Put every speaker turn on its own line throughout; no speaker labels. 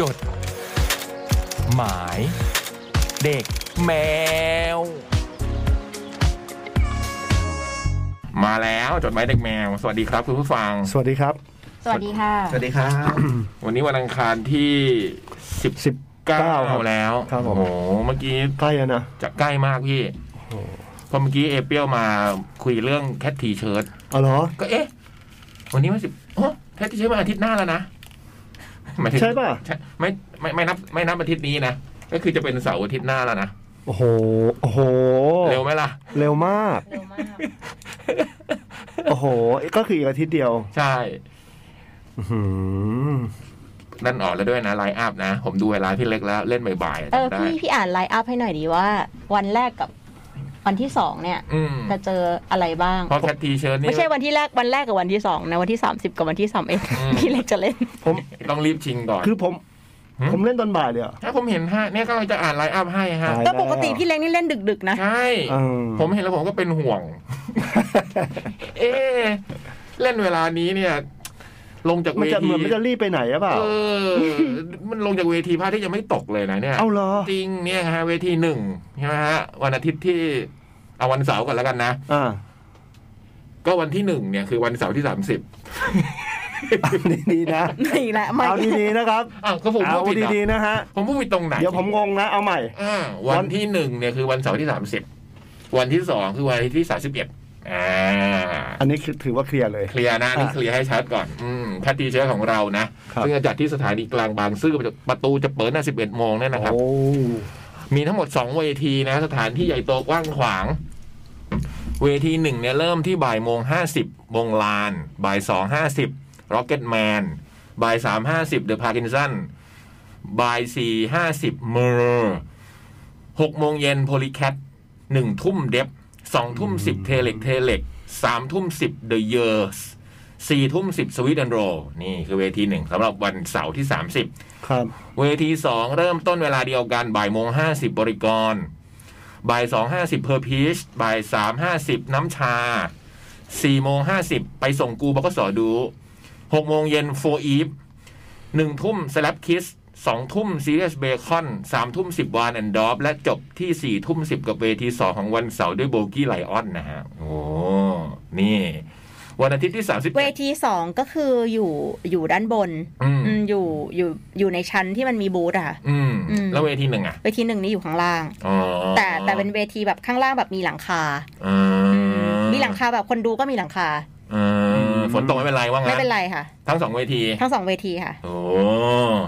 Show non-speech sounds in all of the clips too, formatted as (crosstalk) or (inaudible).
จด หมาย เด็กแมว
มาแล้วจดหมายเด็กแมว สวัสดีครับคุณผู้ฟัง
สวัสดีครับ
สวัสดีค่ะ
สวัสดีครับ
วันนี้วันอังคารที่สิบเก้า
19ครับ
แล้ว
ครับผม
โอ้โหเมื่อกี้
ใกล้แล้วนะ
จะใกล้มากพี่เพอเมื่อกี้เอเปียวมาคุยเรื่องแคททีเชิร์ต
เอาเหรอ
ก็เอ๊ะ วันนี้วันสิบแคททีเชิร์ตมาอาทิตย์หน้าแล้วนะหมายถึง
ใช่ป่ะ
ใช่ไม่ไม่ไม่นับไม่นับอาทิตย์นี้นะก็คือจะเป็นเสาร์อาทิตย์หน้าแล้วนะ
โอ้โห โอ้โห
เร็วไหมล่ะ
เร็วมาก
เร็วมาก
โอ้โห ก็คืออีกอาทิตย์เดียว
ใช่
อื้อหือ
นั่นออกแล้วด้วยนะไลน์อัพนะ ผมดูเวลาพี่เล็กแล้วเล่นบ่ายๆ
เออ
จำได้
พี่พี่อ่านไลน์อัพให้หน่อยดีว่า วันแรกกับวันที่สองเนี่ย
อืม
จะเจออะไรบ้าง
เพราะแคททีเชิร์ตนี่
ไม่ใช่วันที่แรกวันแรกกับวันที่สองนะวันที่สามสิบกับวันที่สามเอ็ด
อืม
พี่เล็กจะเล่น
ผม
ต้องรีบชิงก่อน
คือผม
หืม
ผมเล่นตอนบ่ายเลยอะ
ถ้าผมเห็นฮะเนี่ยก็จะอ่านไลน์อัพให้ฮะ
ได้
ก็ปกติพี่เล็กนี่เล่นดึก ๆ นะ
ใช่
เออ
ผมเห็นแล้วผมก็เป็นห่วง (laughs) เอะเล่นเวลานี้เนี่ย ลงจาก
มั
เวน
จะเห
ที
มือนมันจะรีบไปไหนอะเปล่า
เออ มันลงจากเวทีพระที่ยังไม่ตกเลยนะเนี่ย
เอาเหรอ
จริงเนี่ยฮะเวทีหนึ่งใช่ไหมฮะวันอาทิตย์ที่เอาวันเสาร์ก่อนแล้วกันนะ
อ่า
ก็วันที่หนึ่งเนี่ยคือวันเสาร์ที่สามสิบ
ดีๆนะ
ไม่ละไม่
เอาดีๆนะครับ
อ้าวก็ผม
เอา
พูดผิดเหร
ดี
อ
ๆนะฮะ
ผมพูดผิดตรงไหน
เดี๋ยวผมงงนะ เอาใหม่
อ่าวันที่หนึ่งเนี่ยคือวันเสาร์ที่สามสิบวันที่สองคือวันอาทิตย์ที่สามสิบเอ็ดอ่า
อันนี้คือถือว่าเคลียร์เลย
เคลียร์นะนี่
อ่ะ
เคลียร์ให้ชัดก่อนอืมแพทตีเชื้อของเรานะ
ครับ
ซึ่งจะจัดที่สถานีกลางบางซื่อประตูจะเปิดหน้า11 โมงเนี่ยนะครับ
โอ้
มีทั้งหมด 2 เวทีนะ สถานที่ใหญ่โตกว้างขวาง เวทีหนึ่งเนี่ยเริ่มที่บ่ายโมง 50วงลาน บ่าย2 50 Rocket Man บ่าย3 50 The Parkinson บ่าย4 50 m e r 6โมงเย็น Polycat 1 ทุ่มเด็บ2ทุ่ม10 t e l e x t e l e x 3ทุ่ม10 The Years 4ทุ่ม10 Sweet and Roll นี่คือเวทีหนึ่งสำหรับวันเสาร์ที่ 30
ครับ
เวที2 เริ่มต้นเวลาเดียวกันบ่ายโมง50 บริกรบ่าย2 50เพอร์พีชบ่าย3 50 น้ำชา4โมง50 ไปส่งกูบกสอดู6โมงเย็นโฟอีฟ1ทุ่มสลับคิส2ทุ่มซีเรียสเบคอน3ทุ่ม10วานแอนด์ดอฟและจบที่ 4 ทุ่ม 10 กับเวที 2 ของวันเสาร์ด้วยโบกี้ไลออนนะฮะ โอ้นี่ วันอาทิตย์ที่ 30
เวทีสองก็คืออยู่อยู่ด้านบน
อืม
อืมอยู่อยู่อยู่ในชั้นที่มันมีบูธอะค่ะ
อืม
อืม
แล้วเวทีหนึ่งอ่ะ
เวทีหนึ่งนี่อยู่ข้างล่าง
อ๋อ
แต่แต่เป็นเวทีแบบข้างล่างแบบมีหลังคา
อืม
มีหลังคาแบบคนดูก็มีหลังคา
เออฝนตกไม่เป็นไรว่างั้
ไม่เป็นไรค่ะ
ทั้งสองเวที
ทั้งสองเวทีค่ะ
โอ้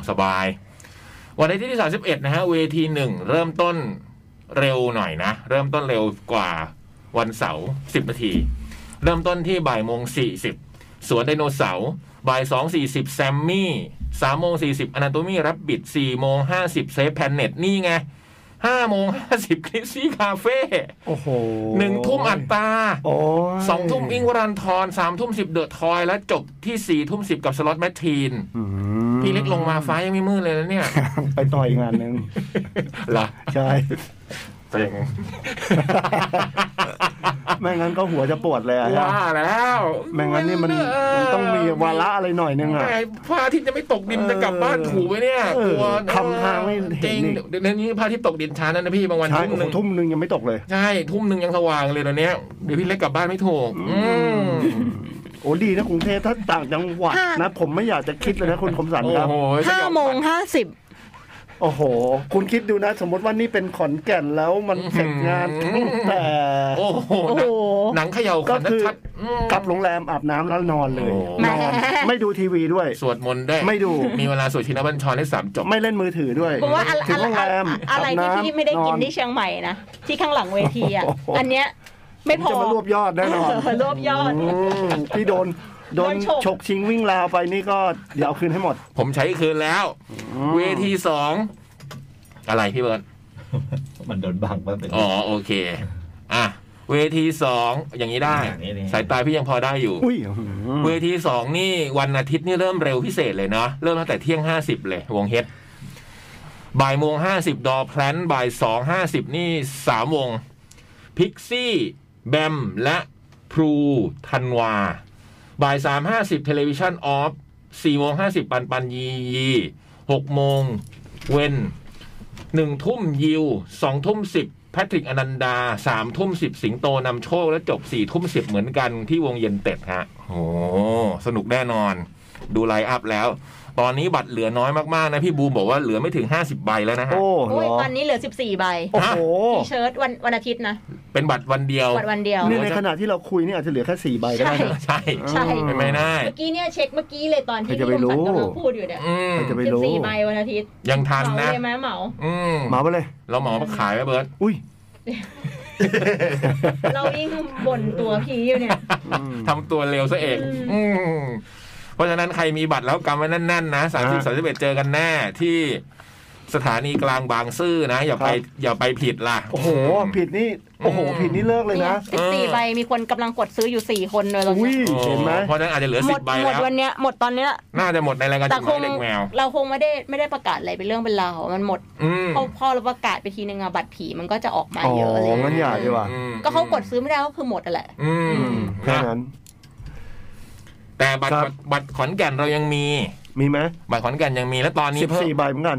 สบาย วันอาทิตย์ที่ 31 นะฮะ เวทีหนึ่งเริ่มต้นเร็วหน่อยนะ เริ่มต้นเร็วกว่าวันเสาร์ 10 นาที เริ่มต้นที่บ่ายโมง 40 สวนไดโนเสาร์บ่าย 2 40 แซมมี่3โมง 40 อนาโตมี่รับบิด4โมง 50 เซฟแพนเน็ตนี่ไง5โมง 50คลิซี่คาเฟ่
โอ้โห
1ทุ่มอัตตา
โอ้ย
สองทุ่มอิงวรันทรสามทุ่มสิบเดอะทอย และจบที่สี่ทุ่มสิบกับสล็อตแมชชีน
อืม
พี่เล็กลงมาฟ้ายังไม่มืดเลยนะ
(laughs)
เนี่ย
ไปต่ออีกงานหนึง
เหรอ
ใช่
เจ๋ง
(laughs) ไม่งั้นก็หัวจะปวดเลย
(laughs)
อะ
ว่าแล้ว
ไม่งั้นนี่มันมันต้องมีวาระอะไรหน่อยนึ
(laughs)
งอะ
แม่พระอาทิตย์จะไม่ตกดินจะกลับบ้านถูไหมเนี่ย
เออก
ลัว
ทำทางไม่เห็น
จริง
นี่
เดี๋ยวนี้พระอาทิตย์ตกดินช้านั่นนะพี่บางวัน
ใช่
ทุ่มห
โอ้โห
นึ่ง
ทุ่มหนึงยังไม่ตกเลย
ใช่ทุ่มหนึ่งยังสว่างเลยตอนเนี้ยเดี๋ยวพี่เล็กกลับบ้านไม่ถูก อืม
โอ้ดีนะกรุงเทพถ้าต่างจังหวัด
ห้า
นะ ผมไม่อยากจะคิดเลยนะคุณคมสัน
โอ้
ครับ
โห
ห้าโมงห้าสิบ
โอ้โห คุณคิดดูนะ สมมติว่านี่เป็นขอนแก่นแล้วมันเสร็จงานตั้งแต่
โอ้โห
โอ้โห
หนังเขย่าขวัญ
ก็คือ
ชัดๆอืม
กลับโรงแรมอาบน้ำแล้วนอนเลย
โอ้
แหม
นอนไม่ดูทีวีด้วย
สวดมนต์ได้
ไม่ดู
มีเวลาสวดชินบัญชรได้สามจบ
ไม่เล่นมือถือด้วย
เพราะว่าอะไร
ถึง
อะ
โร
ไรง
แรม
อะไร
อาบ
ที่
น้ำ
พี่ไม่ได้กิน
อ
ที่เชียงใหม่นะที่ข้างหลังเวทีอ่ะ
โอ้โห
อันเนี้ยไม่พอ
จะมารวบยอดแน่นอน
เออรวบยอด
อืมที่โดนโดน
โดนฉก
ฉกชิงวิ่งราวไปนี่ก็เดี๋ยวเอาคืนให้หมด
ผมใช้คืนแล้ว
อืม
เวทีสองอะไรพี่เบิร์ต
(laughs) มันโดนบังว่าเป็น
อ๋อโอเค อ่ะ เวทีสองอย่างนี้ได้
อย่างนี้นี่
สายตาพี่ยังพอได้อยู่
อุ้ย
เวทีสองนี่วันอาทิตย์นี่เริ่มเร็วพิเศษเลยเนาะเริ่มตั้งแต่เที่ยงห้าสิบเลยวงเฮดบ่ายโมงห้าสิบดอแพลนบ่ายสองห้าสิบนี่สามวงพิกซี่แบมและพรูธันวา บ่ายสามห้าสิบเทเลวิชันออฟสี่โมงห้าสิบปันปันยียี หกโมงเวนหนึ่งทุ่มยิวสองทุ่มสิบแพทริกอนันดาสามทุ่มสิบสิงโตนำโชค และจบสี่ทุ่มสิบเหมือนกันที่วงเย็นเต็ดฮะ โอ้สนุกแน่นอน ดูไลน์อัพแล้ว ตอนนี้บัตรเหลือน้อยมาก ๆ นะ พี่บูมบอกว่าเหลือไม่ถึง 50 ใบแล้วนะฮะ
โอ้เหร
โอ้ย
อ
ตอนนี้เหลือ 14 ใบ
โอ้โห
ทีเชิร์ตวันวันอาทิตย์นะ
เป็นบัตรวันเดียว
วันวันเดียว
นี่ในขณะที่เราคุยเนี่ยอาจจะเหลือแค่สี่ใบก็ได้นะ
ใช่
ใช่
เป็นไม่ได้
เมื่อกี้เนี่ยเช็คเมื่อกี้เลยตอนที่
ใครจะไปรู้
พี่คมสันกำลังพูดอยู่เนี่ย
อืม
ใครจะไป
สิบ
รู้
สี่ใบวันอาทิตย์
ยังทัน
เหมา
นะ
เลยไหมเหมา
อืม
มาไปเลย
เราหมอมาขายไหมเบิร์ต
อุ้ย
เรายิ่งบ่นตัวพีอยู่เนี่ย
อืม
ทำตัวเร็วซะเอง
อื
อืมเพราะฉะนั้นใครมีบัตรแล้วกำไว้แน่นๆนะสามสิบ
อ่ะ
สามสิบเอ็ดเจอกันแน่ที่สถานีกลางบางซื่อนะ อย่าไป
ครับ
อย่าไปผิดล่ะ
โอ้โห ผิดนี่ โอ้โห ผิดนี่เลิกเลยนะ
สิบสี่ใบมีคนกำลังกดซื้ออยู่สี่คนเลยตอน
อุ้ย
เนี้ย
โอ้
เห็นไหม
เพราะฉะนั้นอาจจะเหลือ
หม
สิ
ด
บใบ
หมด
แล้ว
วันเนี้ยหมดตอนเนี้ย
น่าจะหมดในรายการจ
แต่
ดห
ค
มาย
ง
เด็กแมว
เราคงไม่ได้ไม่ได้ประกาศอะไรเป็นเรื่องเป็นราวมันหมด
อืม
พอพอเราประกาศไปทีนึงอะบัตรผีมันก็จะออกมาเยอะเล
อ๋
ย
องั้นอย่าดีกว่า
อืม
ก็เขากดซื้อไม่ได้ก็คือหมดอะแหละ
อืม
อืมแค่
นะ
นั้น
แต่บัตร
ครับ
บัตรขอนแก่นเรายังมี
มีไหม
บัตรขอนแก่นยังมีและตอนนี้
สิบ
เพิ่ม
สี่ใบเหมือนกัน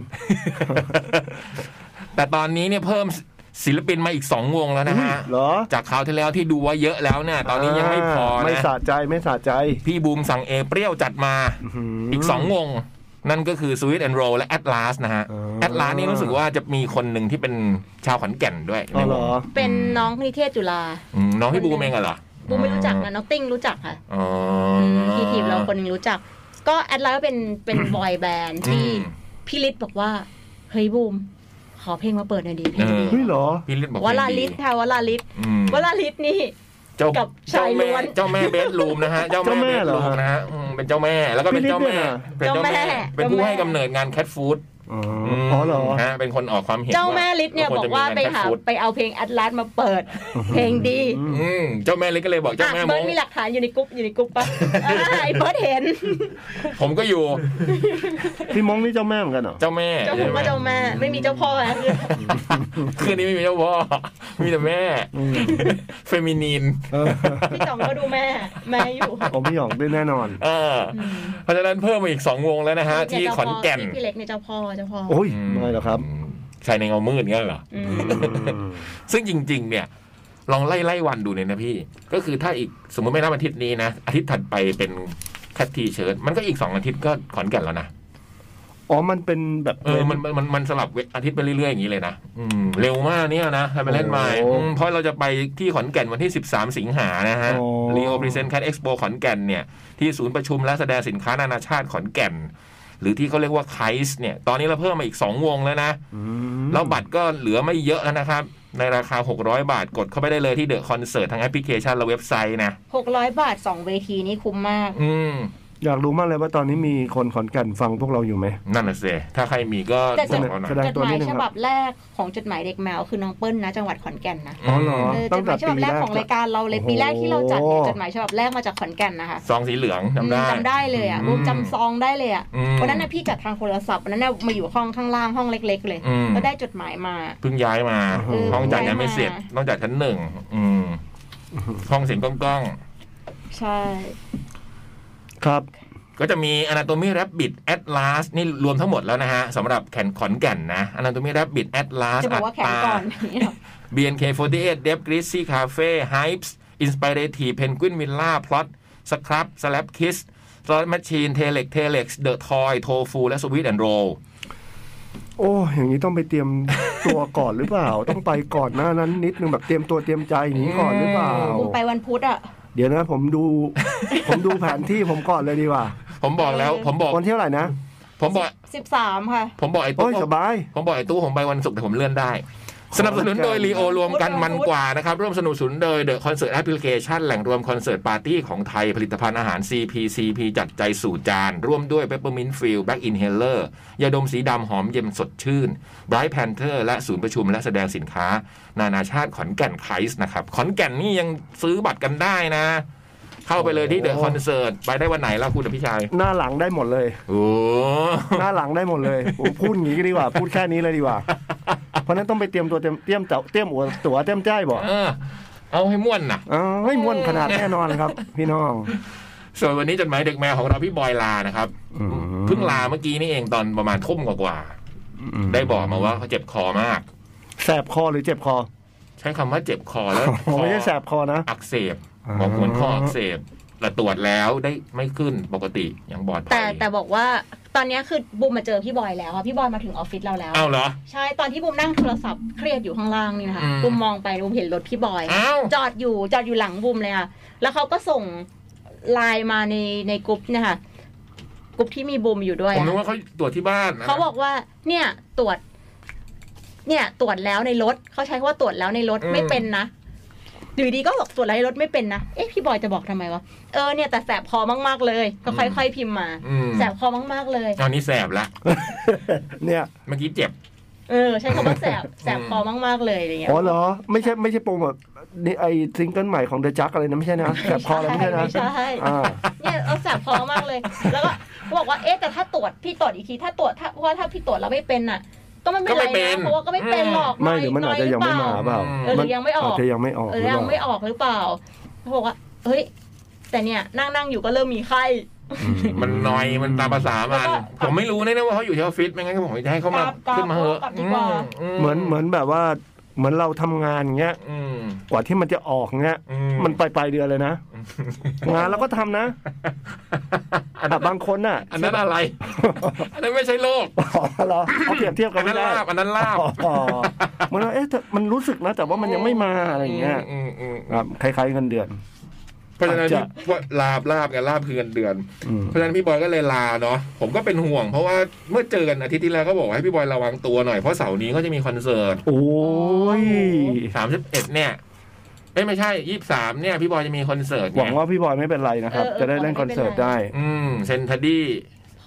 (laughs) แต่ตอนนี้เนี่ยเพิ่มศิลปินมาอีกสองวงแล้วนะฮะ
เหรอ
จากคราวที่แล้วที่ดูว่าเยอะแล้วเนี่ย ตอนนี้ยังไม่พอ
านไม่
นะ
สะใจไม่สะใจ
พี่บูมสั่งเอเปรี้ยวจัดมาอีกสองวง นั่นก็คือ Sweet and Roll และ Atlas นะฮะ Atlas นี่รู้สึกว่าจะมีคนหนึ่งที่เป็นชาวขอนแก่นด้วย
อ๋อ
ใน
เห
ว
รง อ
เป็นน้องนิเทศจุฬา
อืมน้องพี่บูมเองอะเหรอ
บูมไม่รู้จักนะน้องติ้งรู้จักค่ะ
อ๋อ
อื
อ
มทีทีมเราคนหนึงรู้จัก ก็แอดไลน์ก็เป็นเป็นบอยแบนด์
อื
ที่
ม
พี่ลิศบอกว่า เฮ้ยบูม ขอเพลงมาเปิดหน่อยดีเพลงดี
เ
เฮ้ยเหรอ
พี่ลิศบอก
วลา
เพงดี
ลิศค่ะวลาลิศ
อืม
วลาลิศนี่
เจ้า
กับชายล้วน
เจ้าแม่เบสรูมนะ
(laughs)
ฮะ เจ้า
เจ้าแม่
แม่เบส
เหร
รูม
อฮะ
นะฮะอืมเป็นเจ้าแม่แล้วก็เป็นเจ้าแม่
พี่ลิศเนี่ยนะ
เป็นผู้ให้กำเนิดงานแคทฟู้ด
อ๋ออ๋อเหรอ
ฮะเป็นคนออกความเห็น
เจ้าแม่ลิศเนี่ย
ควร
บอ
จะ
ก
มี
ว่าไป
งน
หา
แคทฟู้ด
ไปเอาเพลงแอดลาสมาเปิด เพลงดี
อืมเจ้าแม่ลิศก็เลยบอกเจ้า
อ่ะ
แม่ม
เบิร์ด
ง
มีหลักฐานอยู่ในกรุ๊ปอยู่ในกรุ๊ป
(laughs)
ปะอ่ะไอ้เบิร์ดเห็น
ผมก็อยู่
พี่มงนี่เจ้าแม่เหมือนกันเหรอ
เจ้าแม่
เจ้าผมก็เจ้าแม่ไม่มีเจ้าพ่อนะ
คืนนี้ไม่มีเจ้าพ่อ (laughs) มีแต่แม่
อืม
เฟมินีน
เออ
พี่จ่องก็ดูแม่ แม่อยู่
ผมไม่หยอกด้วยแน่นอน
เออเพราะฉะนั้นเพิ่มมาอีกสองวงแล้วนะฮะ ที่ขอนแก่น
พี่เล็กเนี่ยเจ้าพ่อเจ้าพ่อ
โอ้ย
อื
ไม่หรอกครับ
ใช่ในเงามืดงั้นเหรอ
อืม
อืม
ซึ่งจริง ๆ เนี่ย ลองไล่ไล่วันดูเนี่ยนะพี่ ก็คือถ้าอีกสมมติไม่นับอาทิตย์นี้นะ อาทิตย์ถัดไปเป็นแคททีเชิร์ตมันก็อีกสองอาทิตย์ก็ขอนแก่นแล้วนะ
อ๋อ มันเป็นแบบ
เออ มัน มัน มันมันสลับเวอาทิตย์ไปเรื่อยๆ อย่างนี้เลยนะ อืม เร็วมากเนี่ยนะให้มาเล่นใหม่อืมเพราะเราจะไปที่ขอนแก่นวันที่ 13 สิงหานะฮะ Leo Present Cat Expo ขอนแก่นเนี่ย ที่ศูนย์ประชุมและแสดงสินค้านานาชาติขอนแก่น หรือที่เขาเรียกว่าไคส์เนี่ย ตอนนี้เราเพิ่มมาอีก 2 วงแล้วนะ
อืม
แล้วบัตรก็เหลือไม่เยอะแล้วนะครับ ในราคา 600 บาท กดเข้าไปได้เลยที่เดอะคอนเสิร์ตทางแอปพลิเคชันและเว็บไซต์นะ
หกร้อยบาทสองเวทีนี้คุ้มมาก
อืม
อยากรู้มากเลยว่าตอนนี้มีคนขอนแก่นฟังพวกเราอยู่ไหม
นั่นน่ะสิถ้าใครมีก็
แต่
ส่
จะ
งเราหน่อย
แสด
จ
ง
ด
ตัว
หมา
นิ
ย
ดนึงค
ฉ
รับ
บับแรกของจดหมายเด็กแมวคือน้องเปิ้ลนะจังหวัดขอนแก่นนะ
อ๋อเหรอ
เออ
ตั้ง
จดห
แต่
มายฉบับแร
ปีแร
ก
ก
ของรายการเราเลยปีแรกที่เราจัดเนี่ย
โอ้โห
จดหมายฉบับแรกมาจากขอนแก่นนะคะ
ซองสีเหลืองจำได้
จำได้เลยอ่ะ
อืม
บูมจำซองได้เลยอ่ะ
อืม
วันนั้นนะพี่จัดทางโทรศัพท์วันนั้นนะมาอยู่ห้องข้างล่างห้องเล็ก ๆ เลย
อืม
ก็ได้จดหมายมา
เพิ่งย้ายมา
เออ
ห้องจัดยังไม่เสร็จ
ย้ายมา
ต้องจัดชั้นหนึ่งอืมห้องเสียงกล้อง
ใช่
ครับ
ๆก็จะมี Anatomy Rabbit Atlas นี่รวมทั้งหมดแล้วนะฮะสำหรับแขนขอนแก่นนะ Anatomy Rabbit Atlas
จะบอกว่าแขนก่อนอย่างนี้หรอ
BNK48 d e v Greasy Cafe Hypes Inspirative Penguin Villa Plot Scrub Slap Kiss Slot Machine Telex Telex The Toy Tofu และ Sweet and Roll
โอ้อย่างนี้ต้องไปเตรียมตัวก่อนหรือ (laughs) เปล่า ต้องไปก่อนหน้านั้นนิดนึงแบบเตรียมตัวเตรียมใจอย่างนี้ก่อนหรือเปล่า
บูมไปวันพุธอ่ะ
เดี๋ยวนะผมดู (laughs) ผมดูแผนที่ผมก่อนเลยดีกว่า
ผมบอกแล้ว ผมบอก
วันที่เท่าไหร่นะ
ผมบอก
สิบสามค่ะ
ผมบอกไอ้
โอ้ย
ตุ๊ก
สบาย
ผมบอกไอ้ตู้ผมไปวันศุกร์แต่ผมเลื่อนได้ สนับสนุนโดยรีโอรวมกันมันกว่านะครับ ร่วมสนุกสนุนโดยเดอะคอนเสิร์ตแอปพลิเคชันแหล่งรวมคอนเสิร์ตปาร์ตี้ของไทยผลิตภัณฑ์อาหาร CP CP จัดใจสู่จาน ร่วมด้วยเปปเปอร์มินต์ฟิลแบ็กอินเฮเลอร์ยาดมสีดำหอมเย็นสดชื่นไบรท์แพนเทอร์และศูนย์ประชุมและแสดงสินค้า นานาชาติขอนแก่นไคส์นะครับ ขอนแก่นนี่ยังซื้อบัตรกันได้นะ เข้าไปเลยที่เดอะคอนเสิร์ตไปได้วันไหนล่ะคุณอภิชัย
หน้าหลังได้หมดเลย
โอ้
(laughs) หน้าหลังได้หมดเลยโอ้พูดอย่างนี้ก็ดีกว่า พูดแค่นี้เลยดีกว่า (laughs) เพราะฉะนั้นต้องไปเตรียมตัวเตรียมเตรียมเต๋าเตรียมหัวตัวเตรียมใจบ่
เออเอาให้ม่วนน่ะ
เออไม่ม้วนขนาดแน่นอนครับ (laughs) พี่น้อง
ส่วนวันนี้จดหมายเด็กแมวของเราพี่บอยลานะครับ
อืม
พิ่งลาเมื่อกี้นี่เองตอนประมาณทุ่มกว่าๆได้บอกมาว่าเขาเจ็บคอมาก
แสบคอหรือเจ็บคอ
ใช้คำว่าเจ็บคอแล้วค
ผม
อ
ไม่ใช่แสบคอนะ (laughs)
อักเสบ
อ๋อ
บอกเหมือนคออักเสบแต่ตรวจแล้วได้ไม่ขึ้นปกติอย่างปลอดภั
แต่
ย
แต่บอกว่าตอนเนี้ยคือบูมมาเจอพี่บอยแล้วอะพี่บอยมาถึงออฟฟิศเราแล้ว
อ้าวเหรอ
ใช่ตอนที่บูมนั่งโทรศัพท์เครียดอยู่ข้างล่างนี่นะคะ
อืม
บูมมองไปบูมเห็นรถพี่บอย
อ้าว
จอดอยู่จอดอยู่หลังบูมเลยอะแล้วเขาก็ส่งไลน์มาในในกลุ่มเนี่ยค่ะกลุ่มที่มีบูมอยู่ด้วย
ผม
อะ
นึกว่าเขาตรวจที่บ้านนะ
เขาบอกว่า เนี่ยตรวจ เนี่ยตรวจแล้วในรถเขาใช้คำว่าตรวจแล้วในรถไม่เป็นนะอยู่ดีก็บอกตรวจแล้วในรถไม่เป็นนะเอ๊ะพี่บอยจะบอกทำไมวะเออเนี่ยแต่แสบคอมากๆเลย ก็ค่อย ๆ พิมพ์มา
อืม
แสบคอมากๆเลย
ตอนนี้แสบละ
เนี่ย
เมื่อกี้เจ็บ
เออใช้คำว่าแสบแสบคอมากๆเลยอะไรเงี้ย
อ๋อเหรอ ไม่ใช่ไม่ใช่โปรโมทนี่ไอซิงเกิลใหม่ของเดอะจักอะไรนะ ไม่ใช่นะ
(laughs)
แสบคออะไรไม่ใช่นะ
ใช่
อ่า
เนี่ยเออแสบคอมากเลย แล้วก็บอกว่าเอ๊ะแต่ถ้าตรวจพี่ตรวจอีกทีถ้าตรวจถ้าเพราะว่าถ้าพี่ตรวจแล้วไม่เป็นน่ะ ก็ไม่เป็น
ก็ไม่
ไร
เป็น
นะเพราะว่าก็ไม่เป็นหรอก
ไม่หรือมันอาจจะยังไม่มา
หรือเป
เป
ล่
ล่า
เออหรือยังไม่ออก
าจจะยังไม่ออก
เออยังไม่
หรื
ออกหรือเปล่าเขาบอกว่าเฮ้ย แต่เนี่ยนั่งนั่งอยู่ก็เริ่มมีไข้
เปล่า
มันนอยมันตามภาษามัน
แล้วก็
ผมไม่รู้แน่ๆว่าเขาอยู่ที่ออฟฟิศไม่งั้นก็ผมจะให้เขามาก
ราบ
ขึ้นมาเหอะ
กราบดีกว่า
เหมือนเหมือนแบบว่าเหมือนเราทำงานเงี้ย
อืม
กว่าที่มันจะออกเงี้ย
อื
มันไปปลายเดือนเลยนะ งานเราก็ทำนะ
อัน (laughs)
แต่
นั้น
บางคนน่ะ
อันนั้นอะไร อันนั้นไม่ใช่โรค
อ๋อเหรอเอาเปรียบเทียบกั
อั
น
นนั้
ไม่
น
ได้
ลาบอันนั้นลาบ
อ๋อเหมือนว่าเอ๊ะแต่มันรู้สึกนะ แต่ว่ามันยังไม่มาอะไรอย่างเงี้
ม
ย
อืม
ครับคล้ายๆเงินเดือน
เพราะฉะนั้น
อาจจะ
พี่ว่าลาบลาบไงลาบคือเงินเดือน
อืม
เพราะฉะนั้นพี่บอยก็เลยลาเนาะผมก็เป็นห่วง เพราะว่าเมื่อเจอกันอาทิตย์ที่แล้วก็บอกว่าให้พี่บอยระวังตัวหน่อยเพราะเสาร์นี้ก็จะมีคอนเสิร์ต
โอ้ย
สามสิบเอ็ดเนี่ยเอ้ยไม่ใช่ยี่สามเนี่ย พี่บอยจะมีคอนเสิร์ต
หวัง
ไ
ว่าพี่บอยไม่เป็นไรนะครับ
เออเออ
จะได้เล่นคอนเสิร์ตได้
อืมเซนทัดดี้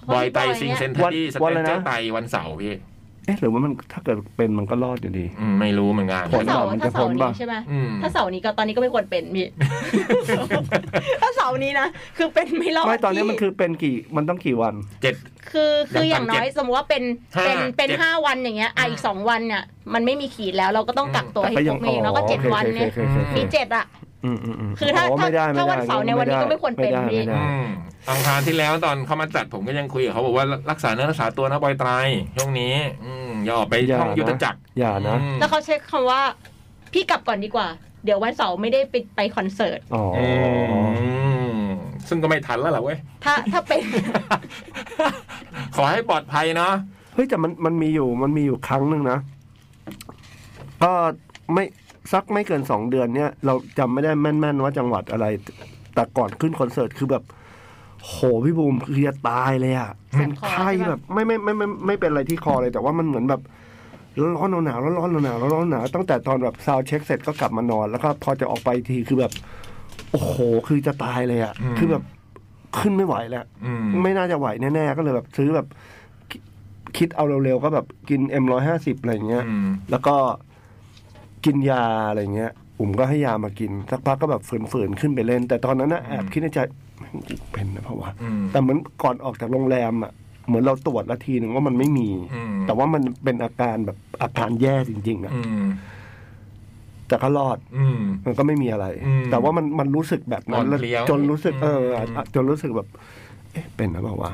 เพราะ
บอยไต
พี่บอย
ซิง
เนี่ย
เซนทัดดี้ส
วั
เตน
นอะไรนะ
เจ้าไตวันเสาร์พี่
เอ๊ะหรือว่ามันถ้าเกิดเป็นมันก็รอดอยู่ดี
อืมไม่รู้เหมือนกัน
ผล
ถ้าเสาร์
ก่อนมันจะ
ถ้าเสาร์
พ้น
นี้
ป่ะ
ใช่ไหม
อืม
ถ้าเสาร์นี้ก็ตอนนี้ก็ไม่ควรเป็นพี่
(laughs)
ถ้าเสาร์นี้นะคือเป็นไม่รอด
ไม่ตอนนี้มัน
พี่
คือเป็นกี่มันต้องกี่วัน
เจ็ด
คือคืออ
ยั
ย่าง ง
ต่ำ
น้อย
เจ็ด
สมมติว่าเป็น
ห้า
เป็นเป็น
เจ็ด
ห้าวันอย่างเงี้ยอ่ะอีกสองวันเนี่ยมันไม่มีขีดแล้วเราก็ต้องกักตัว
แต่
ให้
ก็
ค
ยั
รงบนี่แล้วก็เจ็ดวันเนี่ย
โอคโอคโอค
มีเจ็ดอ่ะ
อืมอืมม
คือถ้า
โไม่ได้
ถ้า
ไม่ได้
วันเสาร์เนี่ยวันนี้ก็ไม่ควรเป็น
ได้ไม่ได้
อืมอังคารที่แล้วตอนเขามาจัดผมก็ยังคุยกับเขาบอกว่ารักษาเนื้อรักษาตัวนะบอยไตรช่วงนี้ อืมอย่าออกไปท่องยุทธจักร
อย่านะ
อืม
แล้วเขาใช้คำว่า พี่กลับก่อนดีกว่า เดี๋ยววันเสาร์ไม่ได้ไปไปคอนเสิร์ต
อ๋ออ
อืมซึ่งก็ไม่ทันแล้วล่ะเว้ย (laughs)
ถ้าถ้าเป็น
ขอให้ปลอดภัยเนาะ
เฮ้ยแต่มันมันมีอยู่มันมีอยู่ครั้งหนึ่งนะ ก็ไม่สักไม่เกินสองเดือนเนี่ย เราจำไม่ได้แม่นๆว่าจังหวัดอะไร แต่ก่อนขึ้นคอนเสิร์ตคือแบบ โหพี่บูมคือจะตายเลยอะ
แส
เป็น
บคอ
ไข้
ใช่ปะ
แบบ ไม่ไม่ไม่ไม่ไม่เป็นอะไรที่คอเลยแต่ว่ามันเหมือนแบบร้อนหนาวร้อนร้อนหนาวร้อนหนาวตั้งแต่ตอนแบบซาวเช็คเสร็จก็กลับมานอน แล้วก็พอจะออกไปทีคือแบบ โอ้โหคือจะตายเลยอะ
อืม
คือแบบขึ้นไม่ไหวแล้ว
อืม
ไม่น่าจะไหวแน่ๆ ก็เลยแบบซื้อแบบคิคิดเอาเร็วๆ ก็แบบกินเอ็มร้อยห้าสิบอะไรอย่างเงี้ย
อืม
แล้วก็กินยาอะไรอย่างเงี้ยอุ๋มก็ให้ยามากิน สักพักก็แบบฝืนๆ ขึ้นไปเล่น แต่ตอนนั้นนะแอบคิดในใจแม่งกูเป็นนะเพราะว่า
อืม
แต่เหมือนก่อนออกจากโรงแรมอ่ะ เหมือนเราตรวจละทีหนึ่งว่ามันไม่มี
อืม
แต่ว่ามันเป็นอาการแบบอาการแย่จริงๆนะ
อืม
แต่ก็รอด
อืม
มันก็ไม่มีอะไร
อืม
แต่ว่ามันมันรู้สึกแบบนั้น
อ่อนเพลีย
แล้วจนรู้สึกเอออ่ะ
อืม
จนรู้สึกแบบ เอ๊ะเป็นหรือเป
(coughs)
ล่าวะ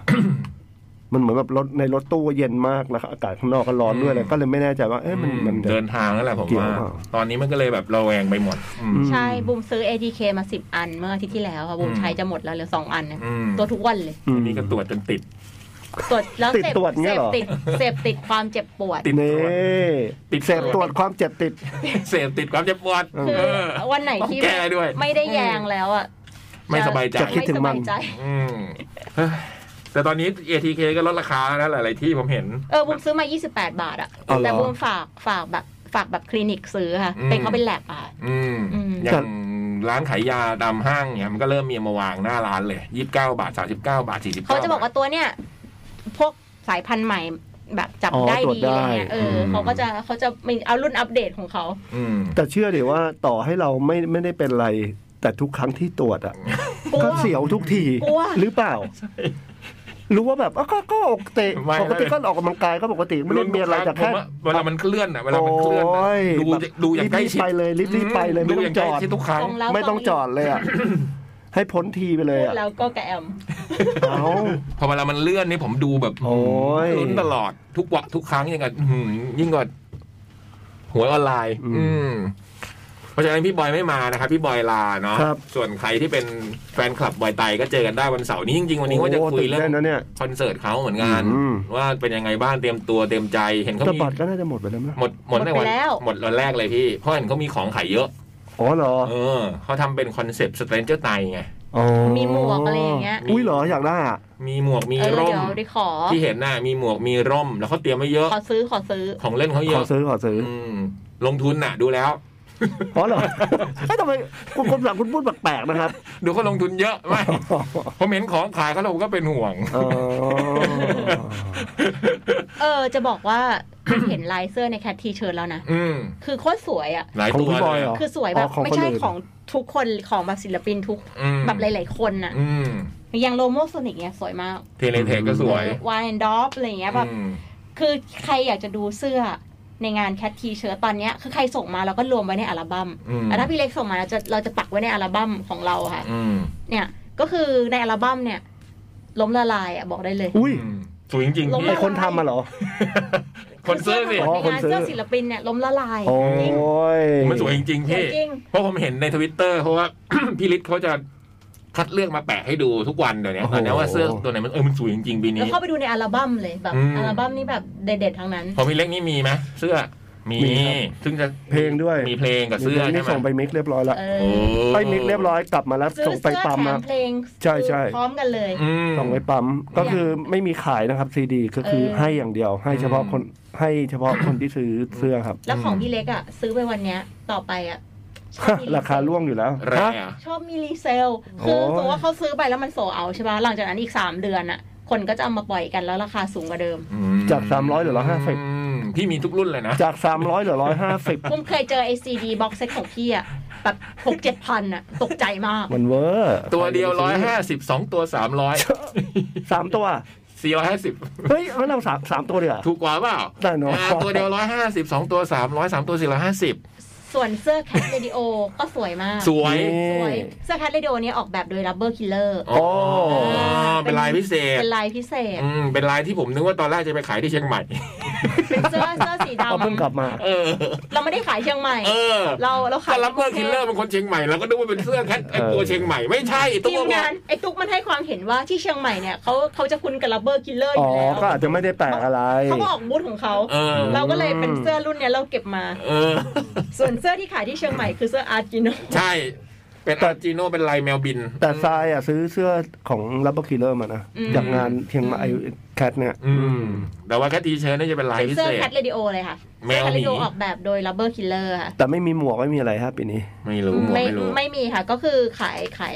มันเหมือนแบบรถในรถตู้เย็นมากแล้วอากาศข้างนอกก็ร้อนด้วยอะไรก็เลยไม่แน่ใจว่าเอ๊ะมันมันจะ
เดินทางนั่นแหละผม
เกี่ยว
ว่า
เปล่า
ตอนนี้มันก็เลยแบบระแวงไปหมด อืม
ใช่บุมซื้อ ATK มาสิบอันเมื่ออาทิตย์ที่แล้วค่ะบุม
อืม
ใช้จะหมดแล้วเหลือสองอันเนี่ย
อืม
ตัวทุกวันเลย
อืม
นี่ก็ตรวจจนติด (laughs)
ตรวจแล้ว
ติด
เสพ
ตรวจเงี้
เส
ยเห
พ
รอ
ติดเสพติดความเจ็บปวด
ติด
เน่
ตรวจ ติด
เสพตรวจความเจ็บติด
เสพติดความเจ็บปวด
คือ
เออ
วันไหนที่
ต้องแก้ด้วย
ไม่ได้แยงแล้วอ่ะ
ไม่สบายใจ
จะคิด ถึงมัน
ไสบายใจ
อืมเฮ้ยแต่ตอนนี้ ATK ก็ลดราคาแล้วนะหลาย ๆ ที่ผมเห็น
เออบูมซื้อมา 28 บาทอะ
อ๋อเหรอ
แต่บูมฝากฝากแบบฝากแบบคลินิกซื้อค่ะ
อืม
เป็นเขาเป็นแลบอะ
อืม
อืม
อย่างร้านขายยาตามห้างเนี่ยมันก็เริ่มมีมาวางหน้าร้านเลยยี่สิบเก้าบาทสาสิบเก้าบาทสี่สิบ
เขาจะบอกว่าตัวเนี้ยพวกสายพันธุ์ใหม่แบบจับ
อ๋อ
ได้
ตรวจ
ดี
ได้
อะไรเงี้ยเอออ
ม
เขาก็จะเขาจะมีเอารุ่นอัปเดตของเขา
อืม
แต่เชื่อเดี๋ยวว่าต่อให้เราไม่ไม่ได้เป็นอะไร แต่ทุกครั้งที่ตรวจอ่ะ
กลัว
ก็เสียวทุกที
กลัว
หรือเปล่า รู้ว่าแบบอ้าวก็ก็ปกติ
ไม่
ปกติ
ไม่
ก็ออกกำลังกายก็ปกติไม่ได้มีอะไรแต่
ผ
แค่
ว่าเวลามันเคลื่อนอ่ะเวลามันเคลื่อนน่ะ
โอ้ย
ดู
แบบ
ดูอย่างใกล้ชิด
รีบๆไปเลยรีบๆไปเลยไม่
ดูอ
ต้อง
ย่างใกล้
จอด
ชิดทุกครั้ง
ตรงแล้ว (laughs)
ไม่ต้อง
ก
จอดเลยอ่ะ ให้พ้นทีไปเลย
พูด
อ่ะ
แล้วก็กระแอม
เอา
พอเวลามันเลื่อนนี่ผมดูแบบ
โอ้ย
ลุ้นตลอดทุกวะทุกครั้งยังไงอืมยิ่งกว่าหวยออนไลน์
อืม
อืมเพราะฉะนั้นพี่บอยไม่มานะครับ พี่บอยลาเนาะ
ครับ
ส่วนใครที่เป็นแฟนคลับบอยไตก็เจอกันได้วันเสาร์นี้จริงๆวันนี้ว่าจะ
โอ้
คุยเรื่อ
ตื่น
ง
ต้นนะเนี่ย
คอนเสิร์ตเขาเหมือนกัน
อืม
ว่าเป็นยังไงบ้างเตรียมตัวเตรียมใจเห็นเขา
แต่
มี
บัตรก็น่าจะหมดไปแล้วมั้ย
หมดหมดใน
หมด
วัน
ไปแล้ว
หมดวันแรกเลยพี่เพราะเห็นเขามีของขายเยอะ
อ๋อเหรอ
เออเขาทำเป็นคอนเซปต์สเตนเจอร์ไตไง
อ๋อ
มีหมวกอะไรอย่างเงี้ย
อุ้ยเหรออยากได้อ่ะ
มีหมวกมี
เออ
ร่ม
เดี๋ยวดิขอ
ที่เห็นน่ะมีหมวกมีร่ม แล้วเขาเตรียมไว้เยอะ
ขอซื้อขอซื้อ
ของเล่นเขาเย
ขอ
อะ
ซื้อขอซื้อ
อืมลงทุนน่ะ ดูแล้ว
อ๋อเหรอไอ้ยทำไมคุณคมสังคุณพูดแปลกๆนะครับ
ดูเขาลงทุนเยอะ
(laughs)
ไม่ผมเห็นของขายเขาเราก็เป็นห่วง
อ๋อ
เออ จะบอกว่า เห็นลายเสื้อในแคททีเชิร์ตแล้วนะ
อืม
คือโคตรสวยอ่ะ
หลายตัว
ของพี่บอย
เลย
เหร
คือสวยแบบ
อ๋อของคน
ไม่ใช่
อื่น
ของทุกคนของแบบศิลปินทุก
อืม
แบบหลาย ๆ คนน่ะ
อืม
อย่างโลโมโซนิกเนี่ยสวยมาก
เทเลเทคก็สวยว
ายแอนด์ดอฟอะไรอย่างเงี้ยแบบ
อืม
คือใครอยากจะดูเสื้อในงานแคททีเชิร์ตตอนเนี้ยคือใครส่งมาเราก็รวมไว้ในอัลบั้ม
อืม
แต่ถ้าพี่เล็กส่งมาเราจะเราจะปักไว้ในอัลบั้มของเราค่ะ
อืม
เนี่ยก็คือในอัลบั้มเนี่ย ล้มละลายอ่ะบอกได้เลย
อุ้ย
มสวยจริงๆ
ลง
พี่
ป
ไอคนทำมาเหรอ
คนซื้อสิ
คื
อ๋อ
เสื้อ
คน
ทั้งหมดในงาน
ซื้อ
เสื้อศิลปินเนี่ยล้มละลาย
โอ้ย
ผมมันสวยจริงๆพี่
สวยจริง
เพราะผมเห็นในทวิตเตอร์เพราะ (coughs) ว่า พี่ฤทธิ์เขาจะคัดเลือกมาแปะให้ดูทุกวันเดี๋ยวนี้ตอนนี้ว่าเสื้อตัวไหนมันเออมันสวยจริงๆปี
แล้ว
นี้
เข้าไปดูในอัลบั้มเลยแบบ
อืม
อัลบั้มนี้แบบเด็ดๆทั้งนั้น
ของพี่เล็กนี่มีไหมเสื้อ มี ซึ่งจะ
เพลงด้วย
มีเพลงกับเสื้อ
ดี๋ยวนี่
ใช่ไหม
ส่งไปมิกเรียบร้อยละ
เอ
โอ้
อ
ไปมิกเรียบร้อยกลับมาแล้ว
ซื้อ
ส่งไป
เสื้อ
ปั๊ม
แถ
นะ
มเพลง
ใช่ใช่
พร้อมกันเลย
อืม
ส่งไปปั๊มก็คือไม่มีขายนะครับซีดีก็คือ
เออ
ให้อย่างเดียว ให้เฉพาะคนให้เฉพาะคนที่ซื้อเสื้อครับ
แล้วของ
อืม
พี่เล็กอ่ะซื้อไปวันเนี้ยต่อไปอ่ะชอบมี
(laughs) ราคาล่วงอยู่แล้ว
แร่
ฮะ
ชอบมีรีเซล คือ
โอ้ย
สมมติว่าเขาซื้อไปแล้วมันโซเอาใช่ป่ะหลังจากนั้นอีก 3 เดือนอ่ะ คนก็จะเอามาปล่อยกันแล้วราคาสูงกว่าเดิม
อื
จาก300เหลือ150
อืมพี่มีทุกรุ่นเลยนะ
จาก 300เหลือ150
ผมเคยเจอไอซีดีบ็อกเซตของพี่อ่ะแบบหกเจ็ดพันอ่ะตกใจมาก
มันเวอร์
ตัวเดียวร้อยห้าสิบสองตัวสามร้
(laughs)
อย
สามตัว
สี่ร้อยห้าสิบ
เฮ้ยงั้นเราสามสามตัวเดียว
ถูกกว่าเปล่า
ได้เนาะ
อ่าตัวเดียวร้อยห้าสิบสองตัวสามร้อยสามตัวสี่ร้อยห้าสิบ
ส่วนเสื้อแคทเรดิโอก็สวยมาก
สวย
นี่
สวยเสื้อแคทเรดิโอนี้ออกแบบโดย Rubber Killer
โอ้
เป็
เป็น
น
ลายพิเศษ
เป็นลายพิเศษ
อืมเป็นลายที่ผมนึกว่าตอนแรกจะไปขายที่เชียงใหม่
เป็นเสื้อเสื้อสีดำ
เอาเพิ่งกลับมา
เออ
เราไม่ได้ขายเชียงใหม่
เออ
เราเราขา
ก็
ย
รับเบอร์คิลเลอร์เป็นคนเชียงใหม่เราก็นึกว่าเป็นเสื้อแคทไอตัวเชียงใหม่ไม่ใช่ตั
ที
วบอง
มาก นไอ้ตุ๊กมันให้ความเห็นว่าที่เชียงใหม่เนี่ยเขาเขาจะคุ้นกับ Rubber Killer อ
อ๋อ
ยู่แล้ว
ก็อาจจะไม่ได้แปลกอะไร
เขาก็ออกบูธของเขา
เออ
เราก็เลยเป็นเสื้อรุ่นเนี้ยเราเก็บมา
เออ
ส่วนเสื้อที่ขายที่เชียงใหม่คือเสื้ออาร์จิโน
ใช่ เป็น
แต่
อาจิโน่เป็นลายแมวบิน
แต่ทรายอ่ะซื้อเสื้อของรับเบอร์คิลเลอร์มานะ
อืม
จากงานเพียงมาไอแคทเนี่ย
อืม แต่ว่าแคททีเชิร์ตนี่จะเป็นลาย
เป็น
พิ
เสื้
เศ
อ
ษ
แคทเรดิโอเลยค่ะ
แม
เสื้
ว
อแคท
ห
เร
มี
ดิโอออกแบบโดย Rubber Killer ค่ะ
แต่ไม่มีหมวกไม่มีอะไรฮะปีนี้
ไม่รู้หมวก
ไม่
ไม่รู้
ไม่มีค่ะ ก็คือขายขาย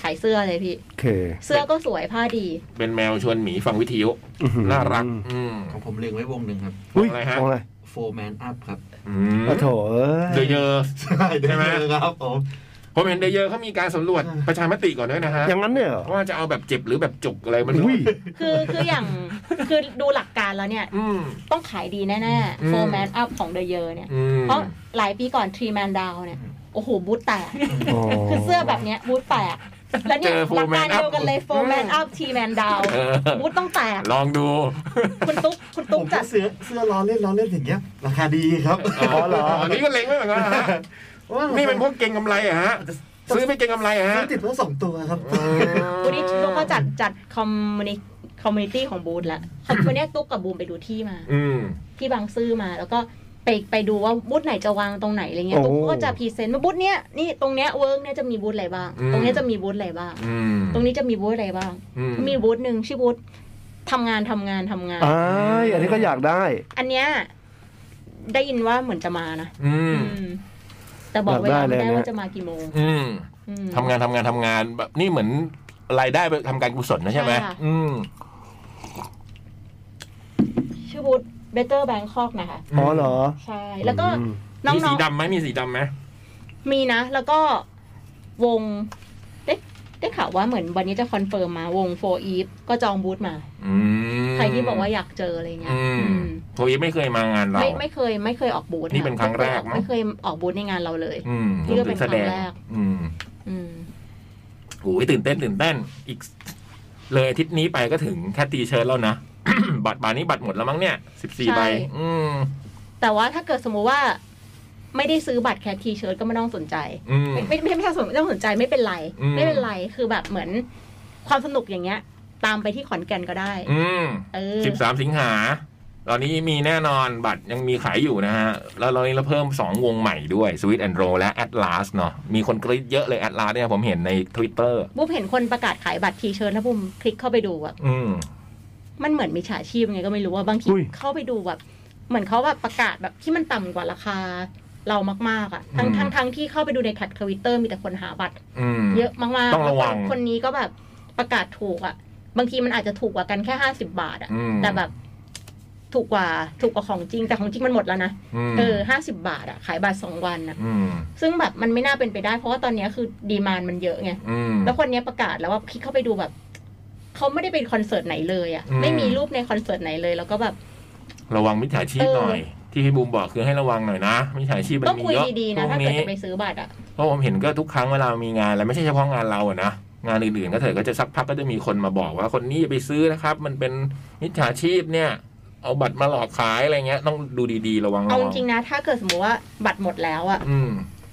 ขายเสื้อเลยพี่
โอเค
เสื้อก็สวยผ้าดี
เป็นแมวชวนหมีฟังวิทยุ
อื้อหือ
น่ารัก อืม
ของผมเล็งไว้วงหนึ่งครับ
อุ้ย
อะไรฮะ
ของอะไร
Four Man Up ครับ
อืม
โอ้โถเอ้
เด
ย
เยอร์
ใช่
ใช่ไหม
ครับ (laughs) ผม
ผมเห็นเดเยอร์เขามีการสำรวจประชามติก่อนด้วยนะฮะ
อย่างนั้นเนี่ยเหรอ
ว่าจะเอาแบบเจ็บหรือแบบจุกอะไรมัน
อุ้ย
คือคืออย่างคือดูหลักการแล้วเนี่ย
อืม
ต้องขายดีแน่
อืม
ๆโฟร์แมนอัพของเดอะเยอร์เนี่ย
อืม
เพราะหลายปีก่อนทรีแมนดาวเนี่ย โอ้โห บูธแตก
อ๋อ
คือเสื้อแบบเนี้ยบูธแตก แล้วเนี่ยหลักการเดียวกันเลยโฟร์แมนอัพทรีแมนดาว
เออ
บูธต้องแตก
ลองดู
คุณตุ๊กคุณ
ผ
ตุ๊ก
ม
จั
จะ
ด
เสื้อเสื้อล้อเล่นล้อเล่นอย่างเงี้ย ราคาดีครับ
อ๋อเหรอ
นนี้ก็เล็งไว้เหมือนกันนะ
(laughs)
ฮะ
ว่าราคา
นี่เป็นพวกเก่งกำไรอะฮะ ซื้อไปเก่งกำไรอะ
ซื้
ฮะ
อติดทั้งสองตัวครับ
วันนี้ตุ๊กก็จัดจัดคอมมูนิคอมมูนิตี้ของบูธละวันเนี้ยตุ๊กกับบูมไปดูที่มา
อืม
ที่บางซื่อมาแล้วก็ไปไปดูว่าบูธไหนจะวางตรงไหนอะไรเงี้ย
โอ้
ตุ๊กก็จะพรีเซนต์ว่าบูธเนี้ยนี่ตรงเนี้ยเวิร์กเนี้ยจะมีบูธอะไรบ้าง
อืม
ตรงเนี้ยจะมีบูธอะไรบ้าง
อืม
ตรงนี้จะมีบูธอะไรบ้าง
อืม
มีบูธหนึ่งชื่อบูธทำงานทำงานทำงาน
อ้ายอันนี้ก็อยากได้
อันเนี้ยได้ยินว่าเหมือนจะมานะ
อืม
อืมแต่บอกเวลาไม่
อยากได้เลย
ได้
เนี่ย
ว่าจะมากี่โมง
อืม
อืม
ทำงานทำงานทำงานแบบนี่เหมือนรายได้ไปทำการกุศลนะใช่ไหม
ใช่ค่ะ
อืม
ชื่อบูธ Better Bangkok นะคะ
อ๋อเหรอ
ใช่ แล้วก็
อืม
น้
มีสี
อง
ดำไหมมีสีดำไหม
ๆมีนะ แล้วก็วงได้ได้ข่าวว่าเหมือนวันนี้จะคอนเฟิร์มมาวง Four Eve ก็จองบูธมา
อืม
ใครที่บอกว่าอยากเจออะไรเงี้ย
อืม
อืม
โทยไม่เคยมางานเรา
ไม่ไม่เคยไม่เคยออกบูธ
นี่เป็นครั้งแรกมั้ง
ไม่เคยออกบูธในงานเราเลย
อืม
นี่ก็เป็นครั้งแรก
อืม
อืม
โอ้ยตื่นเต้นตื่นเต้นอีก เลยอาทิตย์นี้ไปก็ถึงแค่ตีเชิญแล้วนะ (coughs) บัตรบานนี้บัตรหมดแล้วมั้งเนี่ยสิบสี่
ใช่
ใบอืม
แต่ว่าถ้าเกิดสมมุติว่า ไม่ได้ซื้อบัตรแคททีเชิร์ตก็ไม่ต้องสนใจ
อืม
ไม่ไม่ไม่ไม่ใช่สนไม่ต้องสนใจไม่เป็นไร
อืม
ไม่เป็นไรคือแบบเหมือนความสนุกอย่างเงี้ย ตามไปที่ขอนแก่นก็ได้
อืม
เออ
สิบสามสิงหา ตอนนี้มีแน่นอนบัตรยังมีขายอยู่นะฮะ แล้วตอนนี้เราเพิ่ม 2 วงใหม่ด้วย Sweet and Roll และ Atlas เนาะมีคนกรี๊ดเยอะเลย Atlas เนี่ยผมเห็นใน Twitter
บุมเห็นคนประกาศขายบัตรทีเชิร์ตแล้วบุมคลิกเข้าไปดูอะ
อืม
มันเหมือนมีฉาชีพไงก็ไม่รู้ว่าบางที
อุ้ย
เข้าไปดูแบบเหมือนเขาแบบประกาศแบบที่มันต่ำกว่าราคาเรามากๆอะทั้ง
อืม
ทั้งทั้งที่เข้าไปดูในแท็กทวิตเตอร์มีแต่คนหาบัตร
อืม
เยอะมากๆ
ต้องระวัง
แล้คนคนนี้ก็แบบประกาศถูกอะ่ะ บางทีมันอาจจะถูกกว่ากันแค่ห้าสิบาท
อืม
อะ่ะ แต่แบบถูกกว่าถูกกว่าของจริง แต่ของจริงมันหมดแล้วนะ
ม
เออห้าสิบาทอะ่ะ ขายบาทสองวันอะ่ะ
อืม
ซึ่งแบบมันไม่น่าเป็นไปได้ เพราะว่าตอนเนี้ยคือดีมานมันเยอะไง
อืม
แล้วคนเนี้ยประกาศแล้วว่าคลิกเข้าไปดูแบบเขาไม่ได้เป็นคอนเสิร์ตไหนเลยอะ่ะ
อืม
ไม่มีรูปในคอนเสิร์ตไหนเลย แล้วก็แบบ
ระวังมิจฉาชีพหน่อย ที่พี่บูมบอกคือให้ระวังหน่อยนะมิจฉาชีพมั
ต้อน ง
มี
คุย
เยอะ
ดีๆนะ
ช่วง
ถ้า
นี้
เกิดจะไปซื้อบัตรอ่ะ
เพราะผมเห็นก็ทุกครั้งเวลามีงานแล้วไม่ใช่เฉพาะงานเราอะนะงานอื่นๆก็เถอะก็จะสักพักก็จะมีคนมาบอกว่าคนนี้อย่าไปซื้อนะครับ มันเป็นมิจฉาชีพเนี่ย เอาบัตรมาหลอกขายอะไรเงี้ย ต้องดูดีๆระวังระ
เอาจ
วัง
ริงๆนะ ถ้าเกิดสมมติว่าบัตรหมดแล้วอะ่ะ
อืม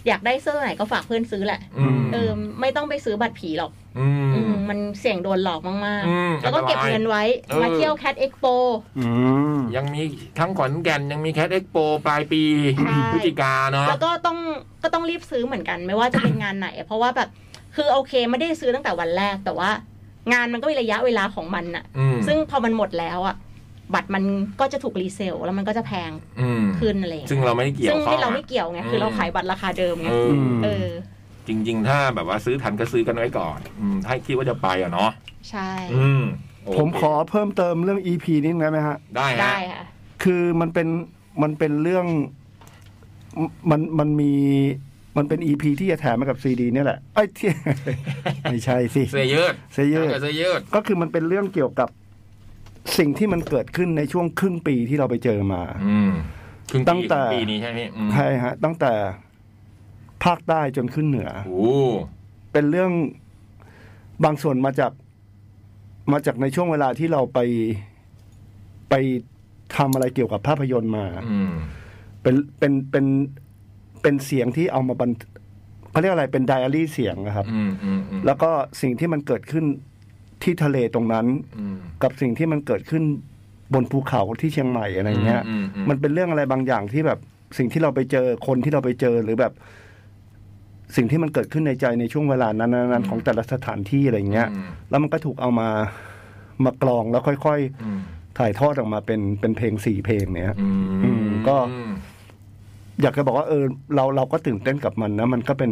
อยากได้เสื้อไหนก็ฝากเพื่อนซื้อแหละ
อืม
เออไม่ต้องไปซื้อบัตรผีหรอก
อืม
อืมมันเสี่ยงโดนหลอกมาก
อืม
ๆ แล้วก็เก็บเงินไว้
เออ
มาเที่ยวแคดเอ็กโป
อืม
ยังมีทั้งขอนแก่นยังมีแคดเอ็กโปปลายปี
ใช่
พฤศจิกาเนาะ
แล้วก็ต้องก็ต้องรีบซื้อเหมือนกัน ไม่ว่าจะเป็นงานไหน เพราะว่าแบบ คือโอเคไม่ได้ซื้อตั้งแต่วันแรก แต่ว่า งานมันก็มีระยะเวลาของมันน่ะ
อืม
ซึ่งพอมันหมดแล้วอ่ะ บัตรมันก็จะถูกรีเซล แล้วมันก็จะแพง
อืม
ขึ้นอะไรอย่างเงี้ย
ซึ่งเราไม่ได้เกี่ยว
ซึ่ง
ข้อง
ไม่เรา
อะ
ไม่เกี่ยวไง
อืม
คือเราขายบัตรราคาเดิมไง
เอออ
เออ
จริง ๆ ถ้าแบบว่าซื้อทันก็ซื้อกันไว้ก่อนอืมถ้าคิดว่าจะไปอะเนาะ
ใช่
อืมโเ
ผมขอเพิ่มเติมเรื่อง EP นิดได้ไหมฮะ
ได้ฮะ
ได้ค่ะ
คือมันเป็นมันเป็นเรื่องมมันมันมีมันเป็น EP ที่จะแถมมากับซีดีเนี่ยแหละไอ้ย (laughs) ที่ ไม่ใช่สิ
เสยเยืด
เสื้อยืด
ากับเสยยืด
ก็คือมันเป็นเรื่องเกี่ยวกับสิ่งที่มันเกิดขึ้นในช่วงครึ่งปีที่เราไปเจอมา
อืมครึ่ง
ตั้
ปี
งแต่
ครึ่ปีนี้ใช่ไหมพี่อืม
ใช่ฮะ ตั้งแต่ภาคใต้จนขึ้นเหนือ
โอ้โห
เป็นเรื่องบางส่วนมาจากมาจากในช่วงเวลาที่เราไปไปทำอะไรเกี่ยวกับภาพยนตร์มา
อืม
เป็นเป็นเป็นเป็นเสียงที่เอามาบันเขาเรียกอะไรเป็นไดอารี่เสียงนะครับ
อืมอืมอืม
แล้วก็สิ่งที่มันเกิดขึ้นที่ทะเลตรงนั้น
อืม
กับสิ่งที่มันเกิดขึ้นบนภูเขาที่เชียงใหม่อะไรเงี้ย
อือื
มันเป็นเรื่องอะไรบางอย่างที่แบบสิ่งที่เราไปเจอคนที่เราไปเจอหรือแบบ สิ่งที่มันเกิดขึ้นในใจในช่วงเวลานั้นๆของแต่ละสถานที่อะไรเงี้ย
อืม
แล้วมันก็ถูกเอามามากรองแล้วค่อย
อืม
ๆ ถ่ายทอดออกมาเป็นเป็นเพลงสี่เพลงเนี้ย
อื
อื
ม
มก็ อยากจะบอกว่าเออเราเราก็ตื่นเต้นกับมันนะ มันก็เป็น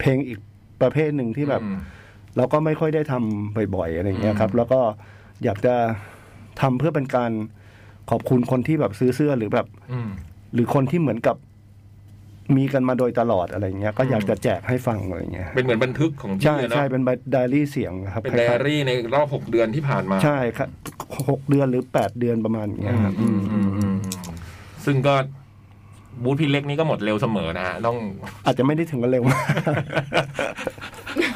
เพลงอีกประเภทหนึ่งที่แบบ
อืม
เราก็ไม่ค่อยได้ทำบ่อยๆอะไรอย่างเงี้ยครับ แล้วก็อยากจะทำเพื่อเป็นการขอบคุณคนที่แบบซื้อเสื้อหรือแบบ
อืม
หรือคนที่เหมือนกับมีกันมาโดยตลอดอะไรอย่างเงี้ย ก็อยากจะแจกให้ฟังอะไรอย่างเงี้ย
เป็นเหมือนบันทึกของพี่
ใช่
เลยเนาะ
ใช่เป็นไดอารี่เสียงครับ
เป็นไดอารี่ในรอบหกเดือนที่ผ่านมา
ใช่ครับหกเดือนหรือแปดเดือนประมาณอย่างเงี้
อื
ย
ม
ครับ
อืมอืมอืมซึ่งก็บูธพี่เล็กนี่ก็หมดเร็วเสมอนะฮะต้อง
อาจจะไม่ได้ถึงกัน
(laughs)
เร็วมาก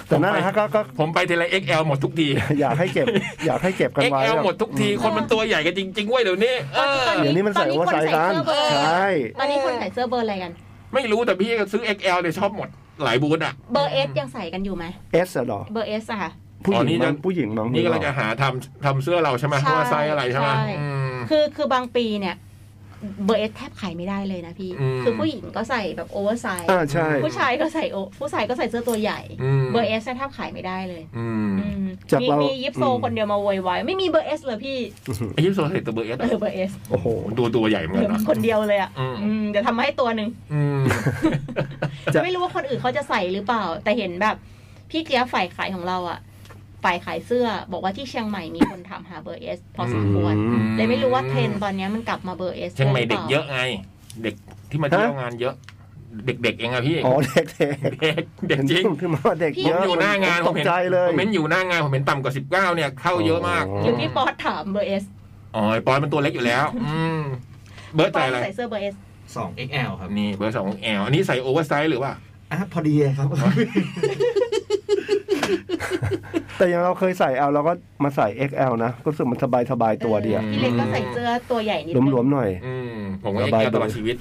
แต่นั่นแหละฮะก็ก็
ผมไปทีไร XL หมดทุกที
อยากให้เก็บ อยากให้เก็บกันไว้
XL หมดทุกที คนมันตัวใหญ่กันจริงๆเว้ยเดี๋ยวนี้เออ
เดี๋ยวนี้มันใส่
ตอนนี้
ว่าไซส์กัน
คนใส่เสื้อเบอร์
ใช่
ตอนนี้คนใส่เสื้อเบอร์อะไรกัน
ไม่รู้แต่พี่ก็ซื้อ XL เนี่ยชอบหมดหลายบูธอ่ะ
เบอร์เอสยังใส่กันอยู่ไหม
เอสเหรอ
เบอร์เอสอะค่ะ
ผู้ห
อ๋อนี่
ญิงมั้ง
จะ
ผู้หญิงมั้ง
นี่กำลังจะหาทำทำเสื้อเราใช่ไหม
ใช่
ว่าไซส์อะไรใช่ไหม
ใช่
อืม
คือคือบางปีเนี่ย เบอร์เอสแทบขายไม่ได้เลยนะพี่
อืม
คือผู้หญิงก็ใส่แบบโอเวอร์ไซส์
อ่าใช่
ผู้ชายก็ใส่โอผู้ชายก็ใส่เสื้อตัวใหญ่
อืม
เบอร์เอสเนี่ยแทบขายไม่ได้เลย
อืม
อืม
จาก
มี
เรามี
มียิปโซ
อืม
คนเดียวมาโวยวายไม่มีเบอร์เอสเลยพี่
ไอ้ยิปโซใส่ตัวเบอร์เอส
เออเบอร์เอส
โอ้โห
ดูตัวใหญ่เหมือนกันนะ
คนเดียวเลยอ่ะ
อืม
อืมเดี๋ยวทำมาให้ตัวหนึ่ง
อืม
จะ
ไม่รู้ว่าคนอื่นเขาจะใส่หรือเปล่า แต่เห็นแบบพี่เกียร์ฝ่ายขายของเราอ่ะฝ่ายขายเสื้อบอกว่าที่เชียงใหม่มีคนถามหาเบอร์เอสพอสมควร
อืม
เลยไม่รู้ว่าเทรนด์ตอนเนี้ยมันกลับมาเบอร์เอส
เชียงใหม่
รืป
เด็ก
ล่า
เยอะไง เด็กที่มาเที่ยวงานเยอะ เด็กๆเองอะพี่
อ๋อเด็กเด็ก
เด็กเด็กจริง
ขึ้นมาว่าเด็ก
ผ
เย
ม
อะ
อยู่หน้างาน
ผ
ผม
มตก
เห็น
ใจเลย
ผมเห็นอยู่หน้างานผมเห็นต่ำกว่าสิบเก้าเนี่ยเข้าเยอะมาก
อ๋
อยู่ที่ป๊อตถามเบอร์เอส
อ๋อไอ้ปอยมันตัวเล็กอยู่แล้ว อืมเบอร์
ป
ใส่
อย
อะไร
ใส่เสื้อเบอร์เอส
สอง XL ครับ
นี่เบอร์สองแอลอันนี้ใส่โอเวอร์ไซส์หรือเปล่า
อ่ะพอดีครับ
แต่อย่างเราเคยใส่ L เราก็มาใส่ XL นะก็รู้สึกมันสบายสบายๆตัวเดียว
เออพี่เล็กก็ใส่เสื้อตัวใหญ่นิดนึง
หลวมๆหน่อย
อืมผมก็
สบาย
XL ตลอดชีวิต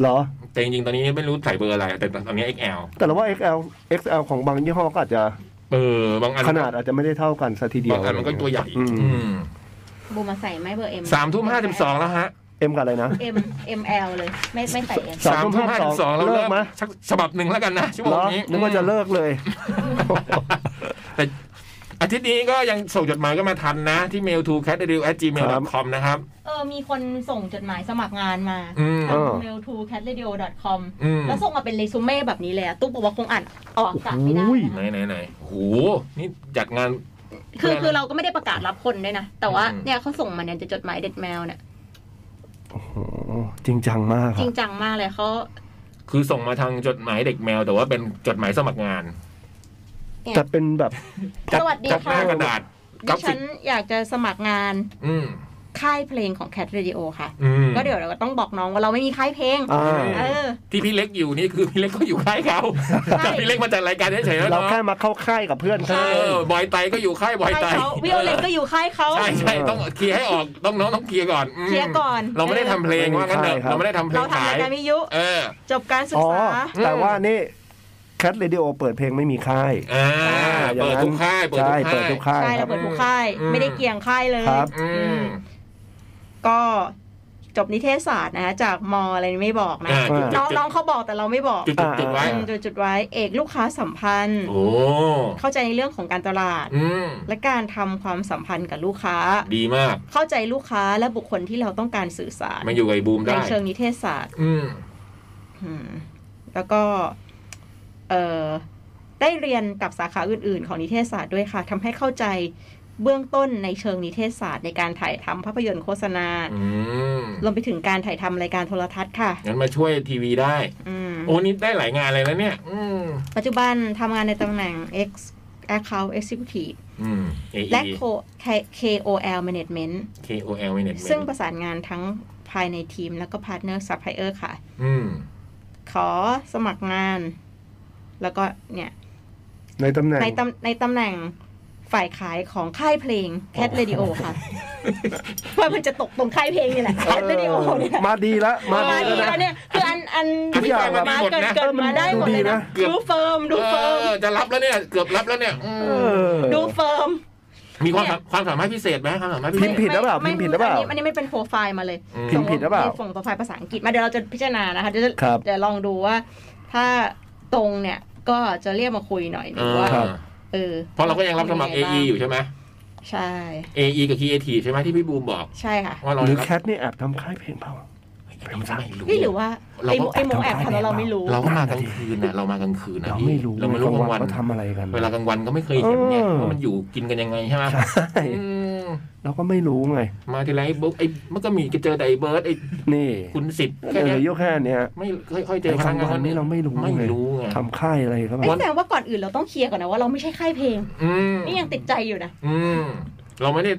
เหรอ
แต่จริงๆ ตอนนี้ไม่รู้ใส่เบอร์อะไร แต่ตอนนี้ XL
แต่เราว่า XL XL ของบางยี่ห้อก็อาจจะ
เออ บางอัน
ขนาดอาจจะไม่ได้เท่ากันซะทีเดีย
บาว งอันมันก็ตัวใหญ่
อืม
อืม
บูมมาใส่ไหมเบอร์เอ็ม
สามทุ่มห้าสิบสองแล้วฮะ
เอ็มกับอะไรนะ
เอ็มเอ็มแอลเลย ไม่ไม่ใส่เอ็ม
สา
สาม ม
ทุ่
ทุ่
ม
ม
ห้า
ห้า
สิ
สิ
บบ ส
ส
อ
อง งเรา
เลิ
เลิ
ก
ก
ไหม
สักฉบับหนึ่งแล้วกันนะชั่ว
เห
โม
รง อ
นี้
นึกว่าจะเลิกเลย
แต่อาทิตย์นี้ก็ยังส่งจดหมายก็มาทันนะ ที่ mail to cat radio gmail com นะครับ
เออมีคนส่งจดหมายสมัครงานมา
อืม
ทา
เอง อ
mail to catradio.com
อืม
แล้วส่งมาเป็นเรซูเม่แบบนี้เลยอะตุ๊กบอกว่าคงอ่านออกอากาศไม่ได้
โอ้ย
ไหน
นะ
ไหนไหนโอ้โหนี่จัดงาน
คือคือเราก็ไม่ได้ประกาศรับคนด้วยนะ แต่ว่า
อืม
เนี่ยเขาส่งมาเนี่ยจะจดหมายเด็ดแมวเนี่ย
โอ้โหจริงจังมาก
จ
อะ
ริงจังมากเลยเขา
คือส่งมาทางจดหมายเด็กแมว แต่ว่าเป็นจดหมายสมัครงาน
แต่เป็นแบบ
จั
สวัสดี
จัห
ค่ะ
น้ากระดาษก
ดิ
ราฟิ
ฉั
ก
นอยากจะสมัครงาน
อืม
ค่ายเพลงของ Cat Radio ค่ะ
อืม
ก็เดี๋ยวเราก็ต้องบอกน้องว่าเราไม่มีค่ายเพลง
อ่า
เ
เออ
ที่พี่เล็กอยู่นี่คือพี่เล็กก็อยู่ค่ายเขา
ใช่
แต่พี่เล็กมาจัดรายการเฉยๆแล้ว
เรา
เนาะ
แค่มาเข้าค่ายกับเพื่อน
เอ
เท่านั้นเอง
อบอยไตก็อยู่ค่ายบอย
ค่าย
ไต
เขาวิโอเลนก็อยู่ค่ายเขา
ใช่ใช่ต้องเคลียร์ให้ออกต้องน้องต้องเคลียร์ก่อนอืม
เคลียร์ก่อน
เราไม่ได้ทำเพลงว่ากันเถอะ
ใช่ครับ
เราไม่ได้ทำเพล
เรา
งขาร
ทำาย
ย
การวิยุ
เออ
จบการศึก
อ๋อ
ษา
แต่ว่านี่แคทเรดิโอเปิดเพลงไม่มีค่าย
อ่า
อย่าง
เปิด
นั้น
ทุกค่ายเปิด
ใช่
ทุกค่าย
เปิดทุกค่าย
ใช่
ครั
เรา
บ
เปิดทุกค่าย
อืม
ไม่ได้เกี่ยงค่ายเลย
ครับ
อืม
ก็จบนิเทศศาสตร์นะจากมออะไรไม่บอกนะ
อ่า
จุด
น้องน้องเขาบอกแต่เราไม่บอก
จุดจุดจุดๆๆไว้
อืมจุดจุดไว้เอกลูกค้าสัมพันธ์
โอ้
เข้าใจในเรื่องของการตลาด
อืม
และการทำความสัมพันธ์กับลูกค้า
ดีมาก
เข้าใจลูกค้าและบุคคลที่เราต้องการสื่อสาร
มันอยู่กับไอ้บูม
ใน
ได้
เชิงนิเทศศาสตร์
อืม
อืมแล้วก็เอ่อได้เรียนกับสาขาอื่น ๆ ของนิเทศศาสตร์ด้วยค่ะทำให้เข้าใจเบื้องต้นในเชิงนิเทศศาสตร์ในการถ่ายทำภาพยนตร์โฆษณา
อืม
รวมไปถึงการถ่ายทำรายการโทรทัศน์ค่ะ
งั้นมาช่วยทีวีได้
อืม
โอ้นี่ได้หลายงานเลยแล้วเนี่ย อืม
ปัจจุบันทำงานในตำแหน่ง X Account Executive
อืม AE
และ Co- K- KOL Management
KOL Management
ซึ่งประสานงานทั้งภายในทีม แล้วก็พาร์ทเนอร์ซัพพลายเออร์ค่ะ
อืม
ขอสมัครงาน แล้วก็เนี่ย
ในตำแหน่ง
ในตำในตำแหน่งฝ่ายขายของค่ายเพลง Cat Radio
(laughs)
ค่ะ ว่ามันจะตกตรงค่ายเพลงนี่แหละ Cat Radio เนี่ย
มาดีละมา
มา
ดี
ดี
แล้ว
แล้ว
นะ
เนี่ย คืออันอัน
อันที่
ผ่น
มาดีหมด
เกิด
นะ
เกิดมาได้หมดเลยนะ
เออมันดูดีนะ
ดู เฟิร์ม ดู
เอ
เฟิร์ม
อจะรับแล้วเนี่ย เกือบรับแล้วเนี่ยอืม
เออ
ดูเฟิร์ม
มีความสามความสามารถพิเศษไหมความสามารถพิ
พิ
เศษ
มพ์ผิดหรือเปล่า
ไม่
พิมพ์ผิดหรือเปล่า
นนี้อันนี้ไม่เป็นโปรไฟล์มาเลย
อืม
พิมพ์ผิดหรือเปล่า
ส่งส่งโปรไฟล์ภาษาอังกฤษมาเดี๋ยวเราจะพิจารณานะคะเดี๋ยวจะ
ครับ
เดี๋ยวลองดูว่า ถ้าตรงเนี่ยก็จะเรียกมาคุยหน่อยหนึ
เอง อ
ว่า
ครับ
เออ
เพราะเราก็ยังรับสมัคร AE อยู่ใช่ไหม
ใช่
AE กับ Creative ใช่ไหมที่พี่บูมบอก
ใช่ค่ะ
ว่าเรา
หรือแค
รับ
ทนี่แอบทำค่ายเพลงเปล่า
ไม่รู้
นี่หรือว่า
เรา
ไอ้โม
ก็
ไอ้โมแอบทำแล้วเราไม่รู้
เราก็มากลางคืนน่ะเรามากลางคืนนะ
เรา
พี่
ไม่รู้
เราไม่รู้
ก
ก
ลาง
ลาง
วั
วัน น
เขาทำอะไรกัน
เวลากลางวันก็ไม่เคยเห็นไง
เออ
ว่ามันอยู่กินกันยังไงใช่ไหม
ใช่
อืม
เราก็ไม่รู้ไง
มาทีไรไอ้บุ๊กไอ้มันก็มีเจอแต่ไอ้เบิร์ดไอ้
นี่
คุณสิทธิ์
เห
แค่
ลื
เนี้
อย ยกแค่เนี้ย
ไม่ค่อยๆเจ
แต่
อก
ลางวันนี่เราไม่รู้
ไม่
ไง
รู้ไง
ทำค่ายอะไรเขา
เอ้ย
แบบ
แสดงว่าก่อนอื่นเราต้องเคลียร์ก่อนนะว่าเราไม่ใช่ค่ายเพลง
อืม
นี่ยังติดใจอยู่นะ
อืมเราไม่ได้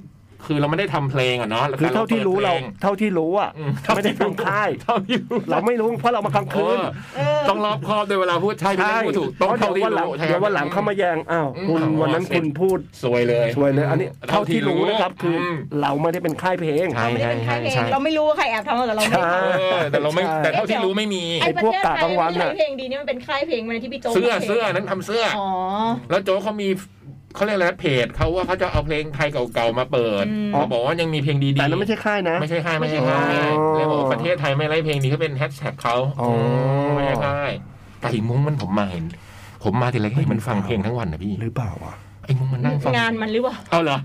คือเราไม่ได้ทำเพลงอ่ะเนาะ
คือ
แต่
เท่าที่รู้เรา
ปิดพลง
เท่าที่รู้อ่ะ
อืม
ไม่ได้ทำค่าย
เท่าที่รู้
เราไม่รู้เพราะเรามากลางคืน
เออ
เออ
ต้องรอบคอบด้วยเวลาพูดใช่พี่ไม่พูดถูกต้อง
เพราะ
เท่า
เดี๋ย
ที่
ววันหลัง
รู้ใช่
เดี๋ยววันหลัง
ครับ
เข้ามาแยงอ้าวคุณ
อืม
วันนั้น
อ๋อ
คุณพูด
สวยเลย
สวยเลย อันนี้เท่าที่รู้นะครับคือ
ม
เราไม่ได้เป็นค่ายเพลง
ใช่
เราไม่ได้
ใช่
เป็นค่า
ใช่
ยเพลง
ใช่
เราไม่รู้ว่าใครแอบทำแต่เราไม่
ใช่
เออแต่เราไม่
ใช่
แต่เท่าที่รู้ไม่มี
ไอ้ประเทศไทย
ไอ้พวกกะกลางวัน
ไม่
น่ะ
ใช่เพลงดีนี่มันเป็นค่ายเพลงมันที่พี่โจ๊ก
เสื้อ
ทำพลง
เสื้อนั้นทำเสื้ออ
อ๋อ
แล้วโจ๊กเขามีเขาเรียกอะไรนะเพจเขาว่าเขาจะเอาเพลงไทยเก่าๆมาเปิดเขาบอกว่ายังมีเพลงดีๆ
แต่นั้นไม่ใช่ค่ายนะ
ไม่ใช่ค่ายไม่ใช่ค่าย
ไม่ใช่ค่าย
เลยบอกว่าประเทศไทยไม่ไล่เพลงนี้เขาเป็นแฮชแท็กเขา
อ๋ออื
มไม่ใช่ค่ายแต่ไอ้มุ้งมันผมมาเห็น ผมมาทีไรก็เห็นมันฟังเพลงทั้งวันนะพี่
หรือเปล่าวะ
ไอ้มุ้งมันนั่งฟัง
งานมันหรือเปล่า
เอาเหรอ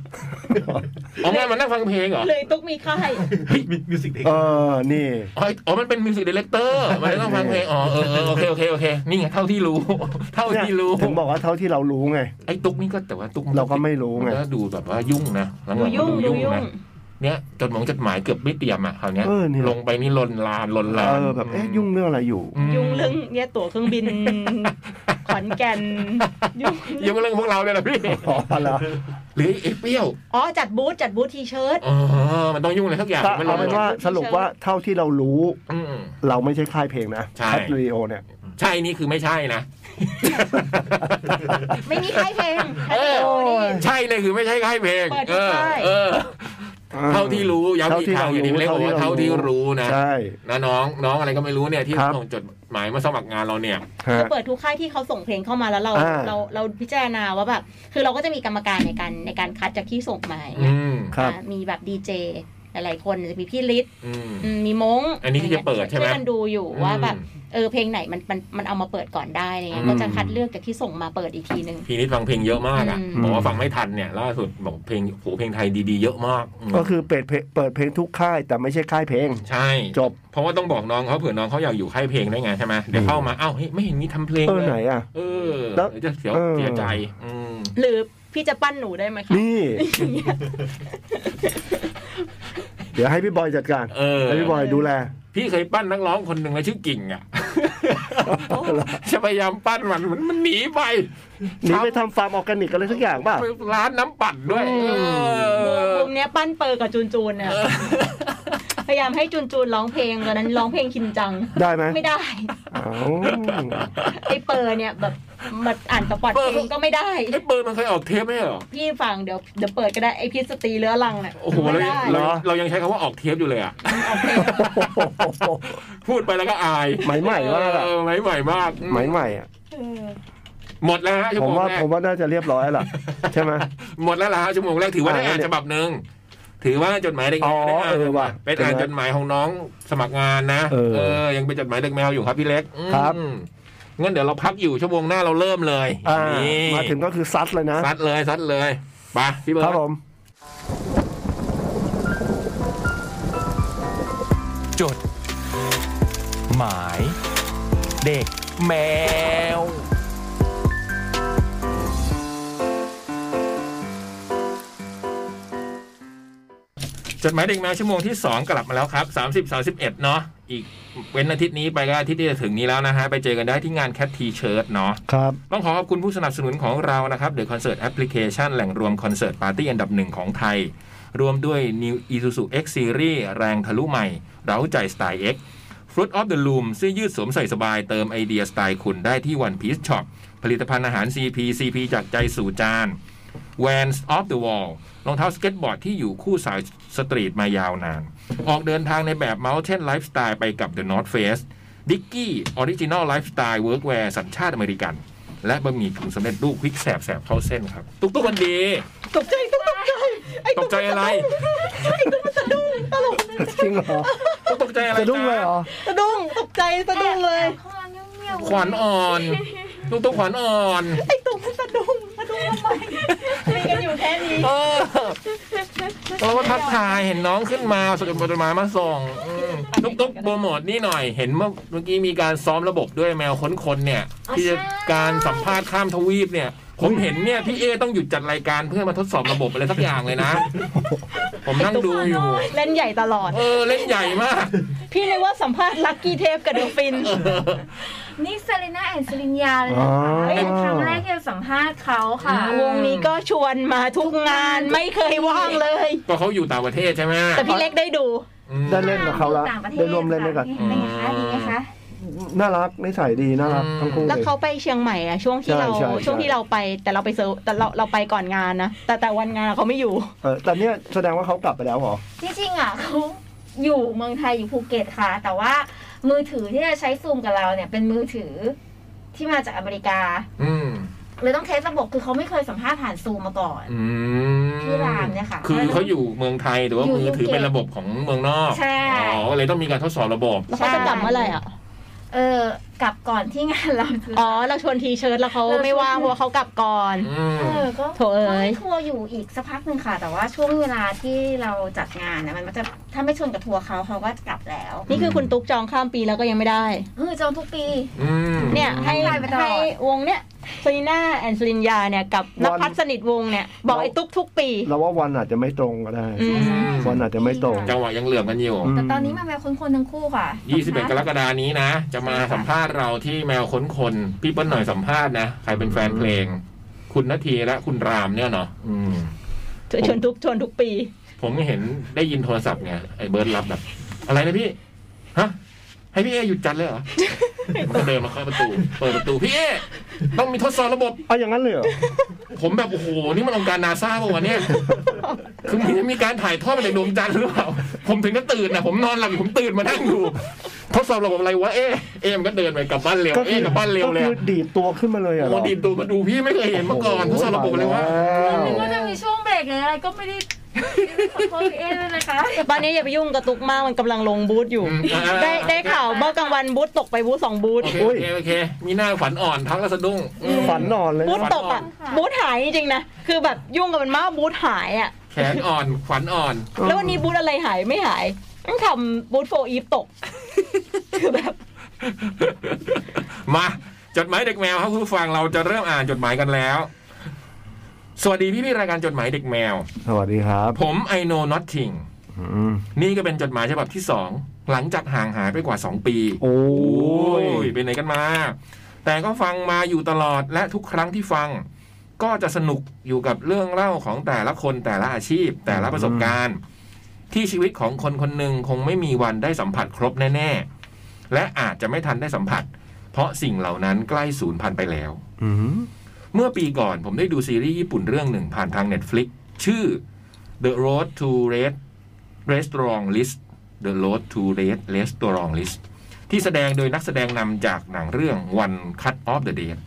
เอางานมันนั่งฟังเพลงเหรอ
เลยตุ๊กมีค่าย
(laughs)
มิวสิกเด็ก
เออ นี่
อ๋ออ๋อมันเป็นมิวสิกดีเลกเตอร์มันต้องฟังเพลงอ๋อเออเออโอเคโอเคโอเคนี่ไงเท่าที่รู้ เท่าที่รู้
ถึงบอกว่าเท่าที่เรารู้ไง
ไอ้ตุ๊กนี่ก็แต่ว่าตุ๊กน
เราก็ไม่รู้ไง
นก็ดูแบบว่ายุ่งนะหลังๆ
ดูยุ่
มัน
งดูยุ่ง
นะเนี่ยจดหมายจดหมายเกือบไม่เตรียมอ่ะคราวเนี้ย
เออเนี่ย
ลงไปนี่ลนลานลนลาน
เออแบบเอ๊ะยุ่งเรื่องอะไรอยู่
ยุ่งเรื่องเนี่ยตั๋วเครื่องบิน ขอนแก่นยุ่ง
ยังเรื่องพวกเราเลยนะพี่
อ๋อเหร
(laughs)
อ
หรือไอ้เปรี้ยว
อ๋อจัดบูธจัดบูธทีเชิร์ต
เออมันต้องยุ่งอะไรสักอย่าง
ก็
ไม่
เอา
รู้
เป็นว่าสรุปว่าเท่าที่เรารู้
อืม
เราไม่ใช่ค่ายเพลงนะ
ใช่
แคทเรดิโอเนี่ย
ใช่นี่คือไม่ใช่นะ
ไม่มีค่ายเพลง
เออ
โอ้นี่
ใช่เลยคือไม่ใช่ค่ายเพลง
เปิด
เออ
ค่าย
เออ เท่าที่รู้ย้ำอีกครั้งอย่างที่เล็กบอกว่าเท่าที่รู้นะ
ใช่
นะน้องน้องอะไรก็ไม่รู้เนี่ยที่
ครับ
ส่งจดหมายมาสมัครงานเราเนี่ย
ฮะ
เปิดทุกค่ายที่เขาส่งเพลงเข้ามาแล้วเรา
อ่า
เราเราพิจารณาว่าแบบคือเราก็จะมีกรรมการในการในการคัดจากที่ส่งมาอย่างเงี้
อื
ย
ม
ครับ
อ่ะมีแบบดีเจหลายๆคนจะมีพี่ฤทธิ์
อืม
อืมมีม้ง
อันนี้ที่จะเปิดใช่ไหม
ช่วยกันดูอยู่ว่า
อืม
แบบเออเพลงไหนมันมันมันเอามาเปิดก่อนได้อะไรเงี้ย
อืม
ก็จะคัดเลือกจากที่ส่งมาเปิดอีกทีหนึ่ง
พี่นิดฟังเพลงเยอะมากอ่ะ
อืม
บอกว่าฟังไม่ทันเนี่ยล่าสุดบอกเพลงโหเพลงไทยดีๆเยอะมากม
ก็คือเปิดเพลงเปิดเพลงทุกค่ายแต่ไม่ใช่ค่ายเพลง
ใช่
จบ
เพราะว่าต้องบอกน้องเขาเผื่อน้องเขาอยากอยู่ค่ายเพลงได้ไงใช่ไหมเดี๋ยวเข้ามาเอ้าเฮ้ยไม่เห็นมีทำเพลง
เออ
เล
ไหน
ย
อ่ะ
เออ
แล้ว
เดี๋ยวจะเสีย
เออ
เสียใจอืม
หรือพี่จะปั้นหนูได้ไหมคะ
(laughs)
นี่ เดี๋ยวให้พี่บอยจัดการ
เออ
ให้พี่บอยดูแล
พี่เคยปั้นนักร้องคนหนึ่งแล้วชื่อกิ่งอ่ะ จะพยายามปั้นมันมันมันหนีไป
หนี่ไปทำฟาร์มออร์แกนิกอะไรสักอย่างป่ะ
ไปร้านน้ำปั่นด้วย
อืม
เออ
มุมเนี้ยปั้นเปอร์กับจูนจูนเนี่ยพยายามให้จูนจูนร้องเพลงตอนนั้นร้องเพลงคินจัง
ได้ไหม
ไม่ได้
เอ้า
ไอ้เปอร์เนี่ยแบบมาอ่านสปอตเองก็ไม่ได้
ไอ้เบอร์มันเคยออกเทปไหมเหรอ
พี่ฟังเดี๋ยวเดี๋ยวเปิดก็ได้ไอ้พี่สตรีเรื้อรังเนี่ย
โอ้โหเรา
ไม่ได้
เรา
เหรอ
เรายังใช้คำว่าออกเทปอยู่เลยอ่ะ
โอเค
พูดไปแล้วก็อาย
ไหมใหม่มากอะ
เออไหมใหม่มากอืม
ไหมใหม่อะ
เออ
หมดแล้วฮะชั่
ผ
ว
ม
โมง
ว่า
แรก
ผมว่าน่าจะเรียบร้อยล่ะ ใช่ไหม
หมดแล้วล่ะฮะชั่วโมงแรกถือว่าได้
อ่า
อ่านฉบับหนึ่งถือว่าจดหมายเด็กแมว
อ๋อ
ได้อ่าน
เออว่ะ
เป็นอ่านจดหมายของน้องสมัครงานนะ
เออ
ยังเป็นจดหมายเด็กแมวอยู่ครับพี่เล็กอืม
ครับ
งั้นเดี๋ยวเราพักอยู่ชั่วโมงหน้าเราเริ่มเลย
อ่า
นี่
มาถึงก็คือซัดเลยนะ
ซัดเลยซัดเลยไปพี่เบิร์
ค
ด
รับผม
จด หมาย เด็กแมว
จดหมายเด็กแมวชั่วโมงที่ 2 กลับมาแล้วครับ 30 31เนาะอีกเว้นอาทิตย์นี้ไปก็อาทิตย์ที่จะถึงนี้แล้วนะฮะไปเจอกันได้ที่งานแคททีเชิร์ตเนาะ
ครับ
ต้องขอขอบคุณผู้สนับสนุนของเรานะครับเดอะคอนเสิร์ตแอปพลิเคชันแหล่งรวมคอนเสิร์ตปาร์ตี้อันดับหนึ่งของไทย รวมด้วย New Isuzu X Series แรงทะลุใหม่ เร้าใจสไตล์ X Fruit of the Loom เสื้อยืดสวมใส่สบายเติมไอเดียสไตล์คุณได้ที่ One Piece Shop ผลิตภัณฑ์อาหาร CP CP จากใจสู่จาน Vans of the Wall รองเท้าสเก็ตบอร์ดที่อยู่คู่สายสตรีทมายาวนาน ออกเดินทางในแบบ Mountain Lifestyle ไปกับ The North Face ดิกกี้ออริจินอลไลฟ์สไตล์เวิร์กแวร์สัญชาติอเมริกัน และบะหมี่กึ่งสำเร็จรูปพริกแสบแสบเข้าเส้นครับ ตุ๊กตุ๊กวันดี
ตกใจตกใจไอ้
ตกใจอะไร
ไอ้ตุ๊กมันสะดุ้งตลก
จริงเหรอ
ตุ๊กตกใจอะไร
จะดุ้งเลยเหรอ
สะดุ้งตกใจสะดุ้งเลย
ขวัญอ่อน ตุ๊กตุ๊กขวัญอ่อน
ไอ้ตุ๊กมันสะดุ้งสะดุ้งทำไมคุยกันอยู่แค่นี้
เออเราก็ทักทายเห็นน้องขึ้นมาสดบทหมายมาส่งอืมตุ๊กตุ๊กโปรโมทนี่หน่อย เห็นเมื่อเมื่อกี้มีการซ้อมระบบด้วยแมวค้นคนเนี่ย ที่จะการสัมภาษณ์ข้ามทวีปเนี่ย ผมเห็นเนี่ยพี่เอต้องหยุดจัดรายการเพื่อมาทดสอบระบบอะไรสักอย่างเลยนะ ผมนั่งดูอยู่
เล่นใหญ่ตลอด
เออเล่นใหญ่มาก (laughs)
พี่นึกว่าสัมภาษณ์ลักกี้เทปกับเดลฟิน
นี่เซเลน่าแอนด์เซลินยาเลยนะคะ
อ๋อ
เป็นครั้งแรกที่เราสัมภาษณ์เขาค่ะ
วงนี้ก็ชวนมาทุกงานไม่เคยว่างเลย
ก็เขาอยู่ต่างประเทศใช่ไหม
แต่พี่เล็กได้ดู
อืม
ได้เล่นกับเขาละ
ต่งประทศ
ได้ร่วมเล่นด้วยกัน
เป็นไงคะดีไหมคะ
น่ารักนิสัยดีน่ารัก
อืม
ทั้งคู่
แล้
เล
วย เขาไปเชียงใหม่อะช่วงที่เรา
ใช่ใช่
ช่วงที่เราไปแต่เราไปเซอร์แต่เราเราไปก่อนงานนะ แต่แต่วันงานอะเขาไม่อยู่
เออแต่เนี้ยแสดงว่าเขากลับไปแล้วเหรอ
ที่จริงอ่ะเขาอยู่เมืองไทยอยู่ภูเก็ตค่ะ แต่ว่ามือถือที่จะใช้ซูมกับเราเนี่ยเป็นมือถือที่มาจากอเมริกา
อืม
เลยต้องเทสระบบคือเขาไม่เคยสัมภาษณ์ผ่านซูมมาก่อน
อืม
ที่รามเนี่ยค่ะ
คือเขาอยู่เมืองไทยหรือว่า
อยู่
มือถือ
ภูเก็ต
เป็นระบบของเมืองนอก
ใช่
อ๋อเลยต้องมีการทดสอบระบบ
แล้วเขาจะกลับเมื่อไหร่อ่ะ
เออกลับก่อนที่งานเราจะ
อ๋อ เราชวนทีเชิร์ตแล้วเขา
เราชวน
ไม่ว่างเพราะว่าเขากลับก่อน
อืม
เออก็
โถเอ้ย
ก็ทัวร์อยู่อีกสักพักหนึ่งค่ะ แต่ว่าช่วงเวลาที่เราจัดงานนะมันก็จะถ้าไม่ชนกับทัวร์เขาเขาก็กลับแล้ว
นี่คือคุณตุ๊กจองข้ามปีแล้วก็ยังไม่ได้
คือจองทุกปี
อืม
เนี่ยให้
ถ่ายไปตลอด
ให้วงเนี่ยซลีน่าแอนซลินยาเนี่ยกับน
วัน
ภัสสนิทวงศ์เนี่ย บอก
เรา
ไอ้ตุ๊กทุกปี
เราว่าวันอาจจะไม่ตรงก็ได้
อืม
อืม
วันอาจจะไม่ตรง
จังหวะยังเหลื่อมกันอยู่
อืม
แต่ตอนนี้มาแมวคนๆทั้งคู่ค่ะ
21 กรกฎานี้นะ จะมาสัมภาษณ์เราที่แมวค้นคนพี่เปิ้ลหน่อยสัมภาษณ์นะ ใครเป็นแฟนเพลง คุณนาทีและคุณรามเนี่ยเนาะอืม
ชวนทุกชวนทุกปี
ผมเห็นได้ยินโทรศัพท์ไงไอ้เบิร์ดรับแบบ อะไรนะพี่ ฮะ ให้พี่เอหยุดจัดเลยเหรอมันเดินมาเคาะประตู เปิดประตูพี่เอต้องมีทดสอบระบบ
เอาอย่างนั้นเลยเหรอ
ผมแบบ โอ้โห นี่มันองค์การนาซาป่าวะเนี่ย คือมันมีการถ่ายทอดมาจากดวงจันทร์หรือเปล่า ผมถึงก็ตื่นนะผมนอนหลับอยู่ผมตื่นมานั่งดูทดสอบระบบอะไรวะ เอ๊ะเอ๊ะมันก็เดินไปกลับบ้านเร็ว
ก็คื
เอ๊ะกลับบ้านเร็วเลยอะ
ก็คือดีดตัวขึ้นมาเลยอะเหร
โอ้
อ
ดีดตัวมาดูพี่ไม่เคยเห็นมาก่อนทดสอบระบบอะไรวะ
นึกว่าจะมีช่วงเบรกหรืออะไรก็ไม่ได้ (laughs) ขอโทษพี่เอ๊ด้วยนะคะ (laughs)
ตอนนี้อย่าไปยุ่งกระตุกมากมันกำลังลงบูธอยู่
อืมอ่า
ได้ได้ข่าวเมื่อกลางวันบูธตกไปบูธสองบูธ
โอเคโอเคโอเค มีหน้าฝันอ่อนทักแล้วสะดุ้ง
ฝันนอนเลย
บูธ
นะ
ตกอ่ะ
ค่ะ
บูธหายจริงๆนะคือแบบยุ่งกับมันมากบูธหายอ่ะ
แขนอ่อนขวัญอ่อน
แล้ววันนี้บูธอะไรหายไม่หายต้องทำบูธโฟอีฟตก (laughs) คือแบบ
มาจดหมายเด็กแมวครับคุณผู้ฟังเราจะเริ่มอ่านจดหมายกันแล้ว สวัสดีพี่พี่ๆรายการจดหมายเด็กแมว
สวัสดีครับ
ผมไอโน nothing
อืม
นี่ก็เป็นจดหมายฉบับที่สองหลังจากห่างหายไปกว่า 2 ปี
โอ้ย
ยไปไหนกันมา แต่ก็ฟังมาอยู่ตลอดและทุกครั้งที่ฟัง ก็จะสนุกอยู่กับเรื่องเล่าของแต่ละคนแต่ละอาชีพ แต่ละประสบการณ์ ที่ชีวิตของคนคนหนึ่งคงไม่มีวันได้สัมผัสครบแน่ๆ และอาจจะไม่ทันได้สัมผัส เพราะสิ่งเหล่านั้นใกล้สูญพันธุ์ไปแล้ว
อืม
เมื่อปีก่อนผมได้ดูซีรีส์ญี่ปุ่นเรื่องหนึ่งผ่านทาง Netflix ชื่อ The Road to Red Restaurant List The Road to Red Restaurant List ที่แสดงโดยนักแสดงนำจากหนังเรื่อง One Cut of the Dead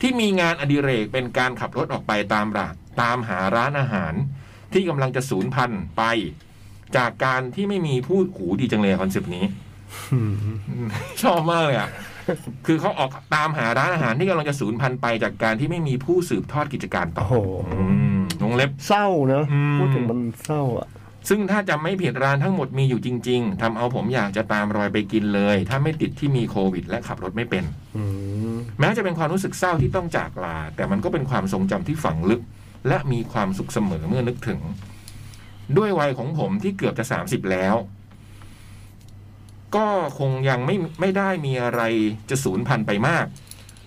ที่มีงานอดิเรกเป็นการขับรถออกไปตามราตามหาร้านอาหาร ที่กำลังจะสูญพันธุ์ไป จากการที่ไม่มีผู้หูดีจังเลยคอนเซป
(laughs)
ต์นี้
อืม
ชอบมากเลยอ่ะ คือเขาออกตามหาร้านอาหารที่กำลังจะสูญพันธุ์ไปจากการที่ไม่มีผู้สืบทอดกิจการต่
โอ้
อ
โห
อืมวงเล็บ
เศร้าเนอะ
อืม
พูดถึงมันเศร้าอ่ะ
ซึ่งถ้าจำไม่ผิดร้านทั้งหมดมีอยู่จริง ๆ ทำเอาผมอยากจะตามรอยไปกินเลย ถ้าไม่ติดที่มีโควิด และขับรถไม่เป็น
อืม
แม้จะเป็นความรู้สึกเศร้าที่ต้องจากลา แต่มันก็เป็นความทรงจำที่ฝังลึก และมีความสุขเสมอเมื่อนึกถึง ด้วยวัยของผมที่เกือบจะ 30 แล้ว ก็คงยังไม่ไม่ได้มีอะไรจะสูญพันธุ์ไปมาก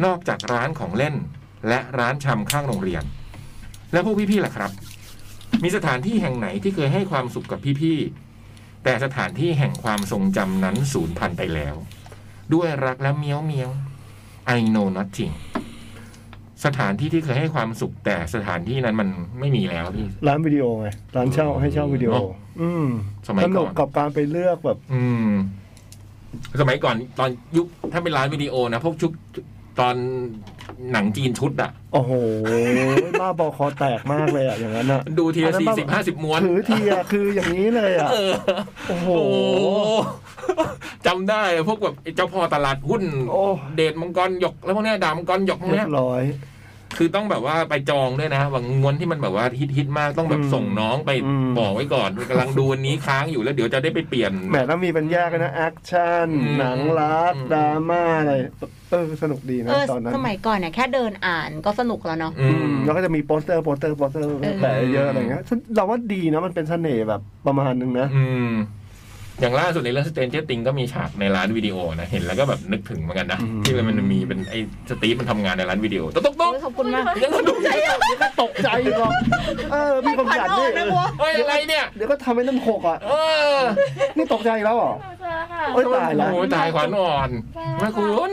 นอกจากร้านของเล่น และร้านชำข้างโรงเรียน และพวกพี่ๆล่ะครับ มีสถานที่แห่งไหนที่เคยให้ความสุขกับพี่ๆแต่สถานที่แห่งความทรงจำนั้นสูญพันธุ์ไปแล้ว ด้วยรักและเมียวเมียว I know nothing สถานที่ที่เคยให้ความสุขแต่สถานที่นั้นมันไม่มีแล้วพี่
ร้านวิดีโอไงร้านเช่าให้เช่าวิดีโอ
เนอะ
อืม
สมัยก่อน
นุกกับการไปเลือกแบบ
อืม สมัยก่อนตอนยุคถ้าเป็นร้านวิดีโอนะ พวกชุดตอนหนังจีนชุดอะ
โอ้โหบ้าบอคอแตกมากเลยอ่ะอย่างนั้นอ่ะ
ดูที
อัน
ละ
นั้น
สี่
บ้า
สิบห้าสิบม้วน
ถือทีอ่ะคืออย่างนี้เลยอ่ะ
เออ
โอ้โห
โอ้โห (laughs) จำได้พวกแบบไอ้เจ้าพ่อตลาดหุ้น
โอ้
เดชมังกรหยก แล้วพวกเนี้ยดาบมังกรหยกพวก
เรี
เนี้
ย
ย
บร้อย
คือต้องแบบว่าไปจองด้วยนะบางม้วนที่มันแบบว่าฮิตฮิตๆมากต้องแบบ
อืม
ส่งน้องไป
อืม
บอกไว้ก่อนกำลังดูอันนี้ค้างอยู่แล้วเดี๋ยวจะได้ไปเปลี่ยน
แหมแล้วมีเป็นแยกกันนะแอคชั่น
อืม
หนังรัก
อืม
ดราม่าอะไรเออสนุกดีนะ
เออ
ตอนนั้น
สมัยก่อนเนี่ยแค่เดินอ่านก็สนุกแล้วเนาะ
อื
อื
ม
มแล้วก็จะมีโปสเตอร์โปสเตอร์โปสเตอร์
เออ
แปะเยอะอะไรเงี้ยเราว่าดีนะมันเป็นเสน่ห์แบบประมาณนึงนะ
อืม อย่างล่าสุดในเรื่องสเตนเจอร์ติงก็มีฉากในร้านวิดีโอนะ เห็นแล้วก็แบบนึกถึงเหมือนกันนะ
อืม
ที่มันมีเป็นไอ้สตีฟมันทำงานในร้านวิดีโอตกตกตก
โอ้ยขอบคุณมาก
ยังสนุกใจอ่ะ
ตกใจหรอกเออมีความ
ผ่า
ห
น
ยาด
อ่อ
นี่
นนะวัว
เฮ้ยอะไรเนี่ย
เดี๋ยวก็ทำให้น้ำหกอ่ะ
เออ
นี่ตกใจอีกแล้วเหรอ
เจอค่ะ
เอ้ยตายละ
โอ้ตายขวัญอ่อนแม่คุณ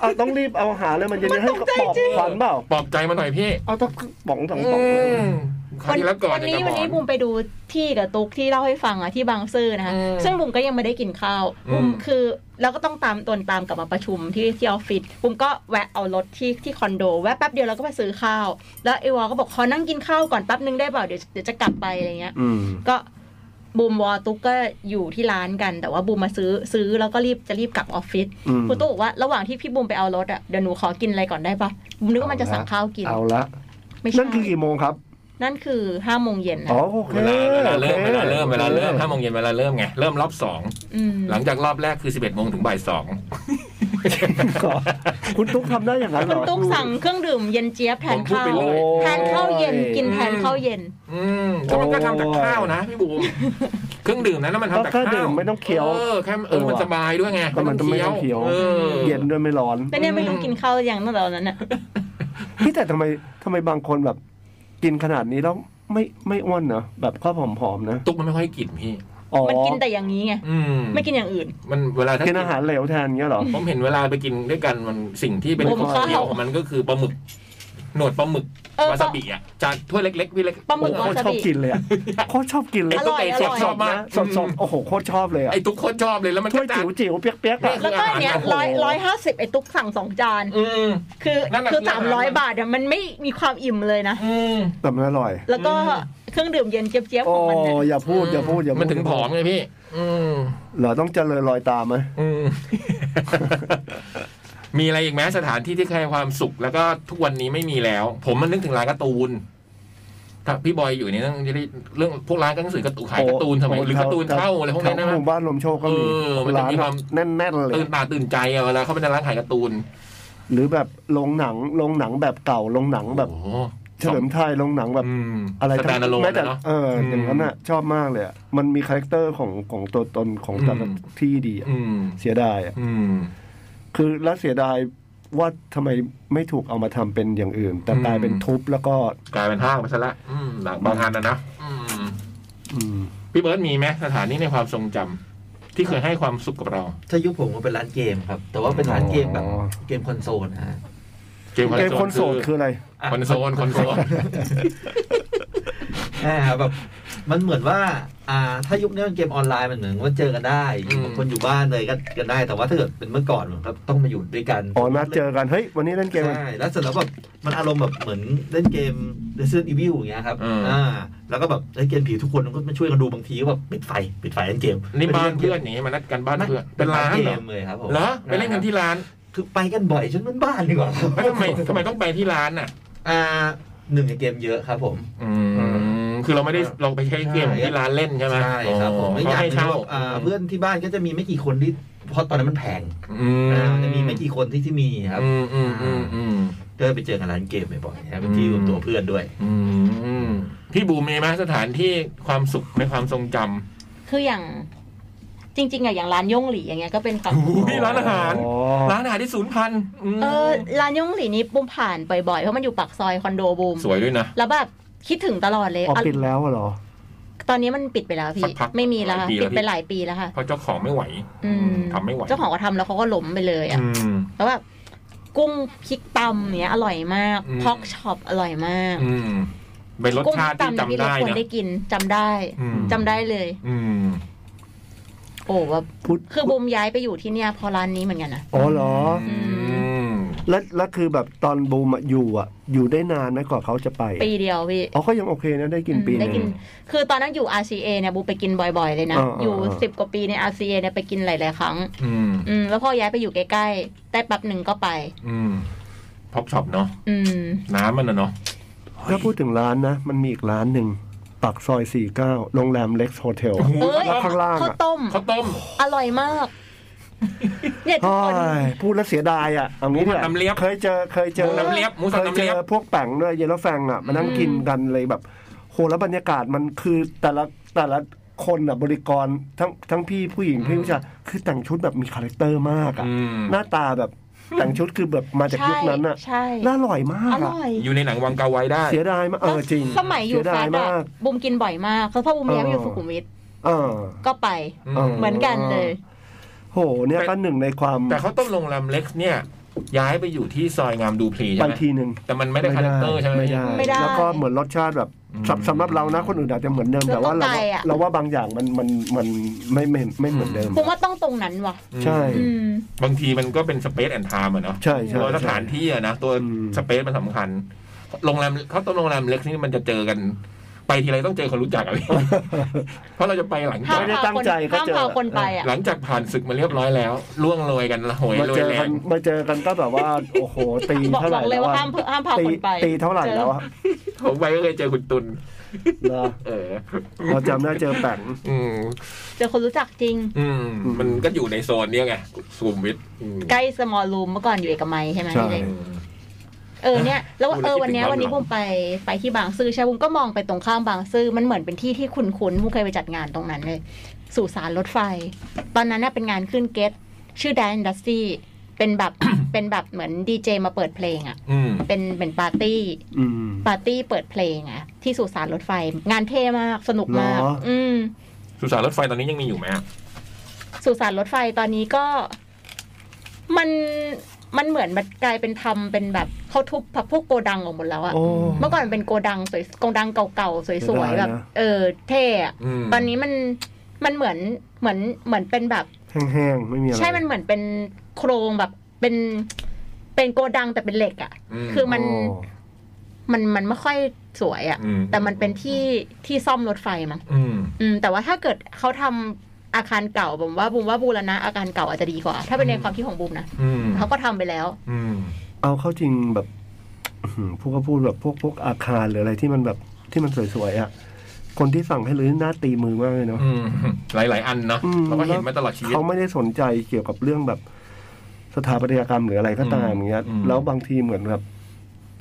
เอาต้องรีบเอาหาเลยมันจะได้ให้กระป๋องขวัญเปล่า
ปลอบใจมาหน่อยพี่
เอาต้องป๋องสอง
อื
ป๋องเลย
มคราวที่แล้วก่อน
วัน
เย
นี้
กระ
วั
ห
น
มอ
นี้บุมไปดูที่กับตุ๊กที่เล่าให้ฟังอะที่บางซื่อนะคะ
อืม
ซึ่งบุมก็ยังไม่ได้กินข้าว
อืม
บุมคือเราก็ต้องตามตนตามกลับมาประชุมที่ที่ออฟฟิศบุมก็แวะเอารถที่ที่คอนโดแวะแป๊บเดียวแล้วก็ไปซื้อข้าว แล้วไอวอก็บอกขอนั่งกินข้าวก่อนแป๊บนึงได้เปล่าเดี๋ยวเดี๋ยวจะกลับไปอะไรเงี้ย
อืม
ก็บูมวอตุ๊กก็อยู่ที่ร้านกัน แต่ว่าบูมมาซื้อซื้อแล้วก็รีบจะรีบกลับออฟฟิศ
อืม
คุณตุ๊กบอกว่าระหว่างที่พี่บูมไปเอารถอะเดี๋ยวหนูขอกินอะไรก่อนได้ปะบูมนึกว่ามันจะสั่งข้าวกิน
เอาละ
ไม่ใช่
นั่นคือกี่โมงครับ
นั่นคือห้าโมงเย็นนะ
อ๋อโอเค
เวลาเวลาเริ่ม
โอค
เวลาเริ่มเวลาเริ่ม
โอค
ห้าโมงเย็นเวลาเริ่มไงเริ่มรอบสอง
อืม
หลังจากรอบแรกคือสิบเอ็ดโมงถึงบ่ายสอง
ก่อนคุณตุ๊กทำได้อย่างนั้นเหร
คุณ
อ
ตุ๊กสั่งเครื่องดื่มเย็นเจี๊ยบแท
ผม
น
พูด
ข้าว
ไปเรื่อย
โอ้
แทนข้าวเย็นกินแทนข้าวเย็น
อืมแล้วมันก็ทำจากข้าวนะพี่บูมเครื่องดื่มนั้นนะมันทำจาก
ก็
ข้าว
แค่ดื่มไม่ต้องเคี้ยว
เออแค่เออมันสบายด้วยไง
ก็มันไม่ต้องเคี้ยว
เออ
เย็นด้วยไม่ร้อน
แต่เนี่ยไม่รู้กินข้าวยังตั้งแต่วันนั้นน่ะ
พี่แต่ทำไมทำไมบางคนแบบ กินขนาดนี้แล้วไม่ไม่อ้วนเนอะแบบข้าวผอมๆนะ
ตุ๊กมันไม่ค่อยกินพี่
อ๋อ
มันกินแต่อย่างนี้ไง
อืม
ไม่กินอย่างอื่น
มันเวลาถ้า
กินอาหารเหลวแทนเงี้ยเหรอ
ผมเห็นเวลาไปกินด้วยกันมันสิ่งที่เป็น
โอ้
ของ
ข้าว
เดียวของมันก็คือปลาหมึก หนวดปลาหมึก
เออ
วาซาบิอ่ะจานถ้วยเล็กๆพี่เล็ก
ปลาหมึ
โอ้
ก
โหชอบกินเลยอะโคตรชอบกินเลย
อร่อยอร่อย
สดๆ
อ
นะ
ร่อย
สดๆโอ้โหโคตรชอบเลยอะ
ไอ้ทุกคนชอบเลยแล้วมัน
ถ้
ก็
วย
จาน
จิ๋วจิ๋วๆเปียกๆ
นี่
อะ
คื
แล้วก็อันเนี้ย
อาหาร
ร้อย
โอ้โห
ร้อยห้าสิบไอ้ตุ๊กสั่งสองจาน
อืม
คือ
นั่นน่ะ
คือ
คือ
สา
อาม หาร
ร้อยบาทอะมันไม่มีความอิ่มเลยนะ
อืม
แต่มันอร่อย
แล้วก็
อืม
เครื่องดื่มเย็นเจี๊ยบๆ
โอ้
ของมันเนี่ย
อย่าพูดอย่าพูดอย่าพูด
มันถึงผอมไงพี่ อืม
เหรอต้องเจริญรอยตามไหม
อืม (laughs) มีอะไรอีกไหมสถานที่ที่ให้ความสุข แล้วก็ทุกวันนี้ไม่มีแล้ว ผมมันนึกถึงร้านการ์ตูน ถ้าพี่บอยอยู่เนี่ยต้องจะได้เรื่องพวกร้านหนังสือการ์ตูนขายการ์ตูนสมัยหรือการ์ตูนเข้าอะไรพวกนั้นนะ
แถหมู่บ้านลมโชคก็มี
เออมันจะ
ร้าน
มีความ
แน่นๆเลย
ตื่นตาตื่นใจอะเวลาเข้าไปในร้านขายการ์ตูน
หรือแบบโรงหนังโรงหนังแบบเก่าโรงหนังแบบ
โอ้โห
เฉลิมไทยโรงหนังแบบ
อืม
อะไร
สแตนด์อะโลน
แม้แต่
เนาะ
เอออย่างนั้นอ่ะชอบมากเลยอะมันมีคาแรคเตอร์ของของตัวตนของแต่ละ
อืม
ที่ดีอะ
อืม
เสียดายอะ
อืม
คือแล้วเสียดายว่าทำไมไม่ถูกเอามาทำเป็นอย่างอื่น แต่กลายเป็น
อืม
ทุบแล้วก็
กลายเป็นห้างไปซะละอืมหลังบางทันนะนะอืม
อืม
พี่เบิร์ดมีไหมสถานที่ในความทรงจำที่เคยให้ความสุขกับเรา
ถ้ายุคผมก็เป็นร้านเกมครับ แต่ว่าเป็นร้านเกมแบบ
อ๋อ
เกมคอนโซลนะฮะ
เกม
เกมค
ค
อน
นโซ
โซล
ล
คืออะไร
อ่ะ
คอนโซลคอนโซล
อ่าแบบมันเหมือนว่า อ่า ถ้ายุคนี้มันเกมออนไลน์มันเหมือนว่าเจอกันได้
อืม
คนอยู่บ้านเลยก็กันได้ แต่ว่าถ้าเกิดเป็นเมื่อก่อนมันก็ต้องมาอยู่ด้วยกัน
อ๋อนัดเจอกัน เฮ้ย วันนี้เล่นเกมกัน
ใช่ แล้วเสร็จแล้วแบบมันอารมณ์แบบเหมือนเล่นเกม Resident Evil อย่างเงี้ยครับ
อืม
แล้วก็แบบเล่นเกมผีทุกคนก็มาช่วยกันดูบางทีก็แบบปิดไฟปิดไฟเล่นเกม
นี่บ้านเพื่อนอย่างนี้มานัดกันบ้านเพื่อนเป็นร้าน
เก
เหรอ
มเลยครับผม
เหรอไปเล่นกันที่ร้าน
คือไปกันบ่อยจนมันบ้านดีกว่าครับ
แล้วทำไมทำไมต้องไปที่ร้านน่ะ
อ่าหนึ่งในเกมเยอะครับผม
อืมคือเราไม่ได้เราไปใช้เกมของที่ร้านเล่นใช่ไหม
ใช่ครับผม
อ๋อ
ไม่อ
เขา
ยาก
ให้เช่า
แบบอ่าเพื่อนที่บ้านก็จะมีไม่กี่คนที่เพราะตอนนั้นมันแพง
อืม
อ่ามันจะมีไม่กี่คนที่ที่มีครับ
อืมอืมอืมอืม
ก็ไปเจอกันร้านเกมบ่อยๆครับบางทีรวมตัวเพื่อนด้วย
อืมพี่บูมมีไหมสถานที่ความสุขในความทรงจ
คืออย่างจริงๆอะอย่างร้านย่งหลีอย่างเงี้ยก็เป็น
(laughs)
ความ
ำอุ้ยร้านอาหาร
อ๋อ
ร้านอาหารที่ศูนย์พันอืม
เออร้านย่งหลีนี้ปุ้มผ่านบ่อยๆเพราะมันอยู่ปากซอยคอนโดบูม
สวยด้วยนะ
แล้วแบบคิดถึงตลอดเลย
ออ
อ่ะ
ปิดแล้วอะเหรอ
ตอนนี้มันปิดไปแล้ว
สั
พี่
กพัก
ไม่มีแล้ว
หลาย
ค่ะ
ปี
ปิดไป
แล้วพี่
หลายปีแล้วค่ะ
เพราะเจ้าของไม่ไหว
อืม
ทำไม่ไหว
เจ้าของก็ทำแล้วเขาก็ล้มไปเลยอะ
อืม
แล้วแบบกุ้งพริกตำเนี้ยอร่อยมาก
อืม
พอกช็อปอร่อยมาก
อืมเป็นรส
กุ้งพ
ชา
ริ
ติ
ก
ที่
ตำ
จำ
ที่เรา
ได้
ควร
นะ
ได้กินจำได้
อืม
จำได้เลย
อืม
โอ้แบบ
พุทธ
คือบูมย้ายไปอยู่ที่เนี่ยเพอร้านนี้เหมือนกันนะ
อ๋อเหรอ
อืม
แล้วแล้วคือแบบตอนบูมอะอยู่อ่ะ อยู่ได้นานนะกว่าเขาจะไป
ปีเดียวพี่
อ๋อก็ยังโอเคนะได้กิน
อืม
ปีห
ได้
นึ
กิน
ง
คือตอนนั้นอยู่ RCA เนี่ยบูไปกินบ่อยๆ เลยนะ
อ่าๆๆ
อยู่สิบกว่าปีใน RCA เนี่ยไปกินหลายๆ ครั้ง
อืม
อืม แล้วพอย้ายไปอยู่ใกล้ๆได้แป๊บหนึ่งก็ไป
อืมพ็อกช็อปเนาะ
อืม
น้ำมันนะเนาะ
ถ้าพูดถึงร้านนะ มันมีอีกร้านหนึ่งปักซอย 49 โรงแรมเล็กซ์โฮเทล
โอ้โห
เอ้ย
แล้วข้างล่างอะ
ข้าวต้ม
ข้าวต้ม
อร่อยมาก เนี่ยทุกคน
พูดแล้วเสียดายอ่ะเอางี้
หมู
เนี่
สับน้ำเลียบ
เคยเจอเคยเจ
ห
อ
มูสับน้ำเลียบหมูสับ
เคย
น้ำ
เจ
เลีย
อบ พวกแป่งด้วยเยลโล่แฟงอ่ะมานั่ง
อืม
กินกันเลยแบบโหแล้วบรรยากาศมันคือแต่ละแต่ละคนอ่ะบริกรทั้งทั้งพี่ผู้หญิงพี่ผู้ชายคือแต่งชุดแบบมีคาแรคเตอร์มากอ่ะ
อืม
หน้าตาแบบแต่งชุดคือแบบมาจาก
ใช่
ยุคนั้นอ่ะ
ใช่
น่าอร่อยมาก
อ
อ่ะ
ร่อย
อยู่ในหนังวังกาไว้ได้
เสียดายมากเออจริง
สมัยอยู่
เสี
แฟ
ดา
ร์
ย
ดอะ
มาก
บูมกินบ่อยมากเพราะพ่อบูมเลี้ยงอยู่
เออ
สุขุมวิท
เออ
ก็ไป
เออ
เหมือนกันเลย
โหเนี่ยก็หนึ่งในความ
แต่เขาวต้มโรงแรมเล็กเนี่ย ย้ายไปอยู่ที่ซอยงามดูพลีใช่
ไป
ไหม
ทีหนึ่ง
แต่มันไม่ได้คาแรคเตอร์ใช่ไหม
ไม่ได้
ไม่ได้
แล้วก็เหมือนรสชาติแบบสำสำหรับเรานะคนอื่นอาจจะเหมือนเดิม
เรา
แต่ว่า
ต้
เรา
องไปอะ
เราว่าบางอย่างมันมันมันไม่ไม่ไม่เหมือนเดิม
บูมว่าต้องตรงนั้นว่ะ
ใช่
อืม
บางทีมันก็เป็นสเปซแอน d t ไทม์อะเนาะ
ใช่ใช่
ตัวส
ใช่
ถานที่อะนะ ตัว
อืม
สเปซมันสำคัญ โรงแรมเขาต้มโรงแรมเล็กนี่มันจะเจอกัน ไปทีไรต้องเจอคนรู้จักอะพี่ เพราะเราจะไปหลัง
ห้า
จาม ก
ไม่ได้ตั้งใจก็
พาคนห้าม
เจอ
พาคนไปอ่ะ
หลังจากผ่านศึกมาเรียบร้อยแล้วล่วงโรยกันละโหย
มา
โร
เจ
ย
อ
แร
กั
ง
นมาเจอกันก็แบบว่าโอ้โหตี
บอก
เท่าไห
บอ
ร่
กเลย
แล้ว
ว่า
อะ
ห้ามห้ามพา
ตี
คนไป
ตีเท่าไหร่
จอ
แล้วอะ
ผมไปก็เคยเจอคุณตุล
เหรอ
เออ
เราจำได้เจอแป่ง
อืม
เจอคนรู้จักจริง
อืม มันก็อยู่ในโซนเนี้ยไงสุขุมวิทอืม
ใกล้สมอลรูมเมื่อก่อนอยู่เอกมัยใช่ไหม
ใช่
พี่เล็ก
อืม
เออเนี่ยแล้วว่า
พูดแล้
เอ
วคิด
อวันเนี้ย
ถึง
วันนี้
บ้าน
บุมไปไปที่บางซื่อใช่บุมก็มองไปตรงข้ามบางซื่อมันเหมือนเป็นที่ที่คุ้นคุ้นๆบุมเคยไปจัดงานตรงนั้นเลยสุสานรถไฟ ตอนนั้นน่ะเป็นงานขึ้นเกตชื่อแดนดัสซี่เป็นแบบ (coughs) เป็นแบบเหมือนดีเจมาเปิดเพลงอ่ะ
อืม
เป็นเป็นปาร์ตี้
อืม
ปาร์ตี้เปิดเพลงอ่ะที่สุสานรถไฟ งานเท่มากสนุกมาก
เหรอ
อืม
ส สุสานรถไฟตอนนี้ยังมีอยู่ไหมอะ
สุสานรถไฟตอนนี้ก็ มันมันเหมือนมันกลายเป็นทำเป็นแบบเขาทุบพวกโกดังออกหมดแล้วอะ
โอ้
เมื่อก่อนเป็นโกดังสวยโกดังเก่าๆสวยๆ
เสียดายนะ
แบบ เออ เท่อะ
อืม
ตอนนี้มันมันเหมือนเหมือนเหมือนเป็นแบบ
แห้งๆไม่มีอะไร
ใช่มันเหมือนเป็นโครงแบบเป็นเป็นโกดังแต่เป็นเหล็กอะ่ะ
อืม
คือมันมันมันไม่ค่อยสวยอะ่ะ
อืม
แต่มันเป็นที่ที่ซ่อมรถไฟมั้ง
อืม
อืมแต่ว่าถ้าเกิดเขาทำอาคารเก่าผมว่าบูมว่าบูรณะอาคารเก่าอาจจะดีกว่า ถ้าเป็นใน
อืม
ความคิดของบูมนะ
อืม
เขาก็ทำไปแล้ว
อืม
เอาเข้าจริงแบบ (coughs) อื้อหือพวกก็พูดแบบพวกพวกอาคารหรืออะไรที่มันแบบที่มันสวยๆอ่ะ คนที่สั่งให้รื้อหน้าตีมือมากเลยเนาะ
อืม หลาย ๆ อันเนาะ
อืม
เราก็เห็นมาตลอดชีวิต
เขาไม่ได้สนใจเกี่ยวกับเรื่องแบบสถาปัตยกรรมหรืออะไรก็ตาม
อืม
อย่างเงี้ย
อืม
แล้วบางทีเหมือนแบบ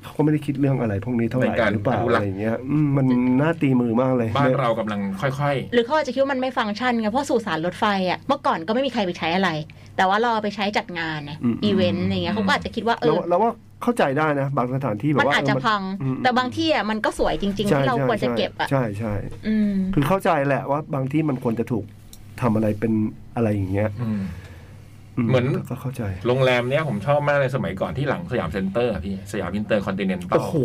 เขาก็ไม่ได้คิดเรื่องอะไรพวกนี้เท่าไหร่
ในการ
หรือเปล่า
อนุรั
อะ
กษ์
ไรอย่างเงี้ยอืมมันน่าตีมือมากเลย
บ้านเรากำลังค่อย
หรือเขาอาจจะคิดว่ามันไม่ฟังก์ชันไงเพราะสื่อสารรถไฟอะ่ะเมื่อก่อนก็ไม่มีใครไปใช้อะไร แต่ว่าเราเอาไปใช้จัดงานนะอีเวนต์อะไรเงี้ยเขาก็อาจจะคิดว่าเอ
เรา
อ
เราว่าเข้าใจได้นะ บางสถานที่แบบ
มัน
ว่า
อาจจะ
เมัน
พัง
อืม
แต่บางที่อ่ะมันก็สวยจริง ๆ ที่เรา
ใช่
ควรจะเก็บอ่ะ
ใช่ใช่ใช่
อืม
คือเข้าใจแหละว่าบางที่มันควรจะถูกทำอะไรเป็นอะไรอย่างเงี้ย
ๆ อืม เห
เห
มือน
ก็เข้าใจ
โรงแรมเนี้ยผมชอบมากเลยสมัยก่อนที่หลังสยามเซ็นเตอร์อะพี่สยามอินเตอร์คอนติเนนตัล
โอ้โห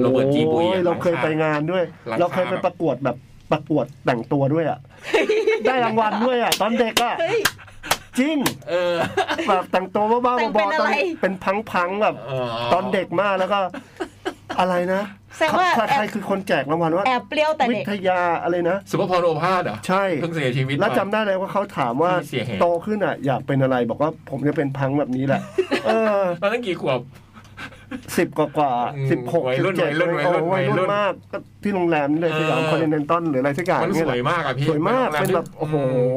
โรเบิร์ตจีบุยอะ
เราเคยไปงานด้วย
หลังคา
เราเคยไปประกวดแบบประกวดแต่งตัวด้วยอ่ะ ได้รางวัลด้วยอ่ะ ตอนเด็กอ่ะ จริง
เออ
แบบแต่งตัวบ้า
แต่ง
ๆ
เป็
บอน ๆ
อะไร
ตอนเป็นพังๆแบบ ตอนเด็กมากแล้วก็ อะไรนะ
แสดงว่า
ใคร
แอ
ใคร
บ
คือคนแจกรางวัลว่า
แอบเปรี้ยวแต่
วิ
เด็ก
ทยาอะไรนะ
สุภพรโอภาสเหรอ
ใช่
เพิ่งเสียชีวิต
แล้วจำ
ไป
ได้เลยว่าเขาถามว่า
เสียแหบ
โตขึ้นอ่ะ อยากเป็นอะไรบอกว่าผมจะเป็นพังแบบนี้แหละ เออ
ตอนนั้นกี่ขวบ
สิบกว่ากว่า
อืม
สิบหก
วัยรุ่น
เจ็ด
วัยรุ่นวัยรุ่น
วัย
วัยรุ่
รุ่น
น
มากก็ที่โรงแรมนี่เลย
เออ
สยามคอนเนนตัลหรืออะไรสักอย่าง
มัน
เนี่
ส
ย
วยมากอะพี่
สวยมากเป็นแบบ
โร
โอ้
ง
โห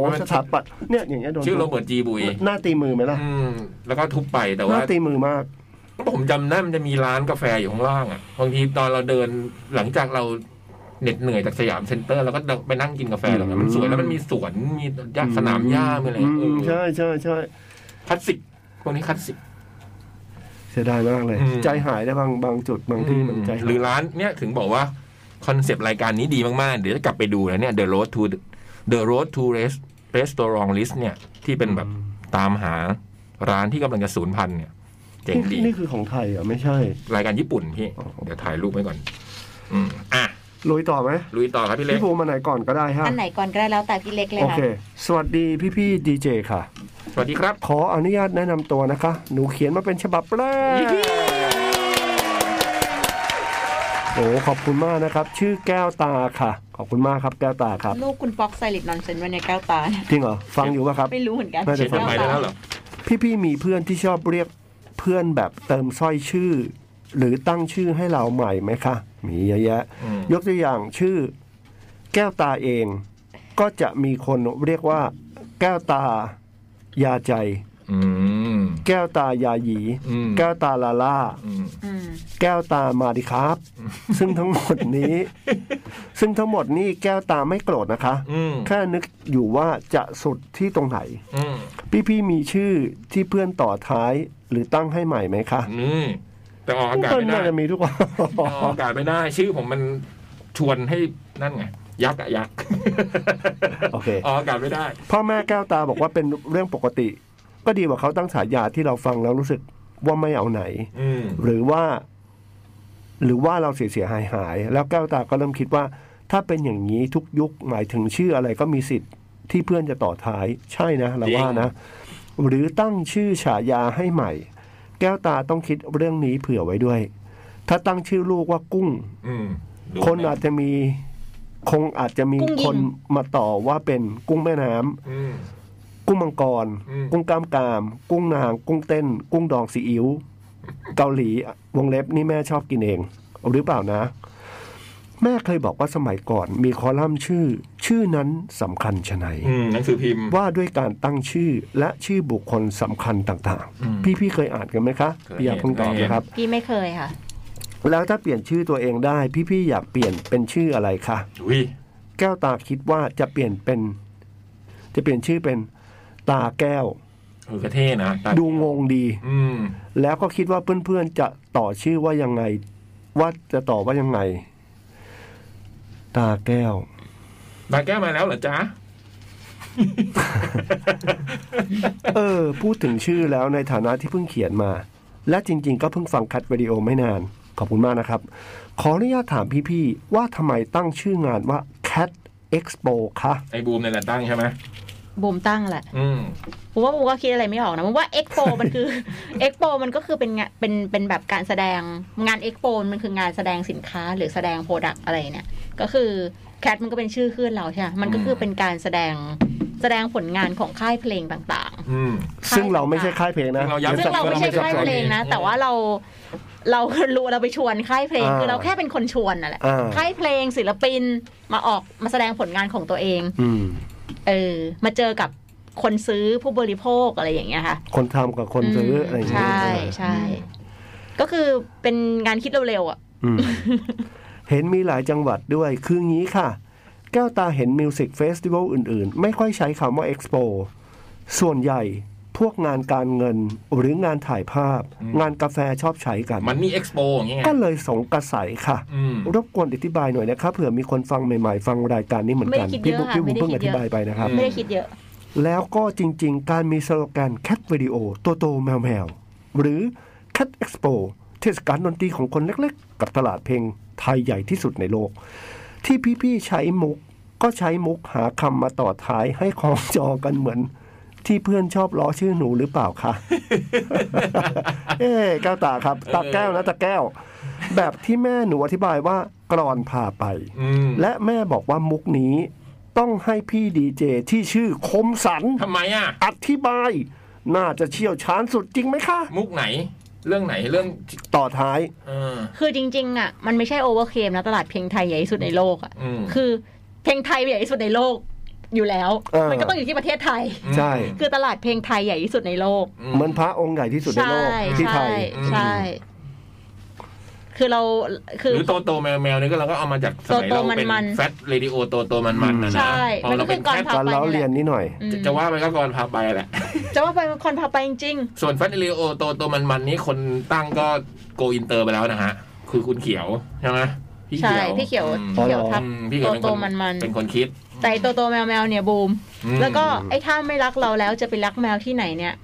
แรมที่
สถาปัตย์เนี่ยอย่างเงี้ยโดน
ชื่อโรเบิร์ตจีบุย
หน้าตีมือไหมล่ะ
อืมแล้วก็ทุบไปแต่
ห
ว่า
น้าตีมือมาก
ผมจำได้มันจะมีร้านกาแฟอยู่ข้างล่างอ่ะบางทีตอนเราเดินหลังจากเราเหน็ดเหนื่อยจากสยามเซ็นเตอร์เราก็ไปนั่งกินกาแฟหลังนั้นมันสวยแล้วมันมีสวนมีหญ้าสนามหญ้ามีอะไร
อื
เอ
ม
อ
ใช่ใช่ใช่
คลาสสิกพวกนี้คลาสสิก
เสียดายมากเลย
อืม
ใจหายได้บางบางจุดบางที่มันใจาย
หรือร้านเนี่ยถึงบอกว่า คอนเซปต์รายการนี้ดีมาก ๆ เดี๋ยวจะกลับไปดูนะเนี่ย The Road to The Road to Rest- Restaurant List เนี่ย ที่เป็นแบบตามหาร้านที่กำลังจะสูญพันธุ์เนี่ย เจ๋งดี
นี่นี่คือของไทยเหรอไม่ใช่
รายการญี่ปุ่นพี่ เดี๋ยวถ่ายรูปไว้ก่อน อืมอ่ะ
ลุยต่อไหม
ลุยต่อครับพี่เล็ก
พี่ภูมิมาไหนก่อนก็ได้ฮะ
อันไหนก่อนก็ได้แล้วแต่พี่เล็กเลย
โอ
ค่ะ
เค สวัสดีพี่พี่ดีเจค่ะ
สวัสดีครับ
ขออนุญาตแนะนำตัวนะคะ หนูเขียนมาเป็นฉบับแรก โอ้ขอบคุณมากนะครับ ชื่อแก้วตาค่ะ ขอบคุณมากครับแก้วตาครับ
ลูกคุณป๊อกไซริตนอนเซนไว้ในแก้วตา (laughs) เนี่ย
จริงเหรอ ฟังอยู่ป่ะครับ
ไม่รู้เหมือนกัน
น่าจะ
เขียนจดหมายได้แล้วเหรอ
พี่ๆมีเพื่อนที่ชอบเรียกเพื่อนแบบเติมสร้อยชื่อ หรือตั้งชื่อให้เราใหม่ไหมคะ มีเยอะแยะ
อืม
ยกตัวอย่างชื่อ แก้วตาเอง ก็จะมีคนเรียกว่า แก้วตา ยาใจ
อืม
แก้วตายาหยี
อืม
แก้วตาลาล่า
อืม
อืม
แก้วตามาดิครับ ซึ่งทั้งหมด
(laughs)
นี้ ซึ่งทั้งหมดนี้แก้วตาไม่โกรธนะคะ
อืม
แค่นึกอยู่ว่าจะสุดที่ตรงไหน
อืม
พี่พี่ๆมีชื่อที่เพื่อนต่อท้ายหรือตั้งให้ใหม่ไหมคะ
นี่แต่ออกอากาศ
ก็
ไม่ได้
น่าจะมี
(laughs)
ทุกวัน
ออกอากาศไม่ได้ ชื่อผมมันชวนให้นั่นไง ยักษ์อะยักษ์
โอเค
ออกอากาศไม่ได้
พ่อแม่แก้วตาบอกว่าเป็นเรื่องปกติ ก็ดีกว่าเขาตั้งฉายาที่เราฟังแล้วรู้สึกว่าไม่เอาไหน
อืม
หรือว่า หรือว่าเราเสียเสียหายหายๆแล้วแก้วตาก็เริ่มคิดว่า ถ้าเป็นอย่างนี้ทุกยุคหมายถึงชื่ออะไรก็มีสิทธิ์ที่เพื่อนจะต่อท้าย ใช่นะเราว่านะ หรือตั้งชื่อฉายาให้ใหม่ แก้วตาต้องคิดเรื่องนี้เผื่อไว้ด้วย ถ้าตั้งชื่อลูกว่ากุ้ง
อืมดู
คน
ไหม
อาจจะมีคงอาจจะมีคนมาต่อว่าเป็นกุ้งแม่น้ำ
อืม
กุ้งมังกร
อืม
กุ้งกล้ามกราม กุ้งนาง กุ้งเต้น กุ้งดองซีอิ๊วเกาหลีวงเล็บนี่แม่ชอบกินเอง หรือเปล่านะ แม่เคยบอกว่าสมัยก่อน มีคอลัมน์ชื่อ ชื่อนั้นสำคัญชะไหน
อืมหนังสือพิมพ์
ว่าด้วยการตั้งชื่อและชื่อบุคคลสำคัญต่าง
อืม
ๆ พี่ๆเคยอ่านกันไหมคะ
เคย
พี่อยากเพิ่งตอบ
เคย
นะครับ
พี่ไม่เคยค่ะ
แล้วถ้าเปลี่ยนชื่อตัวเองได้ พี่ๆอยากเปลี่ยนเป็นชื่ออะไรคะ
อุ้ย
แก้วตาคิดว่าจะเปลี่ยนเป็น จะเปลี่ยนชื่อเป็นตาแก้ว
เออกระเท่นะตา
ดูงงดี
อืม
แล้วก็คิดว่าเพื่อนๆจะต่อชื่อว่ายังไง ว่าจะต่อว่ายังไง ตาแก้ว (laughs)
ตาแก้วมาแล้วเหรอจ๊ะ
เออ พูดถึงชื่อแล้วในฐานะที่เพิ่งเขียนมา และจริง ๆ ก็เพิ่งฟังคัดวิดีโอไม่นาน ขอบคุณมากนะครับ ขออนุญาตถามพี่ ๆ ว่าทำไมตั้งชื่องานว่า Cat Expo คะ
ไอ้บูมเนี่ยแหละตั้งใช่ไหม
บูมตั้งแหละ
อืม
ผมว่าบูมก็คิดอะไรไม่ออกนะผมว่าเอ็กโปมันคือ (laughs) เอ็กโปมันก็คือเป็นงานเป็นเป็นแบบการแสดงงานเอ็กโปมันคืองานแสดงสินค้าหรือแสดงโปรดักอะไรเนี่ย ก็คือแคทมันก็เป็นชื่อขึ้นเราใช่ไหมมันก็คือเป็นการแสดงแสดงผลงานของค่ายเพลงต่าง
อืม
ๆ
ซึ่งเราไม่ใช่ค่ายเพลงนะ
ซึ่งเราย้ำ
ซึ่งเราไม่ใช่ค่ายเพลงนะ แต่ว่าเราเรารู้เราไปชวนค่ายเพลง
อ่า
คือเราแค่เป็นคนชวนนั่นแหละ
อ่า
ค่ายเพลงศิลปินมาออกมาแสดงผลงานของตัวเอง
อืม
เออมาเจอกับคนซื้อผู้บริโภคอะไรอย่างเงี้ยค่ะ
คนทำกับคนซื้อ
ม
อะไรอย่างเงี้ย
ใช่ใช่ ก็คือเป็นงานคิดเร็วๆอ่ะ
อืมเห็นมีหลายจังหวัดด้วย คืองี้ค่ะ แก้วตาเห็นมิวสิกเฟสติวัลอื่น ๆ ไม่ค่อยใช้คำว่า Expo ส่วนใหญ่พวกงานการเงินหรืองานถ่ายภาพ
อืม
งานกาแฟชอบใช้กัน
มันนี่เอ็กซ์โปอย่างเงี้ย
ก็เลยสงกระใสค่ะ
อืม
รบกวนอธิบายหน่อยนะครับเผื่อมีคนฟังใหม่ๆ ฟังรายการนี้เหมือนกัน
ไม่ได้คิดเย
พี่
อะ
บุ๊ค
ค่ะ
พี่บุ๊ค
ไม่ได้
เพิ่ง
คิ
อ
ด
ธิ
เยอะ
บายไปนะครับ
อื
ไม่ได้คิดเยอะ
แล้วก็จริงๆ การมีสโลแกน Cat Video ตัวโตแมวแมวหรือ Cat Expo เทศกาลดนตรีของคนเล็กๆ กับตลาดเพลงไทยใหญ่ที่สุดในโลก ที่พี่ๆ ใช้มุก ก็ใช้มุกหาคำมาต่อท้ายให้คล้องจอกันเหมือน ที่เพื่อนชอบล้อชื่อหนูหรือเปล่าคะ (laughs) เอ้แก้วตาครับ ตาแก้วนะตาแก้ว แบบที่แม่หนูอธิบายว่ากรอนพาไป
อืม
และแม่บอกว่ามุกนี้ต้องให้พี่ดีเจที่ชื่อคมสัน
ทำไมอ่ะ
อธิบาย น่าจะเชี่ยวชาญสุดจริงไหมคะ
มุกไหน เรื่องไหนเรื่อง
ต่อท้าย
เออ
คือจริง ๆ อ่ะ มันไม่ใช่โอเวอร์เคมนะ ตลาดเพลงไทยใหญ่ที่สุดในโลกอ่ะ
อืม
คือเพลงไทยใหญ่ที่สุดในโลกอยู่แล้ว
เออ
มันก็ต้องอยู่ที่ประเทศไทย
ใช่
คือตลาดเพลงไทยใหญ่ที่สุดในโลก
อื
เหมือนพระองค์ใหญ่ที่สุดใน
ใช่
โลกที่ไท
ใช่
ย
ใช่ คือเราคือ
หรือโตโตแมวแมวนี่ก็เราก็เอามาจากสมัย
โตโต
เราเป็น
มันๆ
แฟตเรดิโอโตโตมันมันนะ
ใช่
นะพอเราเป็น
มันก็คือ
แฟต
ก่อนพา
การเล้าเรียนนิดหน่อย
อืม
จะจะว่าไปก็ก่อนพาไปแหละ
จะว่าไปมันคนพาไปจริง
ส่วนแฟตเรดิโอโตโตมันมันนี้คนตั้งก็โกอินเตอร์ไปแล้วนะฮะ คือคุณเขียวใช่ไหมพี่
ใช่
เขียว
พี่เขียว
อืม
พี่เขียว
อ๋อเหรอ
ทับ
อืมพี่เขียวเป็นค
โตโตมันๆ
เป็นคนคิด
แต่โตโตแมวแมวเนี่ยบูม
อืม
แล้วก็ไอ้ถ้าไม่รักเราแล้วจะไปรักแมวที่ไหนเนี่ย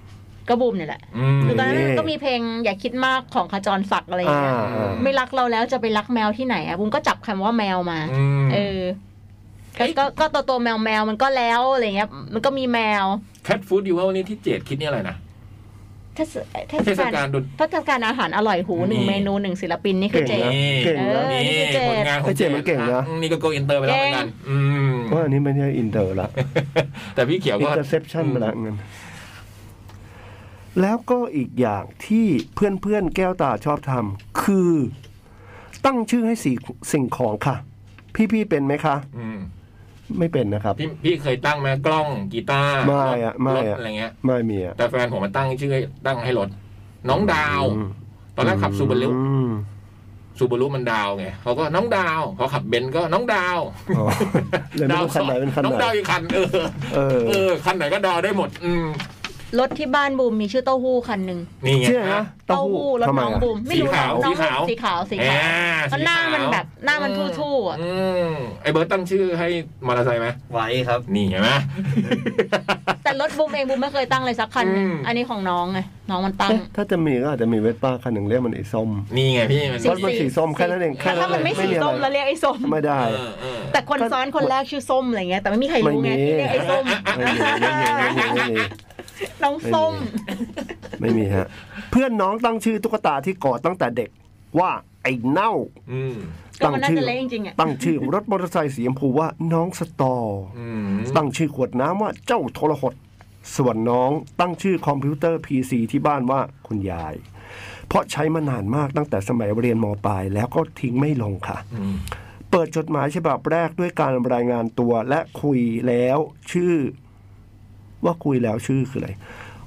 ก็บูมเนี่ยแหละ
ม
คือตอนนั้น
นี่
มันก็มีเพลงอย่าคิดมากของขจรศักดิ์อะไรอย่าง
อ่า
เงี้ย
อ่า
ไม่รักเราแล้วจะไปรักแมวที่ไหนอะบุ้งก็จับคำว่าแมวมา
ม
เออก็
เอ้ย
ก็ก็ตัวตัวแมวแมวมันก็แล้วอะไรเงี้ย มันก็มีแมว
แคทฟู้ดอยู่ว่าวันนี้ที่เจดคิดเนี่ยอะไรนะ
เทศเท
เท
ศ
ศ
กาล
กาลดน
เทศกาลอาหารอร่อยหูหนึ่ง
นี่
เมนูหนึ่งศิลปินนี่คือ
เก่ง
เจ
นะ
นี่
เก่
นี่
งนะ
เออ
ผลงานขอ
ไอ้
ง
เจดมันเก่งนะ
อืมนี่ก็โกอินเตอร์ไปแล้วเหมือนกันอืม
ว่าอันนี้ไม่ใช่อินเตอร์ละ
แต่พี่เขียว
อิน
ก็
เตอร์เซปชันไปละเงินแล้วก็อีกอย่างที่เพื่อนๆ แก้วตาชอบทำคือ ตั้งชื่อให้สิ่งสิ่งของค่ะ พี่ๆ เป็นไหมคะ
อืม
ไม่เป็นนะครับ
พี่พี่เคยตั้งไหมกล้องกีตาร์
ไม่อะไม่
รถ
อะ
อะไรเงี้ย
ไม่มีอ่ะ
แต่แฟนผมมาตั้งชื่อให้ตั้งให้รถ น้องดาว ตอนแรกขับซูบารุ
อืม
ซูบารุมันดาวไงเขาก็น้องดาวเขาขับเบนซ์ก็น้องดาว
อ๋
(laughs)
อเลยไม่รู้คันไหนเป็นคัน
น้อง
ไหน
ดาวอีกคันเออ
เออ
เออคันไหนก็ดาวได้หมด อืม
รถที่บ้านบูมมีชื่อเต้าหู้คันหนึ่ง
นี่ไง
เชื่อนะ
นะ
เต้าหู้
รถ
ทำไม
น้อง
อะ
บูมไม่รู้นะน้องบูมสีขาวสีขาว
อ่า
เพราะหน้า
สีขว
มันแบบหน้ามันทู่ๆอ่ะ
อืมไอเบิร์ตตั้งชื่อให้มอเตอร์ไซค์ไหม
ไว้ครับ
นี่เห็นไหม (laughs)
แต่รถบูมเองบูมไม่เคยตั้งเลยสักคันหนึ่ง
อืม
อันนี้ของน้องไงน้องมันตั้ง
เอ๊ะถ้าจะมีก็อาจจะมีเวสป้าคันหนึ่งเรียกมันไอ้ส้ม
นี่ไงพี่มัน
สี
รถมันสีส้มแค่นั้นเองแค่
แล้
นั้
วถ้านมัน
เอง
ไม่สี
อะ
ส้ม
ไร
แล้วเรียกไอ้ส้ม
ไม่ได้
เออเออ
แต่คนซ้อนคนแรกชื่อส้มอะไรเงี้ยแต่ไม่มีใครรู้ไง
ไม่มี
ที่เรียกไอ้ส้ม
ไม่มีไม่มีไม่มีไม่มี
น้องส้ม
ไม่ ไม่มีฮะ เพื่อนน้องตั้งชื่อตุ๊กตาที่กอดตั้งแต่เด็กว่าไอ้เน่า
อืม
ก็
ตั้ง
มันน่า
ชื่อ
จะเละจริงๆอ่ะ
ตั้งชื่อรถมอเตอร์ไซค์สีชมพูว่าน้องสตอ
อืม
ตั้งชื่อขวดน้ำว่าเจ้าโทรหด ส่วนน้องตั้งชื่อคอมพิวเตอร์ PC ที่บ้านว่าคุณยาย เพราะใช้มานานมากตั้งแต่สมัยเรียนมปลายแล้วก็ทิ้งไม่ลงค่ะ
อืม
เปิดจดหมายฉบับแรกด้วยการรายงานตัวและคุยแล้วชื่อ ว่าคุยแล้วชื่อคืออะไร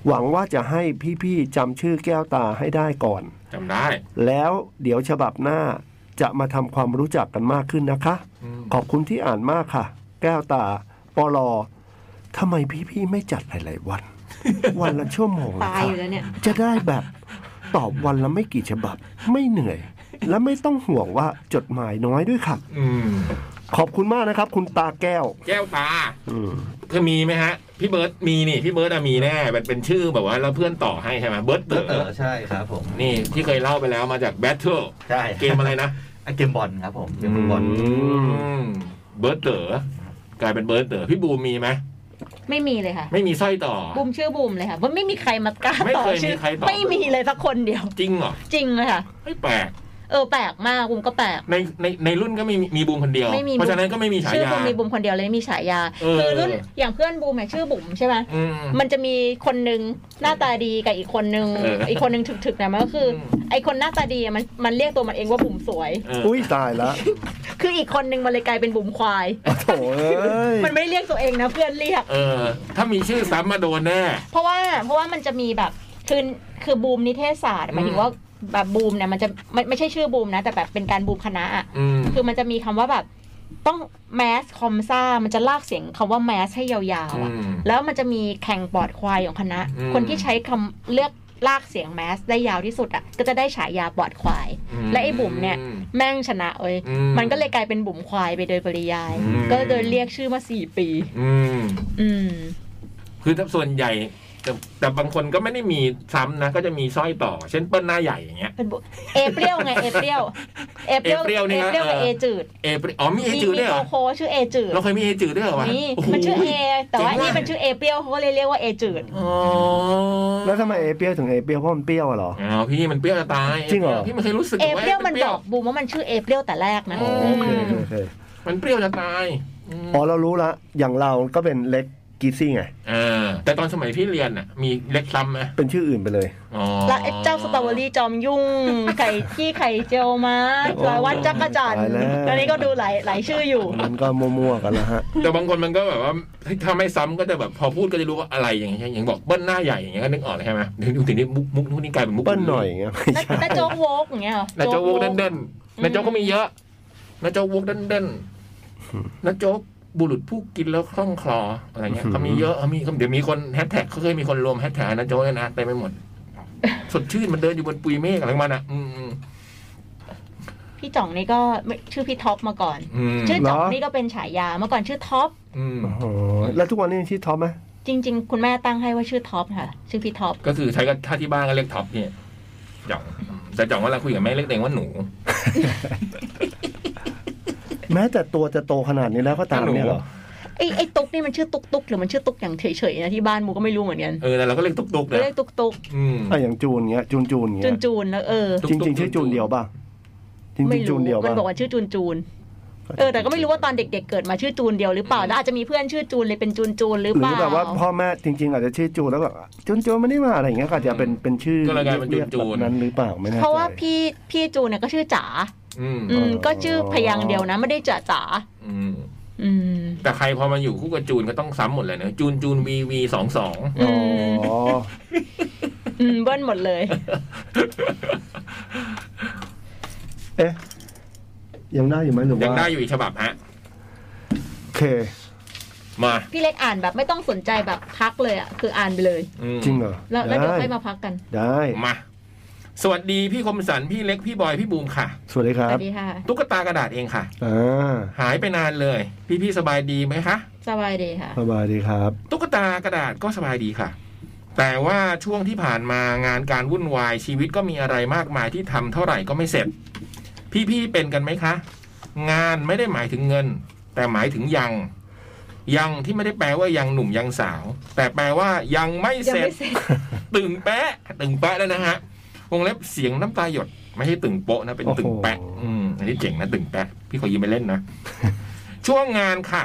หวังว่าจะให้พี่ๆจำชื่อแก้วตาให้ได้ก่อน
จำได้
แล้วเดี๋ยวฉบับหน้าจะมาทำความรู้จักกันมากขึ้นนะคะ
อืม
ขอบคุณที่อ่านมากค่ะ แก้วตาปอลอทำไมพี่ๆไม่จัดหลายๆวัน (laughs) วันละชั่วโมง
ตาย
ค่ะ
อยู่แล้วเนี่ย
จะได้แบบตอบวันละไม่กี่ฉบับ ไม่เหนื่อย และไม่ต้องห่วงว่าจดหมายน้อยด้วยค่ะ
อืม
ขอบคุณมากนะครับ คุณตาแก้ว
แก้วตา
อืม
คือมีไหมฮะ พี่เบิร์ตมีนี่พี่เบิร์ตอะมีแน่มันเป็นชื่อแบบว่าแล้วเพื่อนต่อให้ใช่ไหมเบิร์ต
เต
เต๋
อเต๋
อ
อใช่ครับผม
นี่ที่เคยเล่าไปแล้วมาจากแบทเทิล
ใช่
เกมอะไรนะ
อ่เกมบอลครับผมเกมฟุตบอล
อืมเบิร์ตเต๋อกลายเป็นเบิร์ตเต๋อพี่บูมมีไหม
ไม่มีเลยค่ะ
ไม่มีสร้อยต่อ
บูมชื่อบูมเลยค่ะว่าไม่มีใครมากล้า
ไม่
ต่อ
เคยมี
ชื่อ
ใครต่อ
ไม่มีเลยสักคนเดียว
จริงเหรอ
จริงเลยค่ะ
ไม่แปลก
เออแปลกมากบูมก็แปลก
ในในในรุ่นก็มีมีบูมคนเดียว
ไม่มี
เพราะฉะนั้น
บูม
ก็ไม่มี
ชื่อย
ฉาา
บูมมีบูมคนเดียวเลยไม่มีฉายา
เออ
คือรุ่นอย่างเพื่อนบูมอะชื่อบุ๋มใช่ไหม
อืม
มันจะมีคนนึงหน้าตาดีกับอีกคนนึง
เอออี
อีกคนนึงถึกๆนะมันก็คืออ
ม
ไอคนหน้าตาดีอะมันมันเรียกตัวมันเองว่าบุ๋มสวย
เอออ
อุ้ยตายละ
คืออีกคนนึงมันเลยกลายเป็นบุ๋มควาย
โถ่เอ้ย
มันไม่ได้เรียกตัวเองนะเพื่อนเรียก
เออ ถ้ามีชื่อซ้ำมาโดนแน่
เพราะว่าเพราะว่ามันจะมีแบบคือคือบูมนิเทศศาสตร์หมายถึงว่าแบบบูมเนี่ยมันจะไม่ไม่ใช่ชื่อบูมนะ แต่แบบเป็นการบูมคณะอะ
อืม
คือมันจะมีคำว่าแบบต้องแมสคอมซ่ามันจะลากเสียงคำว่าแมสให้ยาวๆอะ
อืม
แล้วมันจะมีแข่งปอดควายของคณะ
อืม
คนที่ใช้คำเลือกลากเสียงแมสได้ยาวที่สุดอ่ะก็จะได้ฉายาปอดควาย
อืม
และไอ้บุ๋มเนี่ยแม่งชนะเว้ย
อืม
มันก็เลยกลายเป็นบุ๋มควายไปโดยปริยาย
อืม
ก็โดยเรียกชื่อมาสี่ปี
อืม
อืม
คือถ้าส่วนใหญ่ แต่แต่บางคนก็ไม่ได้มีซ้ำนะ ก็จะมีสร้อยต่อ เช่นเปิ้ลหน้าใหญ่อย่างเงี้ย
เป็นบุเอเปรียวไงเอเปรียวเอเปรียว
เอเปรี้ยวนี่นะ
เอเปรียวกับ
เออ
เอจืด
เอปริอ๋อมีเอ
มี
จืด
มี
ด้วยเหร
โค
อ
โคชื่อเอจืด
เราเคยมีเอจืดด้วยเหรอวะ
นี่
โโห
มันชื่อเอแต่ว่า
เจ๋ง
นี่มันชื่อเอเปรียวเขาก็เลยเรียกว่าเอจืด
อ๋อ
แล้วทำไมเอเปรี้ยวถึงเอเปรี้ยวเพราะมันเปรี้ยวอะเหรอ
อ้าวพี่มันเปรี้ยวจะตาย
จริงเหรอ
พี่ไม่เคยรู้สึก
เอเปรียวมัน
ป
บอกบูมว่ามันชื่อเอเปรียวแต่แรกนะ
อ๋อโอเค
อื
โอ
ม
เคโอเค
มันเปรี้ยวจะตายอืม
อ๋อเรารู้ละอย่างเราก็เป็นเล็กกีซี่ไง
เอ่าแต่ตอนสมัยพี่เรียนอ่ะ มีเล็กซ้ำไหม
เป็นชื่ออื่นไปเลย
อ๋อ
แล้วไอ้เจ้าสตรอเบอรี่จอมยุ่ง ไก่ที่ไข่เจียวม้า
โอ้
ลอยวัดจักรจันทร์
ตายแล้ว
ตอนนี้ก็ดูหลายหลายชื่ออยู่
มันก็มั่วๆกันแล้วฮะ
แต่บางคนมันก็แบบว่าถ้าไม่ซ้ำก็จะแบบพอพูดก็จะรู้ว่าอะไรอย่างเงี้ยอย่างบอกเบิ้ลหน้าใหญ่อย่างเงี้ยก็นึกออกเลยใช่ไหมถึงถึงนี้มุกมุกมุกนี่กลายเป็นมุก
เปิ้ลหน่อยอย่างเงี้ย (laughs) ไม่
แล้ว
ใช่
แล้วโจ๊กโวกอย่างเงี้ยหรอ
นาโจ๊กวกเด่นเด่น
อืม
นาโจ๊กก็มีเยอะนาโจ๊กวกเด่นเด่นนาโจ๊กบุรุษผู้กินแล้วคล่องคลออะไรเงี้ยเขามีเยอะเขามีเดี๋ยวมีคนแฮชแท็กเขาเคยมีคนรวมแฮชแท็กนาโจ๊กเลยนะเต็มไปหมด สดชื่นมันเดินอยู่บนปุยเมฆอะไรของมันอ่ะอืมอืม
พี่จ่องนี่ก็ไม่ชื่อพี่ท็อปมาก่อน
อืม
ชื่อจ่องนี่ก็เป็นฉายาเมื่อก่อนชื่อท็อป
อืม
โอ้โหแล้วทุกวันนี้ยังชื่อท็อปไหม
จริง ๆ คุณแม่ตั้งให้ว่าชื่อท็อปค่ะ ชื่อพี่ท็อป
ก็คือใช้กับถ้าที่บ้านก็เรียกท็อปเนี่ยจ่องแต่จ่องเวลาคุยกับแม่เรียกตัวเองว่าหนู
แม้แต่ตัวจะโตขนาดนี้แล้วก็ตามเนี่ยเหรอ
ไอ้ไอ้ตุ๊กนี่มันชื่อตุ๊กตุ๊กหรือมันชื่อตุ๊กอย่างเฉยๆนะที่บ้านมูก็ไม่รู้เหมือนกัน
เออแต่เราก็เรียกตุกๆ
ก็
นะ
เรียกตุ๊กตุ๊ก
อืม
อ่ะอย่างจูนเงี้ยจูนจูน
จู
เงี้ย
นจูนแล้วเออ
จริงๆชื่อจูนเดียวป่ะจริง
ไม่
ๆจู
รู้
นเดียว
มั
ป่ะ
นบอกว่าชื่อจูนจูนเออแต่ก็ไม่รู้ว่าตอนเด็ก ๆ เกิดมาชื่อจูนเดียวหรือเปล่าแล้วอาจจะมีเพื่อนชื่อจูนเลยเป็นจูนจูนหรือ
หรื
เป
อ
ล่า
แบบว่าพ่อแม่จริง ๆ อาจจะชื่อจูนแล้วแบบจูนจูนไม่ได้มาอะไรอย่างเงี้ยก็อาจจะเป็นเป็นชื่อ
ก็เลยกลายเป็นจูนจูน
แบบนั้นหรือเปล่าไม่แน่ใจ
เพราะว่าพี่พี่จูนเนี่ยก็ชื่อจ๋า
อืม
อืมก็ชื่อพยางค์เดียวนะไม่ได้จ๋าจ๋า
อืม
อืม
แต่ใครพอมาอยู่คู่กับจูนก็ต้องซ้ำหมดเลยนะจูนจูนวีวีสองสอง
อื
อ๋อ
มอืมเบิ้ลหมดเลย
เอ๊ะยังได้อยู่ไหมหรือ
(laughs) ยังได้
ว่า
อยู่อีกฉบับฮะ
โอเค
มา
พี่เล็กอ่านแบบไม่ต้องสนใจแบบพักเลยอ่ะคืออ่านไปเลย
อืม
จริงเหรอ
แล้วแล้วเดี๋ยว
ได้
ค่อยมาพักกัน
ได้
มา สวัสดีพี่คมสันพี่เล็กพี่บอยพี่บูมค่ะ
สวัสดีค
ส
รั
วั
บ
สดีค่ะ
ตุ๊กตากระดาษเองค่ะ
อ่า
หายไปนานเลย พี่พี่ๆสบายดีไหมคะ
สบายดีค่ะ
สบายดีครับ
ตุ๊กตากระดาษก็สบายดีค่ะ แต่ว่าช่วงที่ผ่านมางานการวุ่นวายชีวิตก็มีอะไรมากมายที่ทำเท่าไหร่ก็ไม่เสร็จ พี่ๆเป็นกันไหมคะ งานไม่ได้หมายถึงเงิน แต่หมายถึงยัง ยังที่ไม่ได้แปลว่ายังหนุ่มยังสาว แต่แปลว่ายังไม่
ยัง
เสร็จ
ไม่เสร็จ
ตึงแปะตึงแปะแล้วนะฮะวงเล็บเสียงน้ำตาหยด ไม่ใช่ตึงโปะนะเป็นตึงแปะ
โอ้โห
อืมอันนี้เจ๋งนะตึงแปะพี่ขอยืมไปเล่น
(laughs)
นะ ช่วงงานค่ะ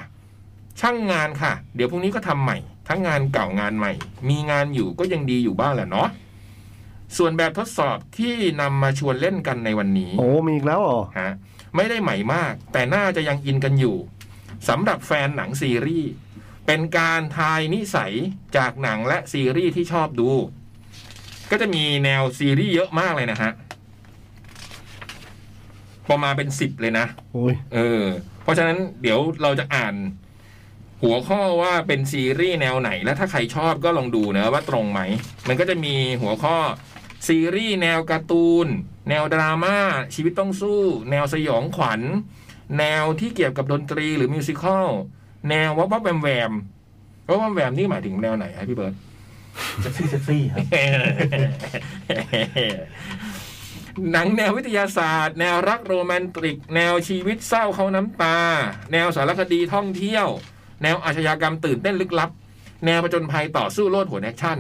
ช่างงานค่ะ เดี๋ยวพรุ่งนี้ก็ทำใหม่ ทั้งงานเก่างานใหม่ มีงานอยู่ก็ยังดีอยู่บ้างแหละเนาะส่วนแบบทดสอบที่นำมาชวนเล่นกันในวันนี้
โอ้มีอีกแล้วเหรอ
ฮะไม่ได้ใหม่มาก แต่น่าจะยังอินกันอยู่สำหรับแฟนหนังซีรีส์เป็นการทายนิสัยจากหนังและซีรีส์ที่ชอบดู ก็จะมีแนวซีรีส์เยอะมากเลยนะฮะประมาณเป็นสิบเลยนะ
โอ้ย
เออ เพราะฉะนั้นเดี๋ยวเราจะอ่าน หัวข้อว่าเป็นซีรีส์แนวไหน และถ้าใครชอบก็ลองดูนะว่าตรงไหม มันก็จะมีหัวข้อ ซีรีส์แนวการ์ตูน แนวดราม่าชีวิตต้องสู้ แนวสยองขวัญ แนวที่เกี่ยวกับดนตรีหรือมิวสิควลแนววับวับแวมแวม เพราะว่าแวมนี่หมายถึงแนวไหนฮะพี่เบิร์ต
เซ็กซี่เซ็กซี่ครับ
(laughs) หนังแนววิทยาศาสตร์ แนวรักโรแมนติก แนวชีวิตเศร้าเขาน้ำตา แนวสารคดีท่องเที่ยว แนวอาชญากรรมตื่นเต้นลึกลับ แนวประจนภัยต่อสู้โลดโผนแอคชั่น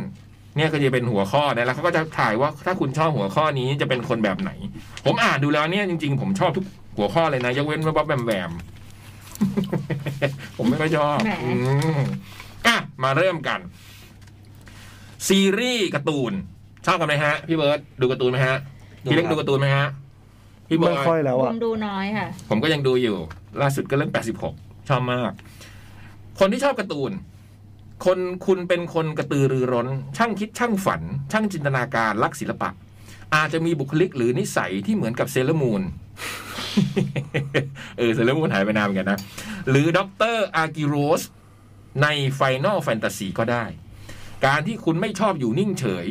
เนี่ยก็จะเป็นหัวข้อนะแล้วเขาก็จะถ่ายว่าถ้าคุณชอบหัวข้อนี้จะเป็นคนแบบไหน ผมอ่านดูแล้วเนี่ยจริงๆ ผมชอบทุกหัวข้อเลยนะยกเว้นว่าบ๊อบแบมแบม (laughs) ผมไม่ค่อยชอบ
แหม
อืมอ่ะมาเริ่มกัน ซีรีส์การ์ตูน ชอบกันไหมฮะ พี่เบิร์ตดูการ์ตูนไหมฮะ
ดู
พี่เล็ก
ครับ
ดูการ์ตูนไหมฮะ พี่บอ
ไม่ค่อย
ย
แล้ว
ผ
อ่ะ
มดูน้อยค่ะ
ผมก็ยังดูอยู่ ล่าสุดก็เรื่อง 86 ชอบมาก คนที่ชอบการ์ตูน คนคุณเป็นคนกระตือรือร้น ช่างคิดช่างฝัน ช่างจินตนาการรักศิลปะ อาจจะมีบุคลิกหรือนิสัยที่เหมือนกับเซเลอร์มูน (laughs) เออเซเลอร์มูนหายไปนานเหมือนกันนะ หรือด็อกเตอร์อากิโรส ในไฟนอลแฟนตาซีก็ได้ การที่คุณไม่ชอบอยู่นิ่งเฉย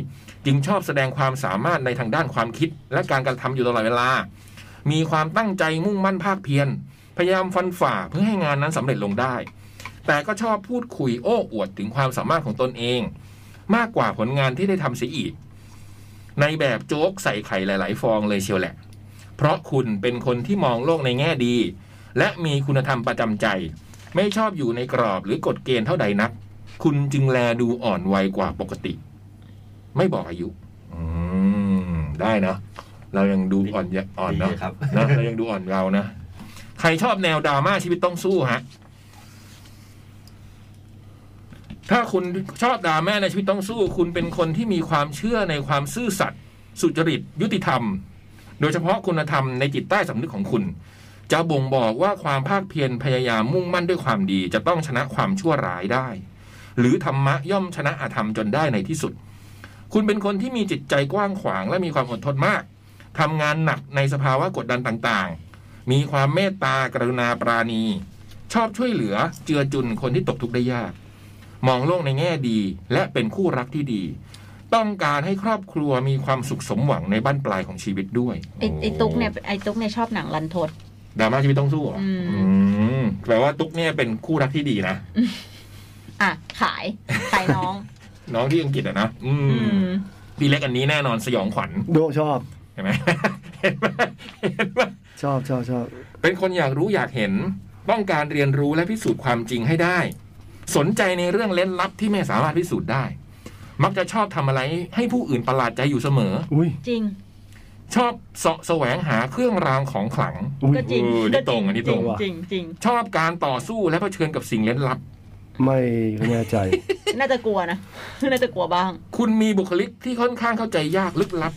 จึงชอบแสดงความสามารถในทางด้านความคิด และการกระทำอยู่ตลอดเวลา มีความตั้งใจมุ่งมั่นภาคเพียรพยายามฟันฝ่าเพื่อให้งานนั้นสำเร็จลงได้ แต่ก็ชอบพูดคุยโอ้อวดถึงความสามารถของตนเอง มากกว่าผลงานที่ได้ทำเสียอีก ในแบบโจ๊กใส่ไข่หลาย ๆ ฟองเลยเชียวแหละ เพราะคุณเป็นคนที่มองโลกในแง่ดี และมีคุณธรรมประจำใจ ไม่ชอบอยู่ในกรอบหรือกฎเกณฑ์เท่าใดนัก คุณจึงแลดูอ่อนวัยกว่าปกติ ไม่บอกอายุ อืม ได้เนอะเรายังดูอ่อนเยอ่อนเนอะ
ดีครับ
นะเรายังดูอ่อนเรานะ ใครชอบแนวดราม่าชีวิตต้องสู้ฮะ ถ้าคุณชอบดราม่าในชีวิตต้องสู้ คุณเป็นคนที่มีความเชื่อในความซื่อสัตย์สุจริต ยุติธรรม โดยเฉพาะคุณธรรมในจิตใต้สำนึกของคุณ จะบ่งบอกว่าความภาคเพียรพยายามมุ่งมั่นด้วยความดี จะต้องชนะความชั่วร้ายได้ หรือธรรมะย่อมชนะอาธรรมจนได้ในที่สุด คุณเป็นคนที่มีจิตใจกว้างขวางและมีความอดทนมากทำงานหนักในสภาวะกดดันต่างๆ มีความเมตตากรุณาปราณี ชอบช่วยเหลือเจือจุนคนที่ตกทุกข์ได้ยาก มองโลกในแง่ดีและเป็นคู่รักที่ดี ต้องการให้ครอบครัวมีความสุขสมหวังในบั้นปลายของชีวิตด้วย
ไอ้ไอ้ตุ๊กเนี่ยไอ้ตุ๊กเนี่ยชอบหนังรันทด
ดราม่าชีวิตต้องสู้เหรอ
อืม
อืมแปลว่าตุ๊กเนี่ยเป็นคู่รักที่ดีนะ
อ่ะ ขาย ขายน้อง
น้องที่อังกฤษอะนะอืม
อืม
พี่เล็กอันนี้แน่นอนสยองขวัญ
โดชอบ
เห็นไหม (laughs) เห็นไหมเห็นไหม
ชอบชอบชอบ
เป็นคนอยากรู้อยากเห็น ต้องการเรียนรู้และพิสูจน์ความจริงให้ได้ สนใจในเรื่องเล่นลับที่ไม่สามารถพิสูจน์ได้ มักจะชอบทำอะไรให้ผู้อื่นประหลาดใจอยู่เสมอ
อุ้ย
จริง
ชอบเสาะแสวงหาเครื่องรางของขลัง
อุ้ย
ก็จริง
เออนี่
ก็
ตรงอันนี้ตรง
จริงจริง
ชอบการต่อสู้และเผชิญกับสิ่งเล่นลับ
ไม่แน่ใจ
น่าจะกลัวนะ น่าจะกลัวบ้าง
คุณมีบุคลิกที่ค่อนข้างเข้าใจยากลึกลับ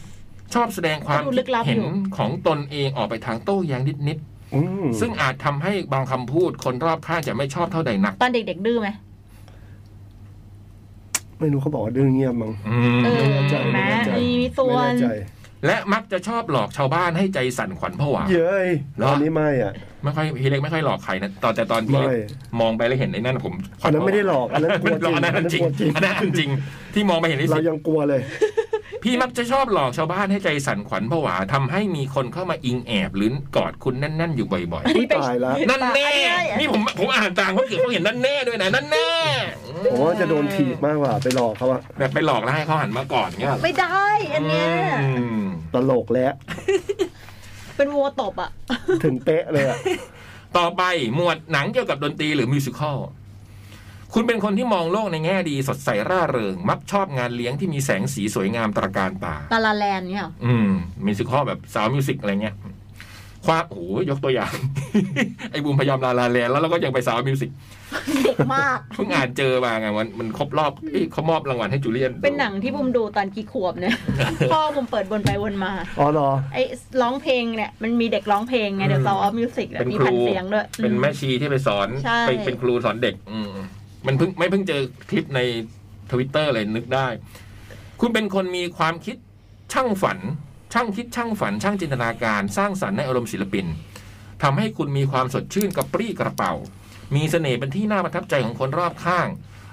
ชอบแสดงความ
ก็ดูลึกลับอยู่
เห็นของตนเองออกไปทางโต้แย้งนิด
อืม
ๆซึ่งอาจทำให้บางคำพูดคนรอบข้างจะไม่ชอบเท่าใดนัก
ตอนเด็กๆดื้อไหม
ไม่รู้เขาบอกว่าดื้อเงียบมั้ง
อืม
เออ
ไม่แน่ใจ
แม
ไม่แน่ใจ
มีส่ว
ไม่
น
แน่ใจ
และมักจะชอบหลอกชาวบ้านให้ใจสั่นขวัญผวา
เย้ย
เหรอ
ตอนนี้ไม่อ่ะ
ไม่ค่อยพี่เล็กไม่ค่อยหลอกใครนะตอนแต่ตอนพี่เล็ก
ไม่
มองไปแล้วเห็นไอ้นั่นผม
อันนั้นไม่ได้หลอกอันนั้นกลัวจริง
อันนั้นจริงอัน
กลัวจริง
นั้นจริง ที่มองไปเห็นไอ้
เรา
สิ
ยังกลัวเลย
พี่มักจะชอบหลอกชาวบ้านให้ใจสั่นขวัญผวาทำให้มีคนเข้ามาอิงแอบหรือกอดคุณแน่นๆอยู่บ่อย
อันนี้ไป
ตายละ
ๆ นั่นแน่
อันนี้ได้อะ
นี่ผมผมอ่านตามเขาเกิดเขาเห็นนั่นแน่ด้วยนะนั่นแน่
ผมว่าจะโดนถีบมากกว่าไปหลอกเขาอะ
แบบไปหลอกแล้วให้เขาหันมากอดเงี้ยเหรอ
ไม่ได้ อันเนี้ย
อืม
ตลกแล้ว
เป็นวัวตบอ่ะ
ถึงเป๊ะเลยอะ
ต่อไปหมวดหนังเกี่ยวกับดนตรีหรือมิวสิควลคุณเป็นคนที่มองโลกในแง่ดีสดใสร่าเริง มักชอบงานเลี้ยงที่มีแสงสีสวยงามตระการตา
ลาลาแลนด์เนี่ยเหรอ
อืมมิวสิควลแบบสาวมิวสิกอะไรเงี้ย ความโอ้โหยกตัวอย่าง (laughs) ไอ้บูมพยายามลาลาแลนด์แล้วเราก็ยังไปสาวมิวสิก
เด็กมาก
เพิ่งอ่านเจอมาไงมันมันครบรอบเอ้ยเขามอบรางวัลให้จูเลียน
เป็นหนังที่บุมดูตอนกี่ขวบเนี่ย พ่อบุมเปิดวนไปวนมา
อ๋อเหรอ
ไอ้ร้องเพลงเนี่ย มันมีเด็กร้องเพลงไงเดี๋ยวซอฟมิวสิก
เป็น
มี
ครู
พันเสียงด้วย
เป็นแม่ชีที่ไปสอน
ใช่
ไปเป็นครูสอนเด็ก อืมมันเพิ่งไม่เพิ่งเจอคลิปในทวิตเตอร์เลยนึกได้ คุณเป็นคนมีความคิดช่างฝัน ช่างคิดช่างฝัน ช่างจินตนาการ สร้างสรรค์ในอารมณ์ศิลปินทำให้คุณมีความสดชื่นกระปรี้กระเป๋า มีเสน่ห์เป็นที่น่าประทับใจของคนรอบข้าง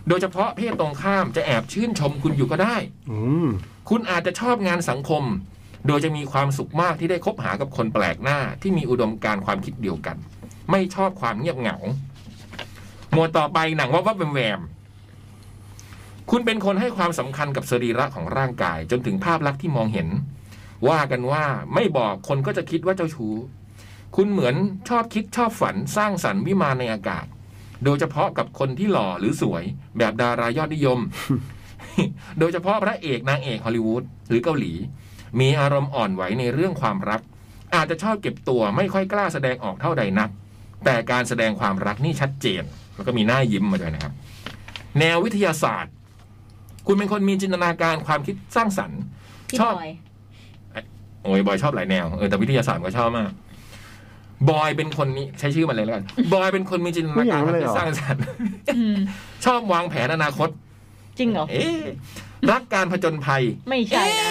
โดยเฉพาะเพศตรงข้ามจะแอบชื่นชมคุณอยู่ก็ได้
อืม
คุณอาจจะชอบงานสังคม โดยจะมีความสุขมากที่ได้คบหากับคนแปลกหน้าที่มีอุดมการณ์ความคิดเดียวกัน ไม่ชอบความเงียบเหงา หมวดต่อไปหนังว่าว่าแวมแวม คุณเป็นคนให้ความสำคัญกับสรีระของร่างกาย จนถึงภาพลักษณ์ที่มองเห็น ว่ากันว่าไม่บอกคนก็จะคิดว่าเจ้าชู้ คุณเหมือนชอบคิดชอบฝันสร้างสรรค์วิมานในอากาศ โดยเฉพาะกับคนที่หล่อหรือสวย แบบดารายอดนิยม (laughs) โดยเฉพาะพระเอกนางเอกฮอลลีวูดหรือเกาหลี มีอารมณ์อ่อนไหวในเรื่องความรัก อาจจะชอบเก็บตัวไม่ค่อยกล้าแสดงออกเท่าใดนัก แต่การแสดงความรักนี่ชัดเจน แล้วก็มีหน้ายิ้มมาด้วยนะครับ แนววิทยาศาสตร์ คุณเป็นคนมีจินตนาการความคิดสร้างสรรค์
พี่
ช
บ
อบ
อย
โอ้ยบอยชอบหลายแนวเออแต่วิทยาศาสตร์ก็ชอบมาก บอยเป็นคนนี้ใช้ชื่อมันเลยแล้วกันบอยเป็นคนมีจินตนาการความคิดสร้างสรรค์ (laughs)
อืม
ชอบวางแผนอนาคต
จริงเหรอ
เอ๊ะรักการผจญภัย
ไม่ใช่นะ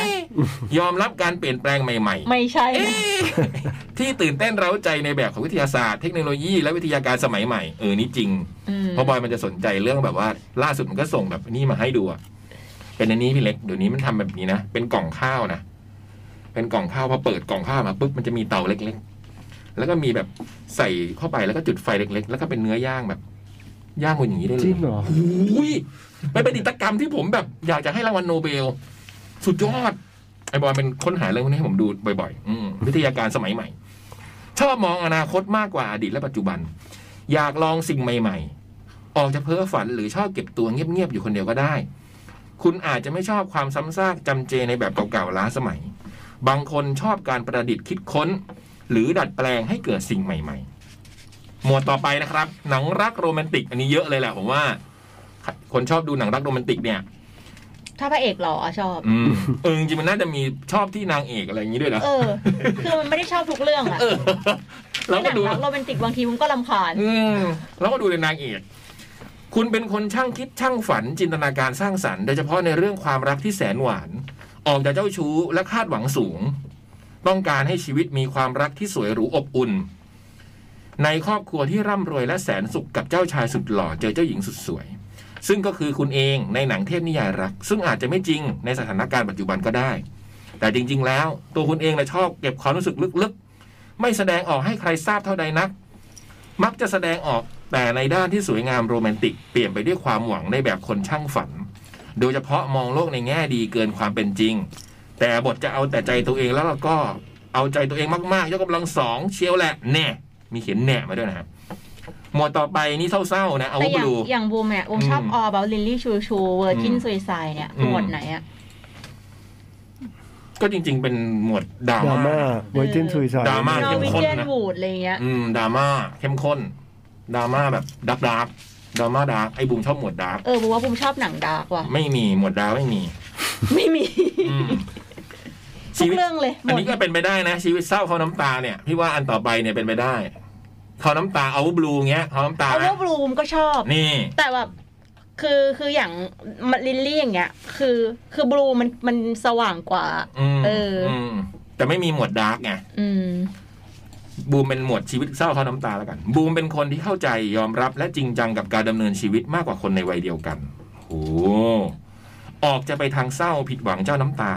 ยอมรับการเปลี่ยนแปลงใหม่ ๆ
ไม่ใช่ (laughs) นะ
ที่ตื่นเต้นเร้าใจในแบบของวิทยาศาสตร์เทคโนโลยีและวิทยาการสมัยใหม่เออนี่จริง
อืม
เพราะบอยมันจะสนใจเรื่องแบบว่า ล่าสุดมันก็ส่งแบบนี่มาให้ดูอะเป็นอันนี้พี่เล็กเดี๋ยวนี้มันทำแบบนี้นะเป็นกล่องข้าวนะเป็นกล่องข้าวพอเปิดกล่องข้าวมาปุ๊บมันจะมีเตาเล็กๆ แล้วก็มีแบบใส่เข้าไปแล้วก็จุดไฟเล็ก ๆ แล้วก็เป็นเนื้อย่างแบบ ย่างบนอย่างนี้ได้เลย
จริงเหรอ
อุ้ยมันเป็นอิตกรรมที่ผมแบบ อยากจะให้รางวัลโนเบล สุดยอด ไอ้บอยเป็นค้นหาเรื่องพวกนี้ให้ผมดูบ่อยๆอืมวิทยาการสมัยใหม่ ชอบมองอนาคตมากกว่าอดีตและปัจจุบัน อยากลองสิ่งใหม่ ๆ ออกจะเพ้อฝันหรือชอบเก็บตัวเงียบๆอยู่คนเดียวก็ได้ คุณอาจจะไม่ชอบความซ้ำซากจำเจในแบบเก่าๆล้าสมัย บางคนชอบการประดิษฐ์คิดค้น หรือดัดแปลงให้เกิดสิ่งใหม่ ๆ หมวดต่อไปนะครับ หนังรักโรแมนติก อันนี้เยอะเลยแหละผมว่า คนชอบดูหนังรักโรแมนติกเนี่ย
ถ้าพระเอกหล่ออะชอบ
อืมเออจริงๆมันน่าจะมีชอบที่นางเอกอะไรอย่างนี้ด้วยนะ
เออ คือมันไม่ได้ชอบทุกเรื่องอะ
เออ (laughs) เรา
ที่
ก็
หนัง
ดู
รักโรแมนติกบางทีมันก็ลำคาญ
อืมเราก็ดูในนางเอก คุณเป็นคนช่างคิดช่างฝันจินตนาการสร้างสรรค์โดยเฉพาะในเรื่องความรักที่แสนหวาน ออกจากเจ้าชู้และคาดหวังสูง ต้องการให้ชีวิตมีความรักที่สวยหรูอบอุ่น ในครอบครัวที่ร่ำรวยและแสนสุขกับเจ้าชายสุดหล่อเจอเจ้าหญิงสุดสวย ซึ่งก็คือคุณเองในหนังเทพนิยายรัก ซึ่งอาจจะไม่จริงในสถานการณ์ปัจจุบันก็ได้ แต่จริง ๆ แล้ว ตัวคุณเองนะชอบเก็บความรู้สึกลึกๆ ไม่แสดงออกให้ใครทราบเท่าใดนัก มักจะแสดงออกแต่ในด้านที่สวยงามโรแมนติก เปลี่ยนไปด้วยความหวังในแบบคนช่างฝัน โดยเฉพาะมองโลกในแง่ดีเกินความเป็นจริง แต่บทจะเอาแต่ใจตัวเองแล้วเราก็เอาใจตัวเองมากๆ ยกกำลังสองเชียวแหละแน่มีเขียนแน่มาด้วยนะครับหมวดต่อไปนี่เศร้าๆนะเอา
แต่
บ
อย่าง
ลู
อย่างบูมเนี่ยบูมชอบ
อืม
ออบาลินลี่ชูชูเวอร์จิน
อืม
ซุยไซเนี่ย
อืม
หมวดไหนอะ
ก็จริง ๆ เป็นหมวดดรา
ดรา
ม่า
ม่าไวจินซุยไซ
ดราม่า
นอ
เข้
ร์
ม
วิ
ข้น
เจียน
นะ
วูดอะไรอย่างเงี้ย
อืมดราม่าเข้มข้นดราม่าแบบดักดักดราม่าดักไอ้บูมชอบหมวดดัก
เออบูมว่าบูมชอบหนังดาร์กว่ะ
ไม่มีหมวดดาไม่มี
ไม่มี
อืม
ทุกเรื่องเลยห
อัน
มด
นี้ก็เป็นไปได้นะ ชีวิตเศร้าเขาน้ำตาเนี่ย พี่ว่าอันต่อไปเนี่ยเป็นไปได้ เขาน้ำตาเอาบลูเงี้ยเขาน้ำตา
เอา
นะ
ว่าบูมก็ชอบ
นี่
แต่แบบคือคืออย่างลิลลี่อย่างเงี้ย คือคือบลูมันมันสว่างกว่า
อืม
เอออื
มแต่ไม่มีหมวดดาร์กไง
อืม
บูมเป็นหมวดชีวิตเศร้าเขาน้ำตาแล้วกัน บูมเป็นคนที่เข้าใจยอมรับและจริงจังกับการดำเนินชีวิตมากกว่าคนในวัยเดียวกันโอ้โหออกจะไปทางเศร้าผิดหวังเจ้าน้ำตา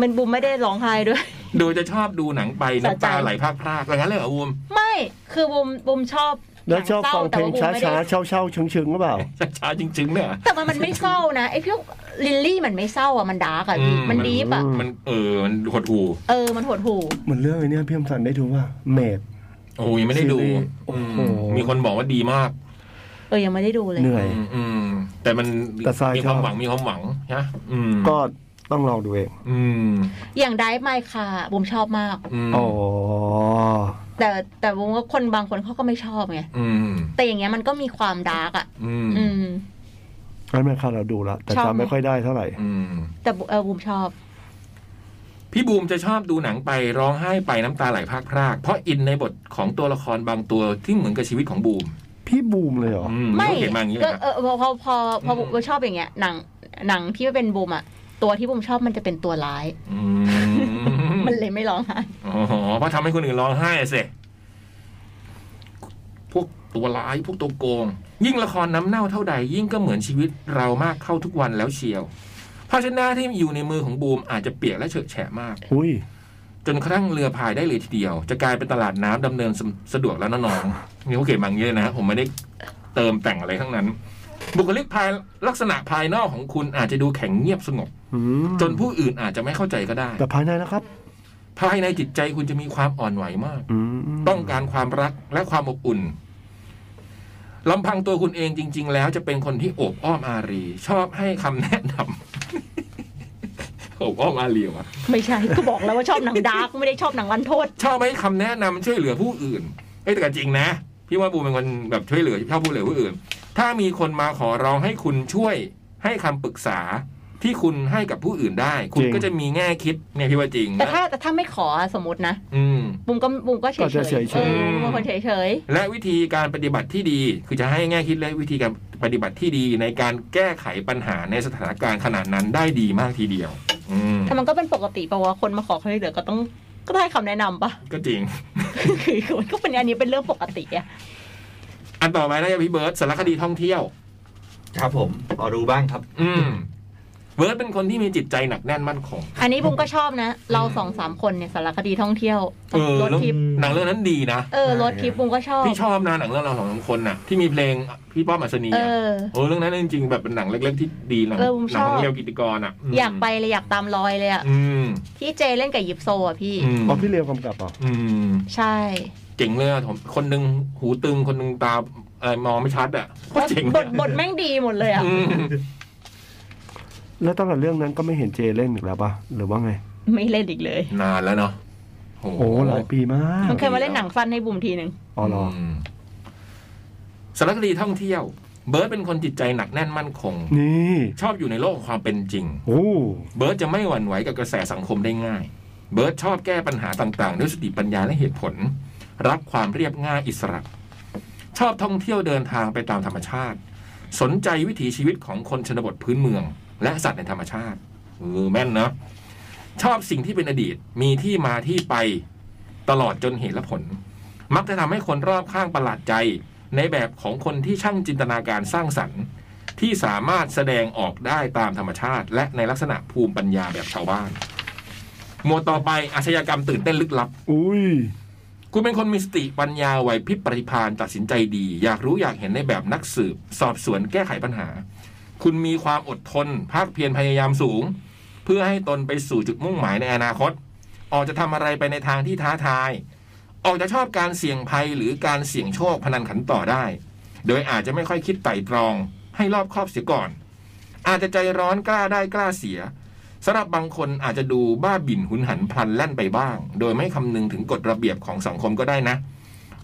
มันบูมไม่ได้ร้องไห้ด้วย
โดยจะชอบดูหนังไปน้ำตาไหลพรากพรากอย่างนั้นเลยเหรอบูม
ไม่คือบูมบูมชอบ
แล้วชอบฟังเพลง
หนัศ
ช้า
แต่ว่บูมไม่ได้
ๆ เช่าๆเชิงๆก็เปล่า
ช้าๆจริงๆเนี่ย
แต่มันมันไม่เศร้านะไอ้พวกลิลลี่มันไม่เศร้าอ่ะมันดาร์กอ่ะ
อืม
มันดีฟอ่ะ
อื
มันเออมันหดหู
เออมันหดหู่
เหมือนเรื่องไอ้เนี่ยพี่อมสันได้ดูว่าเมด
โอ้ยงไม่ได้ดู
ซีรีส์โอ้
อื
โห
มมีคนบอกว่าดีมาก
เออยังไม่ได้ดูเลย
เหนื่อย
อืมอืมแต่มัน
แต่ทราย
มีความ
ชอบ
หวังมีความหวังนะอืม
ก็ต้องลองดูเอง
อืม
อย่างไดฟ์ไมคาบูมชอบมาก
อืม
อ๋อ
แต่แต่บูมว่าคนบางคนเขาก็ไม่ชอบไง
อืม
แต่อย่างเงี้ยมันก็มีความดาร์กอ่ะ
อืม
อืม
นั่นแม่ค่าเราดูละแต่
ชอบไหม
จำไม่ค่อยได้เท่าไหร่
อืม
แต่บูเออบูมชอบ
พี่บูมจะชอบดูหนังไปร้องไห้ไปน้ำตาไหลพรากพรากเพราะอินในบทของตัวละครบางตัวที่เหมือนกับชีวิตของบูม
พี่บูมเลยเหรอ
อืม
ไม่
เห็นมาอย่างนี้เล
ก็
ยนะ
เออพอพอพอพอ
อืม
บูมชอบอย่างเงี้ยหนังหนังที่เป็นบูมอ่ะ ตัวที่บูมชอบมันจะเป็นตัวร้าย
อืม
มันเลยไม่ร้องไห้
อ๋อเพราะทำให้คนอื่นร้องไห้อะสิพวกตัวร้ายพวกตัวโกง ยิ่งละครน้ำเน่าเท่าใด ยิ่งก็เหมือนชีวิตเรามากเข้าทุกวันแล้วเชียวภาชนะที่อยู่ในมือของบูมอาจจะเปียกและเฉอะแฉะมาก
อุ้ย
จนกระทั่งเรือพายได้เลยทีเดียว จะกลายเป็นตลาดน้ำดำเนินสะสะดวกแล้วนะน้อง นี่เขาเขียนมาอย่างนี้เลยนะผมไม่ได้เติมแต่งอะไรทั้งนั้น บุคลิกภายลักษณะภายนอกของคุณอาจจะดูแข็งเงียบสงบ
อืม
จนผู้อื่นอาจจะไม่เข้าใจก็ได้
แต่ภายในนะครับ
ภายในจิตใจคุณจะมีความอ่อนไหวมาก
อืม
ต้องการความรักและความอบอุ่นลำพังตัวคุณเองจริง ๆ แล้วจะเป็นคนที่โอบอ้อมอารี ชอบให้คำแนะนำ (laughs) โอบอ้อมอารีวะ
ไม่ใช่ก็บอกแล้วว่าชอบหนังดาร์กไม่ได้ชอบหนังวันโทษ
ชอบให้คำแนะนำช่วยเหลือผู้อื่นเอ้ยแต่ก็จริงนะ พี่ว่าบูมเป็นคนแบบช่วยเหลือชอบผู้เหลือผู้อื่น ถ้ามีคนมาขอร้องให้คุณช่วยให้คำปรึกษาที่คุณให้กับผู้อื่นได้ คุณก็จะมีแง่คิดเนี่ยพี่ว่าจริง
แต่
นะ
ถ้าแต่ถ้าไม่ขอสมมตินะ
อืม
บุมก็บุมก็เฉย
ก็จะ
เฉ
เฉ
ย
ยๆ
ๆเออบุมเป็นคนเฉยเฉย
และวิธีการปฏิบัติที่ดี คือจะให้แง่คิดและวิธีการปฏิบัติที่ดีในการแก้ไขปัญหาในสถานการณ์ขนาดนั้นได้ดีมากทีเดียว อืม
ๆแต่มันก็เป็นปกติปะวะคนมาขอความช่วยเหลือก็ต้องก็ต้องให้คำแนะนำปะ (laughs)
ก็จริง
คือคือมันก็เป็นอันนี้เป็นเรื่องปกติอะ
อันต่อไปนะพี่เบิร์ตสารคดีท่องเที่ยว
ครับผมพอรู้บ้างครับ
อืมเบิร์ตเป็นคนที่มีจิตใจหนักแน่นมั่นคง
อันนี้บุ้งก็ชอบนะ เราสองสามคนเนี่ยสารคดีท่องเที่ยว
เออ
รถทิป
หนังเรื่องนั้นดีนะ
เออรถทิปบุ้งก็ชอบ
พี่ชอบนะหนังเรื่องเราสองสามคนน่ะ ที่มีเพลงพี่ป้อมอัศนี
เอ
อะ
อ
โอ้เรื่องนั้นจริงๆแบบเป็นหนังเล็ก ๆ ที่ดีหนัง
เออผม
หนังขอ
ชองบ
เรียวกิติกรอ่ะม
อยากไปเลยอยากตามรอยเลยอะ
อืม
ที่เจเล่นกับยิปโซอ่ะพี่
อืม
อ๋อพี่เรียวกำกับเหรอ่ะ
อืม
ใช่
เจ๋งเลยอะผมคนหนึ่งหูตึงคนหนึ่งตาเอ่อมองไม่ชัดอ่ะโคตรเจ๋ง
บ
เลย
ทบทแม่งดีหมดเลยอะ
อืม
แล้วตั้งแต่เรื่องนั้นก็ไม่เห็นเจเล่นอีกแล้วป่ะหรือว่าไง
ไม่เล่นอีกเลย
นานแล้วเนาะโอ้โห
โอ้หลายปีมาก
มันเคยมาเล่นหนังสั้นให้บุ้มทีหนึ่ง
อ๋อเหรอ
มสารคดีท่องเที่ยว เบิร์ดเป็นคนจิตใจหนักแน่นมั่นคง
นี่
ชอบอยู่ในโลกของความเป็นจริง
โอ้
เบิร์ดจะไม่หวั่นไหวกับกระแสสังคมได้ง่าย เบิร์ดชอบแก้ปัญหาต่างๆ ด้วยสติปัญญาและเหตุผล รับความเรียบง่ายอิสระ ชอบท่องเที่ยวเดินทางไปตามธรรมชาติ สนใจวิถีชีวิตของคนชนบทพื้นเมือง และสัตว์ในธรรมชาติเออแม่นเนอะชอบสิ่งที่เป็นอดีตมีที่มาที่ไปตลอดจนเหตุและผล มักจะทำให้คนรอบข้างประหลาดใจ ในแบบของคนที่ช่างจินตนาการสร้างสรรค์ ที่สามารถแสดงออกได้ตามธรรมชาติ และในลักษณะภูมิปัญญาแบบชาวบ้าน หมวดต่อไปอาชญากรรมตื่นเต้นลึกลับ
อุ้ย
คุณเป็นคนมีสติปัญญาไหวพริบปฏิภาณตัดสินใจดี อยากรู้อยากเห็นในแบบนักสืบ สอบสวนแก้ไขปัญหา คุณมีความอดทน ภาคเพียรพยายามสูง เพื่อให้ตนไปสู่จุดมุ่งหมายในอนาคต ออกจะทำอะไรไปในทางที่ท้าทาย ออกจะชอบการเสี่ยงภัยหรือการเสี่ยงโชคพนันขันต่อได้ โดยอาจจะไม่ค่อยคิดไตร่ตรอง ให้รอบคอบเสียก่อน อาจจะใจร้อนกล้าได้กล้าเสียสำหรับบางคนอาจจะดูบ้าบิ่นหุนหันพลันแล่นไปบ้าง โดยไม่คำนึงถึงกฎระเบียบของสังคมก็ได้นะ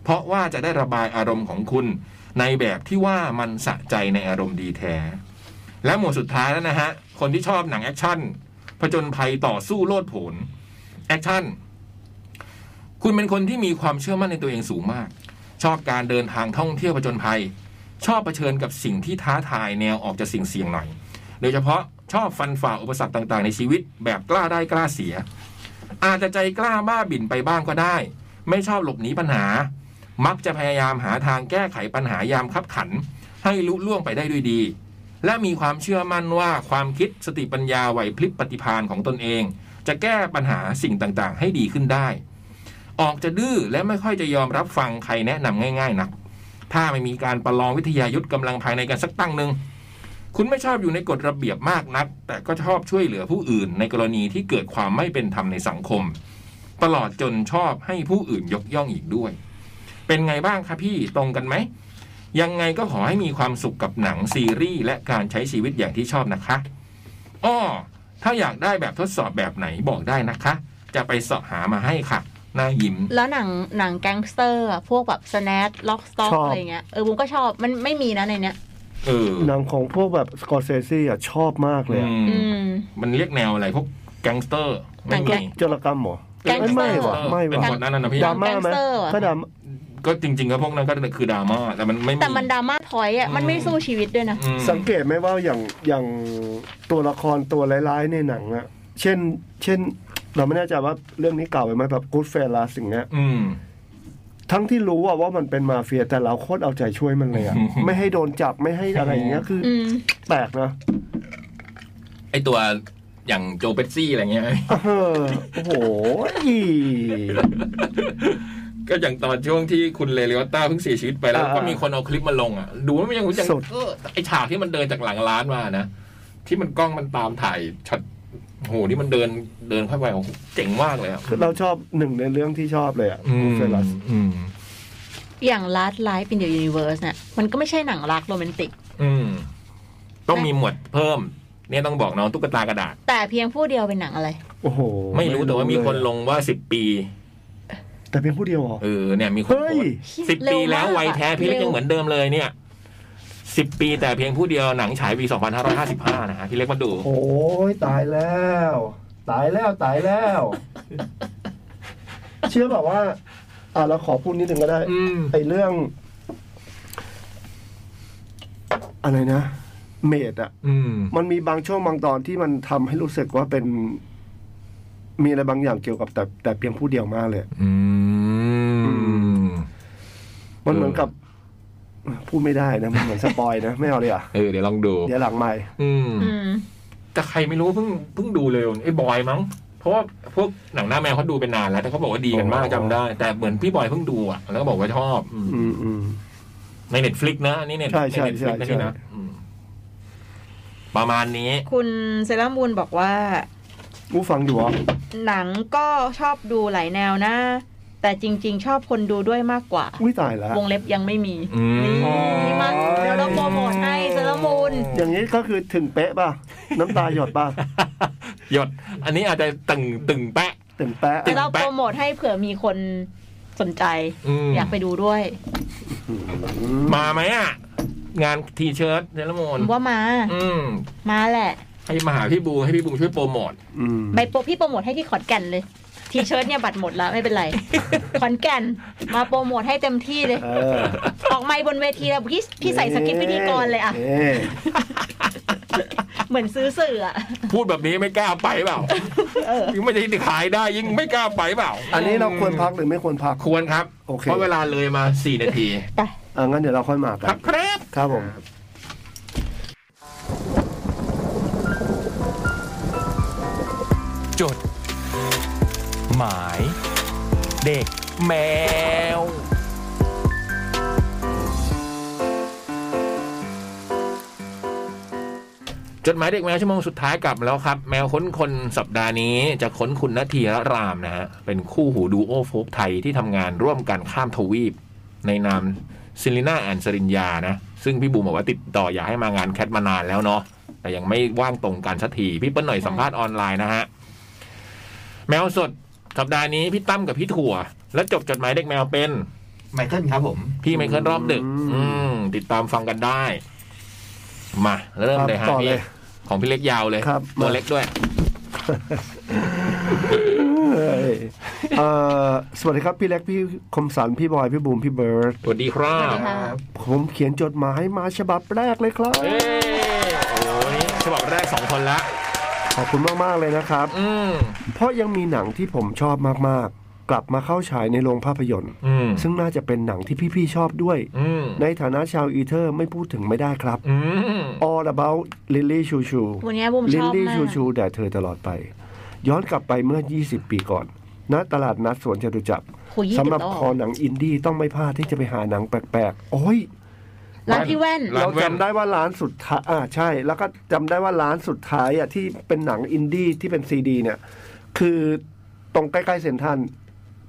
เพราะว่าจะได้ระบายอารมณ์ของคุณ ในแบบที่ว่ามันสะใจในอารมณ์ดีแท้ และหมวดสุดท้ายแล้วนะฮะ คนที่ชอบหนังแอคชั่นผจญภัยต่อสู้โลดโผนแอคชั่น คุณเป็นคนที่มีความเชื่อมั่นในตัวเองสูงมาก ชอบการเดินทางท่องเที่ยวผจญภัย ชอบเผชิญกับสิ่งที่ท้าทายแนวออกจากสิ่งเสี่ยงหน่อย โดยเฉพาะชอบฟันฝ่าอุปสรรคต่างๆ ในชีวิต แบบกล้าได้กล้าเสีย อาจจะใจกล้าบ้าบิ่นไปบ้างก็ได้ ไม่ชอบหลบหนีปัญหา มักจะพยายามหาทางแก้ไขปัญหายามคับขัน ให้ลุล่วงไปได้ด้วยดี และมีความเชื่อมั่นว่าความคิดสติปัญญาไหวพลิบปฏิภาณของตนเอง จะแก้ปัญหาสิ่งต่างๆ ให้ดีขึ้นได้ ออกจะดื้อและไม่ค่อยจะยอมรับฟังใครแนะนำง่ายๆนัก ถ้าไม่มีการประลองวิทยายุทธกำลังภายในกันสักตั้งหนึ่ง คุณไม่ชอบอยู่ในกฎระเบียบมากนัก แต่ก็ชอบช่วยเหลือผู้อื่น ในกรณีที่เกิดความไม่เป็นธรรมในสังคม ตลอดจนชอบให้ผู้อื่นยกย่องอีกด้วย เป็นไงบ้างคะพี่ตรงกันไหม ยังไงก็ขอให้มีความสุขกับหนังซีรีส์และการใช้ชีวิตอย่างที่ชอบนะคะอ้อถ้าอยากได้แบบทดสอบแบบไหนบอกได้นะคะ จะไปเสาะหามาให้ค่ะหน้ายิ้ม
แล้วหนังหนังแก๊งสเตอร์อะพวกแบบสแน็คล็อกสต็อกอะไรเงี้ยเออบุ้งก็ชอบมันไม่มีนะในเนี้ย
เออ
หนังของพวกแบบสกอร์เซซี่อ่ะชอบมากเลยอะ
อืม
อืม
มันเรียกแนวอะไรพวกแก๊งสเตอร์
หนังแก๊
ไม่
ง
มี
โจรกรรมเหรอ
แก๊งสเตอ
ไม่
ร์
ว่ะไม่
เป็น
ว่ะ
หมดนั้นน่ะนะพี่
ดราม่าไหม
แก๊งสเตอร์เหรอ
ก็ดราม่า
ก็จริงๆก็พวกนั้นก็คือดราม่าแต่มันไม่มี
แต่มันดราม่าพอยต์อะมันไม่สู้ชีวิตด้วยนะ
อืม
สังเกตไหมว่าอย่างอย่างตัวละครตัวร้ายๆในหนังอะเช่น เช่น เราไม่แน่ใจว่าเรื่องนี้เก่าไปไหมแบบกู๊ดแฟร์ลาสิ่งเนี้ย
อืม
ทั้งที่รู้อะว่ามันเป็นมาเฟียแต่เราโคตรเอาใจช่วยมันเลย
(laughs)
อะ
อืม
ไม่ให้โดนจับไม่ให้อะไรอย่างเงี้ยคืออ
อืม
แปลกนะ
ไอตัวอย่างโจเปปซี่อะไรเงี้ย
เออโอ้โหอี
ก็อย่างตอนช่วงที่คุณเลริโอต้าเพิ่งเสียชีวิตไปแล้ว
อ่า
ก็มีคนเอาคลิปมาลงอ่ะ ดูแล้วมันยังยัง
สุด
เออไอฉากที่มันเดินจากหลังร้านมานะ ที่มันกล้องมันตามถ่ายช็อตโหนี่มันเดินเดินเข้าไปโอ้โหเจ๋งมากเลยอ่ะ
คือเราชอบหนึ่งในเรื่องที่ชอบเลยอะ
อืม
เฟลัส
อืม
อย่าง Last Life in the Universe เนี่ยมันก็ไม่ใช่หนังรักโรแมนติก
อืมต้องมีหมวดเพิ่ม เนี่ยต้องบอกน้องตุ๊กตากระดาษ
แต่เพียงผู้เดียวเป็นหนังอะไร
โอ้โห
ไม่รู้แต่ว่ามีคนล
เย
งว่าสิบปี
แต่เป็นผู้เดียวเหรอ
เออเนี่ยมีคน
เฮ้
โพ
ย
สต์สิบปีแล้ววัยแท้พี่เล็กยังเหมือนเดิมเลยเนี่ยสิบปีแต่เพียงผู้เดียวหนังฉายปีสองพันห้าร้อยห้าสิบห้านะฮะพี่เล็กมาดู
โอ้ยตายแล้ว ตายแล้วตายแล้ว เชื่อแบบว่า อ่ะเราขอพูดนิดนึงก็ได้
อืม
ไอเรื่อง อะไรนะ เมดอะ
อืม
มันมีบางช่วงบางตอนที่มันทำให้รู้สึกว่าเป็น มีอะไรบางอย่างเกี่ยวกับแต่ แต่เพียงผู้เดียวมากเลย
อืม
มันเหมือน
เออ
กับ พูดไม่ได้นะ มันเหมือนสปอยนะ ไม่เอาเลยอ่ะ
เออเดี๋ยวลองดู
เดี๋ยวหลังไม่
อืม
อืม
แต่ใครไม่รู้เพิ่งเพิ่งดูเร็วไอ้บอยมั้ง เพราะว่าพวกหนังหน้าแมวเขาดูเป็นนานแล้วแต่เขาบอกว่าดีกันมากจำได้ แต่เหมือนพี่บอยเพิ่งดูอ่ะ แล้วก็บอกว่าชอบอืม
อืมอืม
ในเน็ตฟลิกนะอันนี้เน็ต
ใช่ใช่
เน็ตฟลิกนะ
ใช่
พี่
ใช่
นะอืมประมาณนี้
คุณเซรามูลบอกว่า
ผู้ฟังอยู่เหรอ่ะ
หนังก็ชอบดูหลายแนวนะ แต่จริง ๆ ชอบคนดูด้วยมากกว่า
อุ้ยตายแล้ว
วงเล็บยังไม่มี
อืม
นี่มาเดี๋ยวเราโปรโมทให้เซรามูล
อย่างนี้ก็คือถึงเป๊ะป่ะ น้ำตาหยดป่ะ
(laughs) หยด อันนี้อาจจะตึงตึงแปะ
ถึงแปะ
ติ
แต่
ด
เราโปรโมทให้เผื่อมีคนสนใจ
อืม
อยากไปดูด้วย
มาไหมอ่ะ งานทีเชิร์ตเนลม
ผ
น
มว่ามา
อืม
มาแหละ
ให้มาหาพี่บูให้พี่บูช่วยโปรโมท
อืม
ใบโปรพี่โปรโมทให้ที่ขอนแก่นเลย ทีเชิร์ตเนี่ยบัตรหมดแล้วไม่เป็นไร
(laughs)
ขอนแก่นมาโปรโมทให้เต็มที่เลย
เออ
ออกไมค์บนเวทีแล้วพี่พี่ใส่สคริปต์พิธีกรเลยอ่ะ
เอ๊ะ
เหมือนซื้อสื่ออ่ะ
พูดแบบนี้ไม่กล้าไปเปล่ายิ่งไม่ได้ขายได้ยิ่งไม่กล้าไปเปล่า
อันนี้เราควรพักหรือไม่ควรพัก
ควรครับ
โอเค
เพราะเวลาเลยมา 4 นาที
อ่ะงั้นเดี๋ยวเราค่อยมา
ค
กั
รับ
น
ครับ
ครับผม
จด หมาย เด็กแมว
จดหมายเด็กแมวชั่วโมงสุดท้ายกลับมาแล้วครับ แมวค้นคนสัปดาห์นี้จะค้นคุณนาทีและรามนะฮะ เป็นคู่หูดูโอโฟกไทยที่ทำงานร่วมกันข้ามทวีป ในนามซิลิน่าแอนสรินยานะ ซึ่งพี่บูมบอกว่าติดต่ออยากให้มางานแคทมานานแล้วเนาะแต่ยังไม่ว่างตรงกันสักทีพี่เปิ้ลหน่อยสัมภาษณ์ออนไลน์นะฮะ แมวสดสัปดาห์นี้พี่ตั้มกับพี่ถั่ว และจบจดหมายเด็กแมวเป็น
ไมเคิลครับผม
พี่ไมเคิลรอบดึก
อืม
อืม ติดตามฟังกันได้ มาเริ่มเลย
ครั
ฮะ
บต่อ
พี่
เลย
ของพี่เล็กยาวเลย
ครับ
ตัวเล็กด้วย
เอ้ยเอ่อสวัสดีครับพี่เล็กพี่คมสันพี่บอยพี่บูมพี่เบิร์ด
สวัสดีครั
สวั
บ
สดีค่ะ
ผมเขียนจดหมายมาฉบับแรกเลยครับ
เอ้ยโอ้ยฉบับแรกสองคนละ
ขอบคุณมากๆเลยนะครับ
อืม
เพราะยังมีหนังที่ผมชอบมากๆ กลับมาเข้าฉายในโรงภาพยนตร์
อืม
ซึ่งน่าจะเป็นหนังที่พี่ๆชอบด้วย
อืม
ในฐานะชาวอีเทอร์ไม่พูดถึงไม่ได้ครับ
อืม
All about Lily Chu Chu
วันนี้บุมช
ลิล
อบ
ลี่
มา
ชู
ก
ชูแด่เธอตลอดไป ย้อนกลับไปเมื่อ 20 ปีก่อน ณ ตลาดนัดสวนจตุจักร
โห20
สำหรับ
แล้วเหรอ
คอหนังอินดี้ต้องไม่พลาดที่จะไปหาหนังแปลกๆ โอ้ย
ร้านพี่แว่น
ร้า
เรา
นแว่น
จำได้ว่าร้านสุดท้ายอ่าใช่ แล้วก็จำได้ว่าร้านสุดท้ายอ่ะที่เป็นหนังอินดี้ที่เป็นซีดี เนี่ย คือตรงใกล้ๆเซนทรัน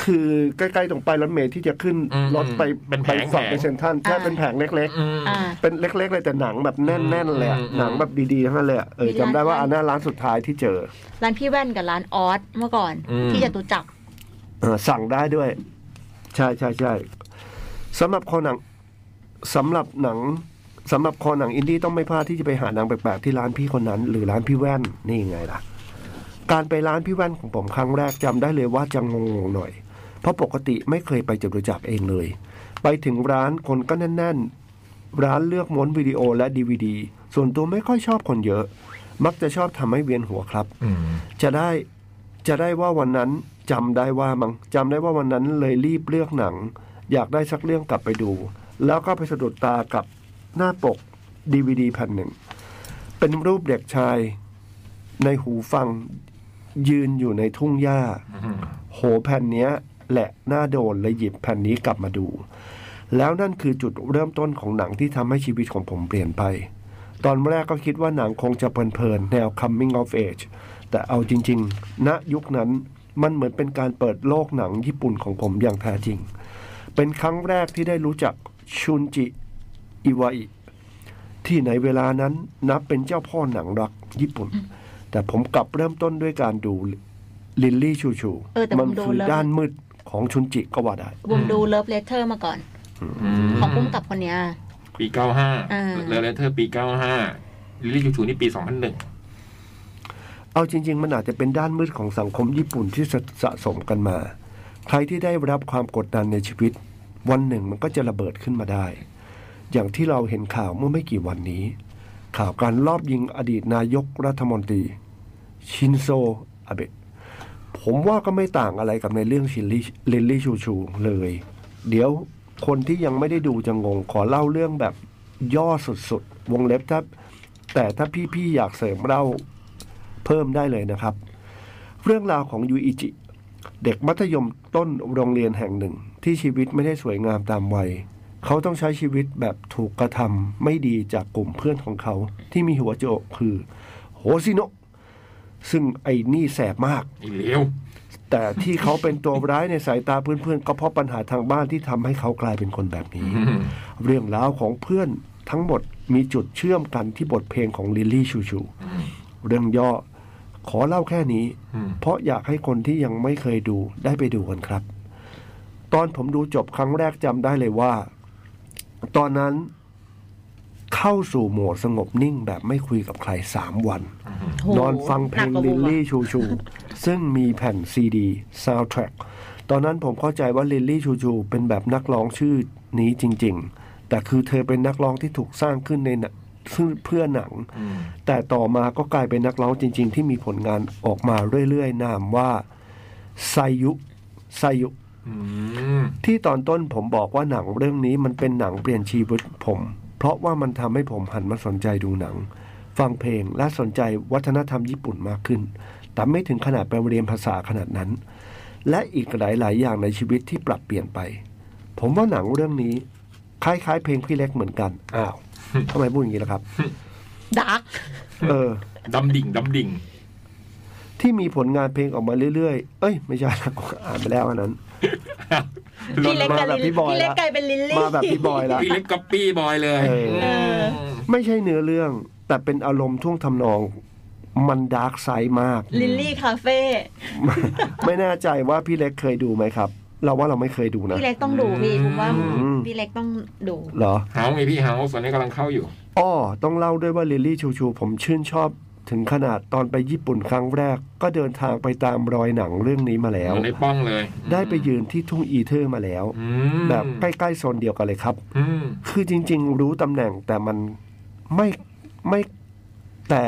คือใกล้ๆตรงไปายรถเมล์ที่จะขึ้น
อืม
รถไป
เป็นแผง
ไปฝั่
แผง
งไปเซนทรันใช่
อ่า
เป็นแผงเล็ก ๆ
อืม
อ่า
เป็นเล็กๆเลยแต่หนังแบบแน่นๆเลยอะ
อืมอืม
หนังแบบดีๆทั้งนั้นเลยอะเออ
มีร้าน
จำได้ว่าอันนั้นร้านสุดท้ายที่เจอ
ร้านพี่แว่นกับร้านออสเมื่อก่อน
อืม
ที่จตุจักร
เออสั่งได้ด้วย ใช่ใช่ใช่สำหรับคอหนังสำหรับหนังสำหรับคอหนังอินดี้ต้องไม่พลาดที่จะไปหาหนังแปลกๆที่ร้านพี่คนนั้น หรือร้านพี่แว่นนี่ไงล่ะ การไปร้านพี่แว่นของผมครั้งแรกจำได้เลยว่าจะงงๆหน่อย เพราะปกติไม่เคยไปจตุจักรเองเลย ไปถึงร้านคนก็แน่น ๆ ร้านเลือกม้วนวิดีโอและดีวดี ส่วนตัวไม่ค่อยชอบคนเยอะ มักจะชอบทำให้เวียนหัวครับ
อืม
จะได้จะได้ว่าวันนั้นจำได้ว่ามังจำได้ว่าวันนั้นเลยรีบเลือกหนัง อยากได้สักเรื่องกลับไปดู แล้วก็ไปสะดุดตากับหน้าปกดีวดีแผ่นหนึ่ง เป็นรูปเด็กชาย ในหูฟังยืนอยู่ในทุ่งหญ้า
อืม
โหแผ่นเนี้ย แหละน่าโดนเลยหยิบแผ่นนี้กลับมาดู แล้วนั่นคือจุดเริ่มต้นของหนังที่ทำให้ชีวิตของผมเปลี่ยนไป ตอนแรกก็คิดว่าหนังคงจะเพลินๆ แนว coming of age แต่เอาจริงๆ ณยุคนั้นมันเหมือนเป็นการเปิดโลกหนังญี่ปุ่นของผมอย่างแท้จริง เป็นครั้งแรกที่ได้รู้จักชุนจิ อิวาอิที่ในเวลานั้นนับเป็นเจ้าพ่อหนังรักญี่ปุ่น แต่ผมกลับเริ่มต้นด้วยการดูลิลลี่ชูชู
เออแต่ผม
มั
ดู
คือ
แล้ว
ด้านมืดของชุนจิก็ว่าได้
บุมดูเลิฟเลเทอร์มาก่อน ของพุ่มกับคนเนี้ย
ปีเก้าห้า
อ่า
แล้วเลเทอร์ปีเก้าห้าลิลลี่ชูชูนี่ปีสองพันหนึ่ง
เอาจริง ๆ มันอาจจะเป็นด้านมืดของสังคมญี่ปุ่นที่สะสะสมกันมา ใครที่ได้รับความกดดันในชีวิต วันหนึ่งมันก็จะระเบิดขึ้นมาได้ อย่างที่เราเห็นข่าวเมื่อไม่กี่วันนี้ ข่าวการลอบยิงอดีตนายกรัฐมนตรี ชินโซอาเบะผมว่าก็ไม่ต่างอะไรกับในเรื่องชินลี่ลินลี่ชูชูเลย เดี๋ยวคนที่ยังไม่ได้ดูจะงงขอเล่าเรื่องแบบย่อสุดๆ วงเล็บถ้าแต่ถ้าพี่ๆอยากเสริมเล่า เพิ่มได้เลยนะครับ เรื่องราวของยูอิจิ เด็กมัธยมต้นโรงเรียนแห่งหนึ่ง ที่ชีวิตไม่ได้สวยงามตามวัย เขาต้องใช้ชีวิตแบบถูกกระทำไม่ดีจากกลุ่มเพื่อนของเขาที่มีหัวโจกคือ โหซิโนะซึ่งไอ้นี่แสบมาก
อีเหลว
แต่ที่เขาเป็นตัวร้ายในสายตาเพื่อนๆก็เพราะปัญหาทางบ้านที่ทำให้เขากลายเป็นคนแบบนี้ เรื่องราวของเพื่อนทั้งหมดมีจุดเชื่อมกันที่บทเพลงของลิลลี่ชูชู เรื่องย่อขอเล่าแค่นี้ เพราะอยากให้คนที่ยังไม่เคยดูได้ไปดูกันครับ ตอนผมดูจบครั้งแรกจำได้เลยว่า ตอนนั้นเข้าสู่โหมดสงบนิ่งแบบไม่คุยกับใครสามวัน
โห
นอนฟังเพลง
หนักกว่า
ลิล
บูมอะ
ลี่ชูชู
(laughs)
ซึ่งมีแผ่นซีดีซาวด์แทร็กตอนนั้นผมเข้าใจว่าลิลลี่ชูชู เป็นแบบนักร้องชื่อนี้จริง ๆ แต่คือเธอเป็นนักร้องที่ถูกสร้างขึ้นในหนังซึ่งเพื่อหนัง แต่ต่อมาก็กลายเป็นนักร้องจริง ๆ ที่มีผลงานออกมาเรื่อยๆ นามว่าไซยุไซยุ ที่ตอนต้นผมบอกว่าหนังเรื่องนี้มันเป็นหนังเปลี่ยนชีวิตผม เพราะว่ามันทำให้ผมหันมาสนใจดูหนัง ฟังเพลงและสนใจวัฒนธรรมญี่ปุ่นมากขึ้น แต่ไม่ถึงขนาดไปเรียนภาษาขนาดนั้น และอีกหลาย ๆ อย่างในชีวิตที่ปรับเปลี่ยนไป ผมว่าหนังเรื่องนี้ คล้าย ๆ เพลงพี่เล็กเหมือนกันอ้าวทำไมพูดอย่างนี้ล่ะครับ
ดาร์ก
เออ
ดำดิ่งดำดิ่ง
ที่มีผลงานเพลงออกมาเรื่อย ๆ เอ้ย ไม่ใช่ละ (laughs) อ่านไปแล้วอันนั้น
พี่เล็กกับ
มาแบบพี่
ลิล
บอย
พี่เล็ก
ละ
กลายเป็นลิลลี่
มาแบบพี่บอยละ
พี่เล็กก๊อปปี้บอยเลย
เออ
เออ
ม
ไม่ใช่เนื้อเรื่อง แต่เป็นอารมณ์ท่วงทำนอง มันดาร์กไซด์มาก (laughs)
ลิลลี่คาเฟ่
ไม่แน่ใจว่าพี่เล็กเคยดูไหมครับ เราว่าเราไม่เคยดูนะ
พี่เล็กต้องดูพี่ผมว่า
อืม
พี่เล็กต้องดู
เหรอ
เฮาไงพี่เฮาตอนนี้กำลังเข้าอยู่
อ้อต้องเล่าด้วยว่าลิลลี่ชูชู ผมชื่นชอบถึงขนาดตอนไปญี่ปุ่นครั้งแรก ก็เดินทางไปตามรอยหนังเรื่องนี้มาแล้ว
อยู่ในป้องเลย
ได้ไปยืนที่ทุ่งอีเทอร์มาแล้ว
อืม
แบบใกล้ๆโซนเดียวกันเลยครับ
อืม
คือจริง ๆ รู้ตำแหน่งแต่มันไม่ไม่แต่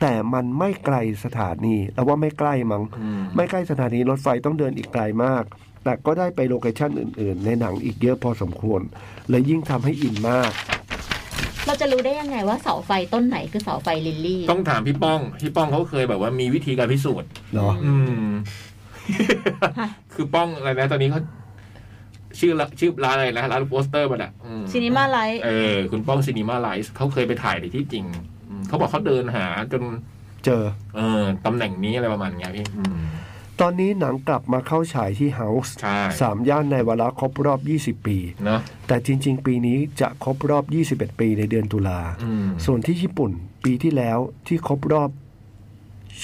แต่มันไม่ไกลสถานีแล้วว่าไม่ใกล้มั้ง
อืม
ไม่ใกล้สถานีรถไฟต้องเดินอีกไกลมาก แต่ก็ได้ไปโลเคชั่นอื่น ๆ ในหนังอีกเยอะพอสมควร และยิ่งทำให้อินมาก
เราจะรู้ได้ยังไงว่าเสาไฟต้นไหนคือเสาไฟลิลลี่
ต้องถามพี่ป้อง พี่ป้องเขาเคยแบบว่ามีวิธีการพิสูจน์
เหรอ
อืม (laughs) คือป้องอะไรนะตอนนี้เขาชื่อละชื่อร้านอะไรนะร้านโปสเตอร์มันอ่ะอืม
Cinema Light
เออ คุณป้องซีนีมาไลท์เขาเคยไปถ่ายในที่จริงอืมเขาบอกเขาเดินหาจน
เจอ
เออตำแหน่งนี้อะไรประมาณเนี้ยพี่อืม
ตอนนี้หนังกลับมาเข้าฉายที่เฮาส์
ใช่
สามย่านในเวลาครบรอบ 20 ปี
เนาะ
แต่จริง ๆ ปีนี้จะครบรอบ 21 ปีในเดือนตุลา
อืม
ส่วนที่ญี่ปุ่นปีที่แล้วที่ครบรอบ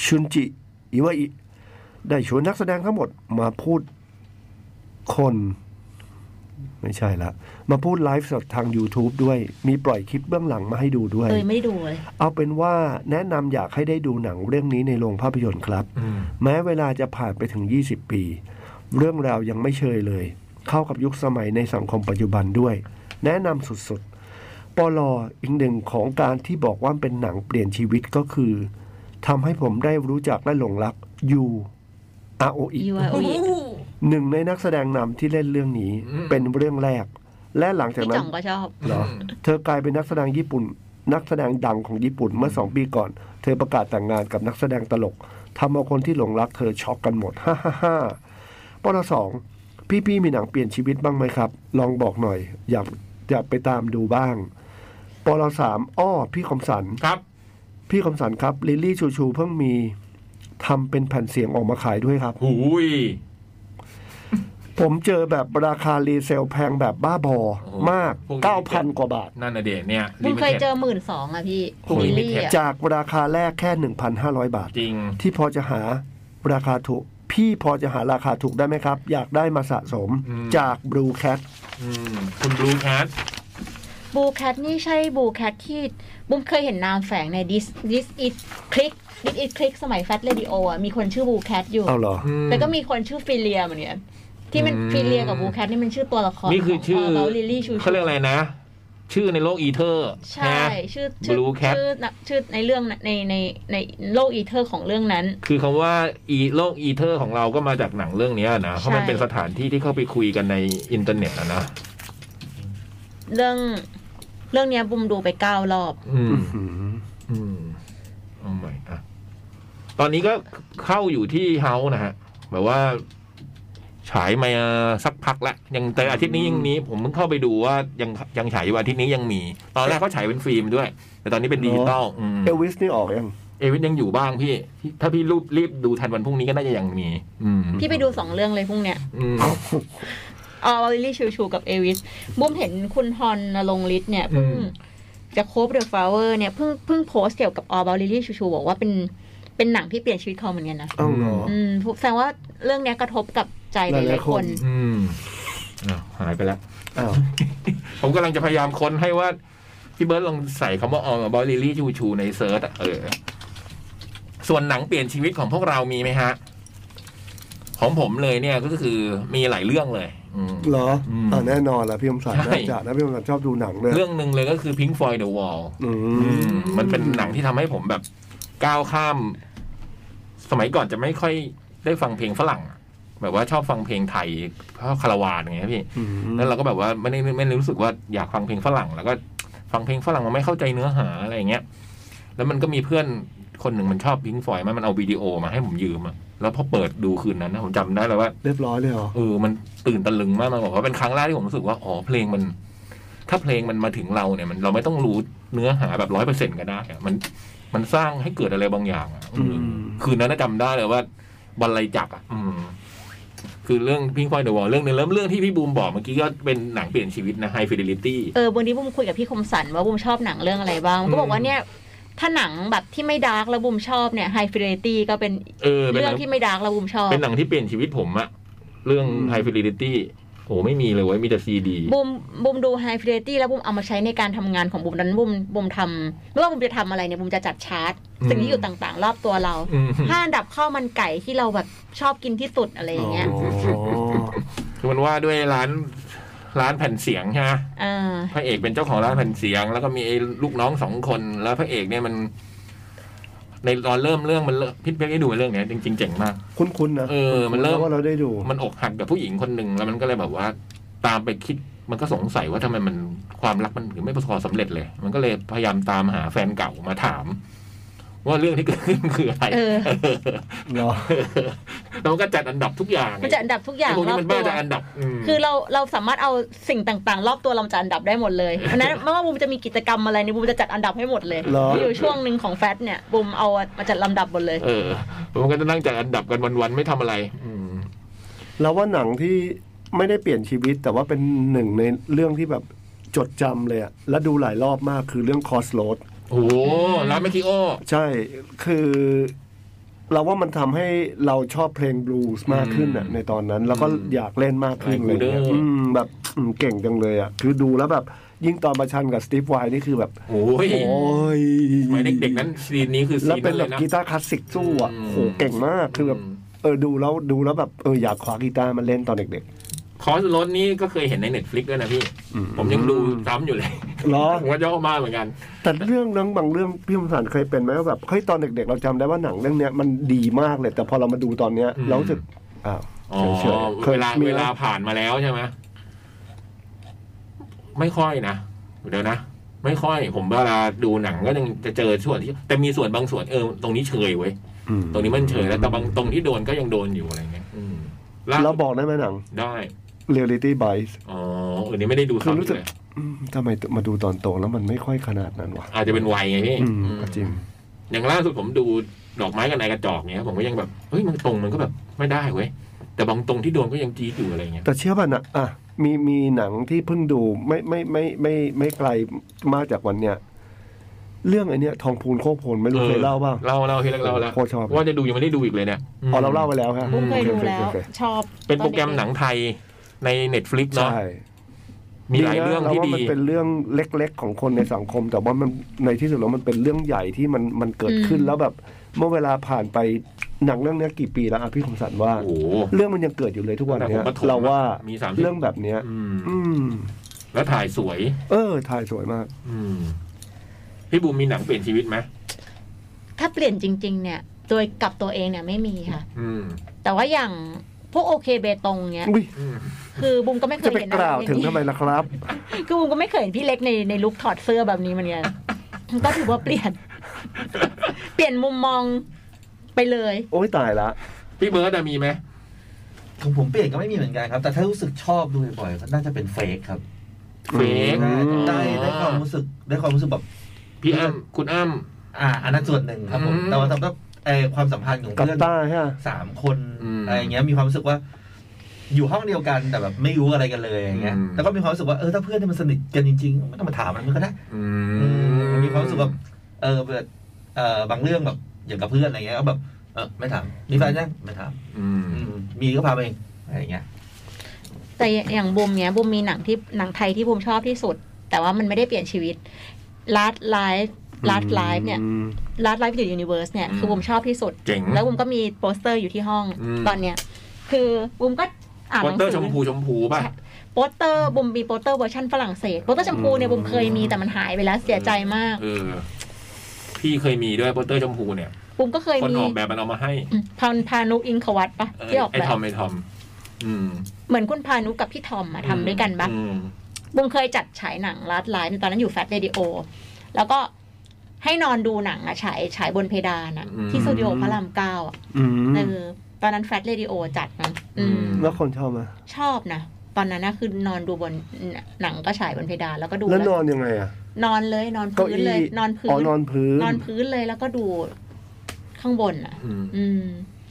ชุนจิ อิวาอิ ได้ชวนนักแสดงทั้งหมดมาพูดคน ไม่ใช่ละ มาพูดไลฟ์สดทาง YouTube ด้วยมีปล่อยคลิปเบื้องหลังมาให้ดูด้วย
เออไม่ได้ดูเลย
เอาเป็นว่าแนะนำอยากให้ได้ดูหนังเรื่องนี้ในโรงภาพยนตร์ครับ
อืม
แม้เวลาจะผ่านไปถึง 20 ปี เรื่องราวยังไม่เชยเลย เข้ากับยุคสมัยในสังคมปัจจุบันด้วย แนะนำสุดๆ ปลออีกหนึ่งของการที่บอกว่าเป็นหนังเปลี่ยนชีวิตก็คือทำให้ผมได้รู้จักและหลงรักยูอาโออิ
อีวาโออิ
หนึ่งในนักแสดงนำที่เล่นเรื่องนี้ เป็นเรื่องแรก และหลังจาก
พี่
นั้
จ่
น
องก็ชอบ
เหรอเธอกลายเป็นนักแสดงญี่ปุ่น นักแสดงดังของญี่ปุ่นเมื่อสองปีก่อน เธอ (laughs) ประกาศแต่งงานกับนักแสดงตลกทำเอาคนที่หลงรักเธอช็อกกันหมด ฮ่าฮ่าฮ่า ปตสองพี่พี่ๆมีหนังเปลี่ยนชีวิตบ้างไหมครับ ลองบอกหน่อย อยากอยากไปตามดูบ้างปตสามอ้อพี่คมสัน
ครับ
พี่คมสันครับ ลิลลี่ชูชูเพิ่งมีทำเป็นแผ่นเสียงออกมาขายด้วยครับ
หูย
ผมเจอแบบราคารีเซลแพงแบบบ้าบอ
โอ้โห
มาก
พวกนี้
9,000 กว่าบาท
นั่นนะเดชเนี่ย
บุญเคย
limited
เจอหมื่นสองอะพี่
พวก
ซี
limited
รีส์อะ
จากราคาแรกแค่ 1,500 บาท
จริง
ที่พอจะหาราคาถูก พี่พอจะหาราคาถูกได้ไหมครับ อยากได้มาสะสม
อืม
จากบลูแคท
อืมคุณบลูแคท
บูแคทนี่ใช่บูแคทที่บุ้มเคยเห็นนามแฝงใน this this is click this is click สมัยแฟ t เ a ดิโออะมีคนชื่อบูแคทอยู่
เอาเหรอ
อื
แล้วก็มีคนชื่อฟิเลียเหมือนกันที่มัน
อืม
ฟิเลียกับบูแคทนี่มันชื่อตัวละคร
นี่คือชื่อ
เราลิลลี่ชู
เขาเรียกอะไรนะ ชื่อในโลกอีเทอร์
ใช่
นะ
ชื่อ
Blue Cat
ชื่อน่ะชื่อในเรื่องน่ะในในในโลกอีเทอร์ของเรื่องนั้น
คือคำว่าอีโลกอีเทอร์ของเราก็มาจากหนังเรื่องเนี้ยนะ เพราะมัน
ใช่
เป็นสถานที่ที่เข้าไปคุยกันในอินเทอร์เน็ตอะนะ
เรื่องเรื่องเนี้ยบุมดูไปเก้ารอบ
อืม
อื้อหือ
อืมเอาใหม่อ่ะตอนนี้ก็เข้าอยู่ที่เฮาส์นะฮะ แบบว่า ฉายมาสักพักแล้วยังแต่อาทิตย์นี้ยังนี้ผมเพิ่งเข้าไปดูว่ายังยังฉายอยู่อาทิตย์นี้ยังมี ตอนแรกเขาฉายเป็นฟิล์มด้วย แต่ตอนนี้เป็นดิจิตอลอืม
เอลวิสนี่ออกยัง
เอวิทยังอยู่บ้างพี่พี่ ถ้าพี่รูปรีบดูทันวันพรุ่งนี้ก็น่าจะยังมี อืม
พี่ไปดูสองเรื่องเลยพรุ่งเนี้ย
อืม
เอาลิลลี่ชูชูกับเอวิสบุมเห็นคุณฮอนนรงค์ฤทธิ์เนี่ยเพิ่ง
อืม
จะโคบเดอะฟลาเวอร์เนี่ยเพิ่งเพิ่งโพสต์เกี่ยวกับออบาลิลลี่ชูชูบอกว่าเป็นเป็นหนังที่เปลี่ยนชีวิตเขาเหมือนกันนะ
เอาเหรอ
อืมแสดงว่าเรื่องเนี้ยกระทบกับใจห
ห
ลา
ลาย
ย
ๆ
ๆ
ค
คน น
อืมอ้าวหายไปแล้ว
อ้าว
ผมกำลังจะพยายามค้นให้ว่า พี่เบิร์ดลองใส่คำว่าอองบอลลิลี่ชูชูในเซิร์ชอะเออ ส่วนหนังเปลี่ยนชีวิตของพวกเรามีไหมฮะ ของผมเลยเนี่ยก็คือมีหลายเรื่องเลย อืม
เหรอ
อืม
อ่าแน่นอนละพี่คมสัน
ใช่
น่าจะนะพี่คมสันชอบดูหนังเลย
เรื่องหนึ่งเลยก็คือ Pink Floyd The Wall
อืม
อืมมันเป็นหนังที่ทำให้ผมแบบก้าวข้าม สมัยก่อนจะไม่ค่อยได้ฟังเพลงฝรั่งอะแบบว่าชอบฟังเพลงไทยเพราะคาราวานอย่างเงี้ยพี่
อืม
แล้วเราก็แบบว่าไม่ได้ไม่ได้รู้สึกว่าอยากฟังเพลงฝรั่ง แล้วก็ฟังเพลงฝรั่งมันไม่เข้าใจเนื้อหาอะไรอย่างเงี้ย แล้วมันก็มีเพื่อนคนหนึ่งมันชอบพิงฟอยมากมันเอาวิดีโอมาให้ผมยืมอะแล้วพอเปิดดูคืนนั้นนะผมจำได้เลยว่า
เรียบร้อยเลยเหรอ
เออมันตื่นตะลึงมากมันบอกว่าเป็นครั้งแรกที่ผมรู้สึกว่าอ๋อเพลงมัน ถ้าเพลงมันมาถึงเราเนี่ยมันเราไม่ต้องรู้เนื้อหาแบบร้อยเปอร์เซ็นต์ก็ได้อะมันมันสร้างให้เกิดอะไรบางอย่างอะอืม
อืม
คืนนั้นนะจำได้เลยว่าบรรลัยจักรอะอืม คือเรื่องพิงฟอยเดอะวอลเรื่องหนึงแล้วเรื่องที่พี่บูมบอกเมื่อกี้ก็เป็นหนังเปลี่ยนชีวิตนะไฮฟิเดลิตี้
เออวันนี้บุมคุยกับพี่คมสันว่าบุมชอบหนังเรื่องอะไรบ้างบุมก็บอกว่าเนี่ย ถ้าหนังแบบที่ไม่ดาร์กแล้วบุมชอบเนี่ยไฮฟิเ l ตี้ก็เป็น
เออเป็นห
เรื่อ
นั
ง
ง
ที่ไม่ดาร์กแล้วบุมชอบ
เป็นหนังที่เปลี่ยนชีวิตผมอะเรื่อง
อืม
ไฮฟิเดลิตี้โอ้ไม่มีเลยเว้ยมีแต่ซีดี
บุมบุมดูไฮฟิเ l ตี้แล้วบุมเอามาใช้ในการทำงานของบุมนั้นบุมบุมทำไม่ว่าบุมจะทำอะไรเนี่ยบุมจะจัดชาร์ตสิ่งที่อยู่ต่างๆ รอบตัวเรา
อืม
ห้าอันดับข้าวมันไก่ที่เราแบบชอบกินที่สุดอะไรอย่างเงี้ย
คือมันว่าด้วยร้านร้านแผ่นเสียงใช่ไหม
อ่า
พระเอกเป็นเจ้าของร้านแผ่นเสียง แล้วก็มีไอ้ลูกน้องสองคนแล้วพระเอกเนี่ยมัน ในตอนเริ่มเรื่องมันเริ่มพี่เป๊กได้ดูเรื่องเนี้ยจริงๆเจ๋งมาก
คุ้นๆนะ
เออมันเริ่ม
พราะว่าเราได้ดู
มันอกหักกับผู้หญิงคนหนึ่งแล้วมันก็เลยแบบว่า ตามไปคิดมันก็สงสัยว่าทำไมมันความรักมันถึงไม่ประสบความสำเร็จเลย มันก็เลยพยายามตามหาแฟนเก่ามาถาม ว่าเรื่องที่เกิดขึ้นคืออะไร
เออ
เหรอ
(laughs) แล้วมันก็จัดอันดับทุกอย่าง
มันจะอันดับทุกอย่าง
ไพวก
ร
นี้
อบ
มัน
ตั
บ้าว จะอันดับม
คือเราเราสามารถเอาสิ่งต่างๆ รอบตัวเราจะอันดับได้หมดเลย
(laughs)
เพราะฉะนั้นไม่ว่าบูมจะมีกิจกรรมอะไรเนี่ยบูมจะจัดอันดับให้หมดเลย
เหรอ
มีอยู่ช่วงหนึ่งของแฟตเนี่ยบูมเอามาจัดลำดับหมดเลย
เออมันก็จะนั่งจัดอันดับกันวันๆไม่ทำอะไร อืม
เราว่าหนังที่ไม่ได้เปลี่ยนชีวิต แต่ว่าเป็นหนึ่งในเรื่องที่แบบจดจำเลยอะและดูหลายรอบมากคือเรื่องคอสโลด
โอ้โหร้านแมคคิโอ
ใช่คือ เราว่ามันทำให้เราชอบเพลงบลูส์มากขึ้นอะ
อืม
ในตอนนั้น แล้วก็
อืม
อยากเล่นมากขึ้น
ไอ้กู
เลย
เด้อ
เนี่ยอืมแบบอืมเก่งจังเลยอะคือดูแล้วแบบ ยิ่งตอนประชันกับสตีฟไวน์นี่คือแบบ
โอ้ย
โอ้ย
สมัยเด็กๆนั้นซีนนี้คือ
แล้
ซี
วน เป็
นั้น น
แบ
เลย
บ
นะ
กีตาร์คลาสสิกสู้อ่ะ
อืม
โหเก่งมากคือแบบเออดูแล้วดูแล้วแบบเอออยากคว้ากีตาร์มาเล่นตอนเด็ก
คอสรถนี้ก็เคยเห็นในเน็ตฟลิกด้วยนะพี่
ๆอื
ผมยังดูซ้ำอยู่เลย
เหรอ
ผมก็ย่อมากเหมือนกัน
แต่เรื่องเรื่องบางเรื่องพี่คมสันเคยเป็นไหมว่าแบบเฮ้ยตอนเด็ก ๆ เราจำได้ว่าหนังเรื่องเนี้ยมันดีมากเลย แต่พอเรามาดูตอนเนี้ย
อืม
เรารู้สึกอ้าว
อ๋อ
เฉยๆเคย
เวลา
มีไหม
เวลาผ่านมาแล้วใช่ไหมไม่ค่อยนะเดี๋ยวนะ ไม่ค่อย ผมเวลาดูหนังก็ยังจะเจอส่วนที่ แต่มีส่วนบางส่วนเออตรงนี้เฉยเว้ยตรงนี้มันเฉยแล้วแต่บางตรงที่โดนก็ยังโดนอยู่อะไรเงี้ยอืม ล่าสุด
เราบอกได้ไหมหนัง
ได้
Reality Bites
อ๋อเออนี่ไม่ได้ดู
คือ
ซ้ำ
รู้
อีก
สึก
เลย
อืมทำไมมาดูตอนโตแล้วมันไม่ค่อยขนาดนั้นวะ
อาจจะเป็นวัยไงพี่
อืม
อืม
ก็จริง
อย่างล่าสุดผมดูดอกไม้กับนายกระจอกเนี้ยผมก็ยังแบบเฮ้ยมันตรงมันก็แบบไม่ได้เว้ยแต่บางตรงที่โดนก็ยังจี๊ดอยู่อะไรเงี้ย
แต่เชื่อป่ะนะอ่ะมีมีหนังที่เพิ่งดูไม่ไม่ไม่ไม่ไม่ไกลมากจากวันเนี้ยเรื่องไอเนี้ยทองพูนโคกโพนไม่รู้
เออ
เคยเล่าบ้าง
เล่าเล่าให้เล่าแล้ว
โคตรชอบ
ว่าจะดูยังไม่ได้ดูอีกเลยเนี่ยม
พอเราเล่าไปแล้วฮะ
อื
บุ้
ม
มเคย
โอ
ดู
โอ
แล้ว
โอเค
ชอบ
เป็น
ตอ
โปรแกรมหนังไทยใน Netflix เนาะ
ใช่
มีหลายเรื่องที่
ดีนะาว่า
ดี
มันเป็นเรื่องเล็กๆของคนในสังคม แต่ว่ามันในที่สุดแล้วมันเป็นเรื่องใหญ่ที่มันมันเกิดขึ้น
อืม
แล้วแบบ เมื่อเวลาผ่านไปหนังเรื่องเนี้ยกี่ปีแล้วอ่ะพี่คมสันว่า
โอ้โห
เรื่องมันยังเกิดอยู่เลยทุกวันเนี้ย
ตั้งแต่ผมประถม
เราว่า
มีสามสิบ
เรื่องแบบเนี้ย
อืม
อืม
แล้วถ่ายสวย
เออถ่ายสวยมาก
อืมพี่บูมมีหนังเปลี่ยนชีวิตไหม
ถ้าเปลี่ยนจริง ๆ เนี่ย โดยกับตัวเองเนี่ยไม่มีค่ะ
อืม
แต่ว่าอย่างพวกโอเคเบตงเนี้ย
อุ้ย
อืม
คือบุมก็ไม่เค
จะ
ย
ไป
เห็น
กล่าว
อะไร
ถึง
อย่
ทำไมล่ะครับ
คือบุมก็ไม่เคยเห็นพี่เล็กในในลุคถอดเสื้อแบบนี้เหมือนกัน ก็ถือว่าเปลี่ยน (laughs) เปลี่ยนมุมมองไปเลย
โอ้ยตายละ
พี่เบิร์ดอะมีไหม
ของผมเปลี่ยนก็ไม่มีเหมือนกันครับ แต่ถ้ารู้สึกชอบดูบ่อยๆก็น่าจะเป็นเฟกครับ
เฟก
อืม
ได้ได้ความรู้สึกได้ความรู้สึกแบบ
พี่อ้ำคุณอ้ำ
อ่าอันนั้นส่วนหนึ่งครับผม
อืม
แต่ว่าแต่ก็ไอความสัมพันธ์ของ
กับ
เพื่อน
ต้าฮะ
สามคน
อืม
อะไรอย่างเงี้ยมีความรู้สึกว่า อยู่ห้องเดียวกันแต่แบบไม่รู้อะไรกันเลยอย่างเงี้ย
อืม
แล้วก็มีความรู้สึกว่าเออถ้าเพื่อนที่มันสนิทกันจริงๆไม่ต้องมาถามมันก็ได้
อื
มมีความรู้สึกแบบ เออแบบเออบางเรื่องแบบอย่างกับเพื่อนอะไรเงี้ยก็แบบเออไม่ถามมีแฟนยังไม่ถาม
อืม
อืมมีก็พาไปเองอะไรอย่างเงี้ย
แต่อย่างบุมเนี้ยบุมมีหนังที่หนังไทยที่บุมชอบที่สุด แต่ว่ามันไม่ได้เปลี่ยนชีวิตลัดไลฟ์ลัดไลฟ์เนี่ยลัดไลฟ์อยู่ยูนิเวอร์สเนี่ย
อืม
คือบุมชอบที่สุด
เจ๋ง
แล้วบุมก็มีโปสเตอร์อยู่ที่ห้อง
อืม
ตอนเนี้ยคือบุมก็อ่าน
โปส
หนัง
เตอร์
สื
ช
อ
มพูชมพูป่ะ
โปสเตอร์บุมมีโปสเตอร์เวอร์ชันฝรั่งเศสโปสเตอร์ชมพูเนี่ยบุมเคยมีแต่มันหายไปแล้วเสียใจมาก
เออ พี่เคยมีด้วยโปสเตอร์ชมพูเนี่ย
บุมก็เคย
คน
มี
ออกแบบมันเอามาให้
อืมพานพานุอิงควัตปะ
เออ
ที่ออก
ไอ้
แบ
ทอบ มไอ้ทอม อืม
เหมือนคุณพานุกับพี่ทอมมาทำด้วยกันปะ
อืม
บุมเคยจัดฉายหนังลัดไลฟ์ตอนนั้นอยู่แฟตเรดิโอ แล้วก็ให้นอนดูหนังอะฉายฉายบนเพดานอะ
อืม
ที่สตูดิโอพระรามเก้าอะ
อืม
เออตอนนั้นแฟตเรดิโอจัดนะอืม
แล้วคนชอบไหมา
ชอบนะ ตอนนั้นนะคือนอนดูบนหนังก็ฉายบนเพดานแล้วก็ดู
แล้วน
แล้ว
อนยังไงอ่ะ
นอนเลยนอน
เก้า
พื้น
อี้
เลยนอนพื้
อ๋อน นอนพื้น
นอนพื้นเลยแล้วก็ดูข้างบนอะ
อืม
อืม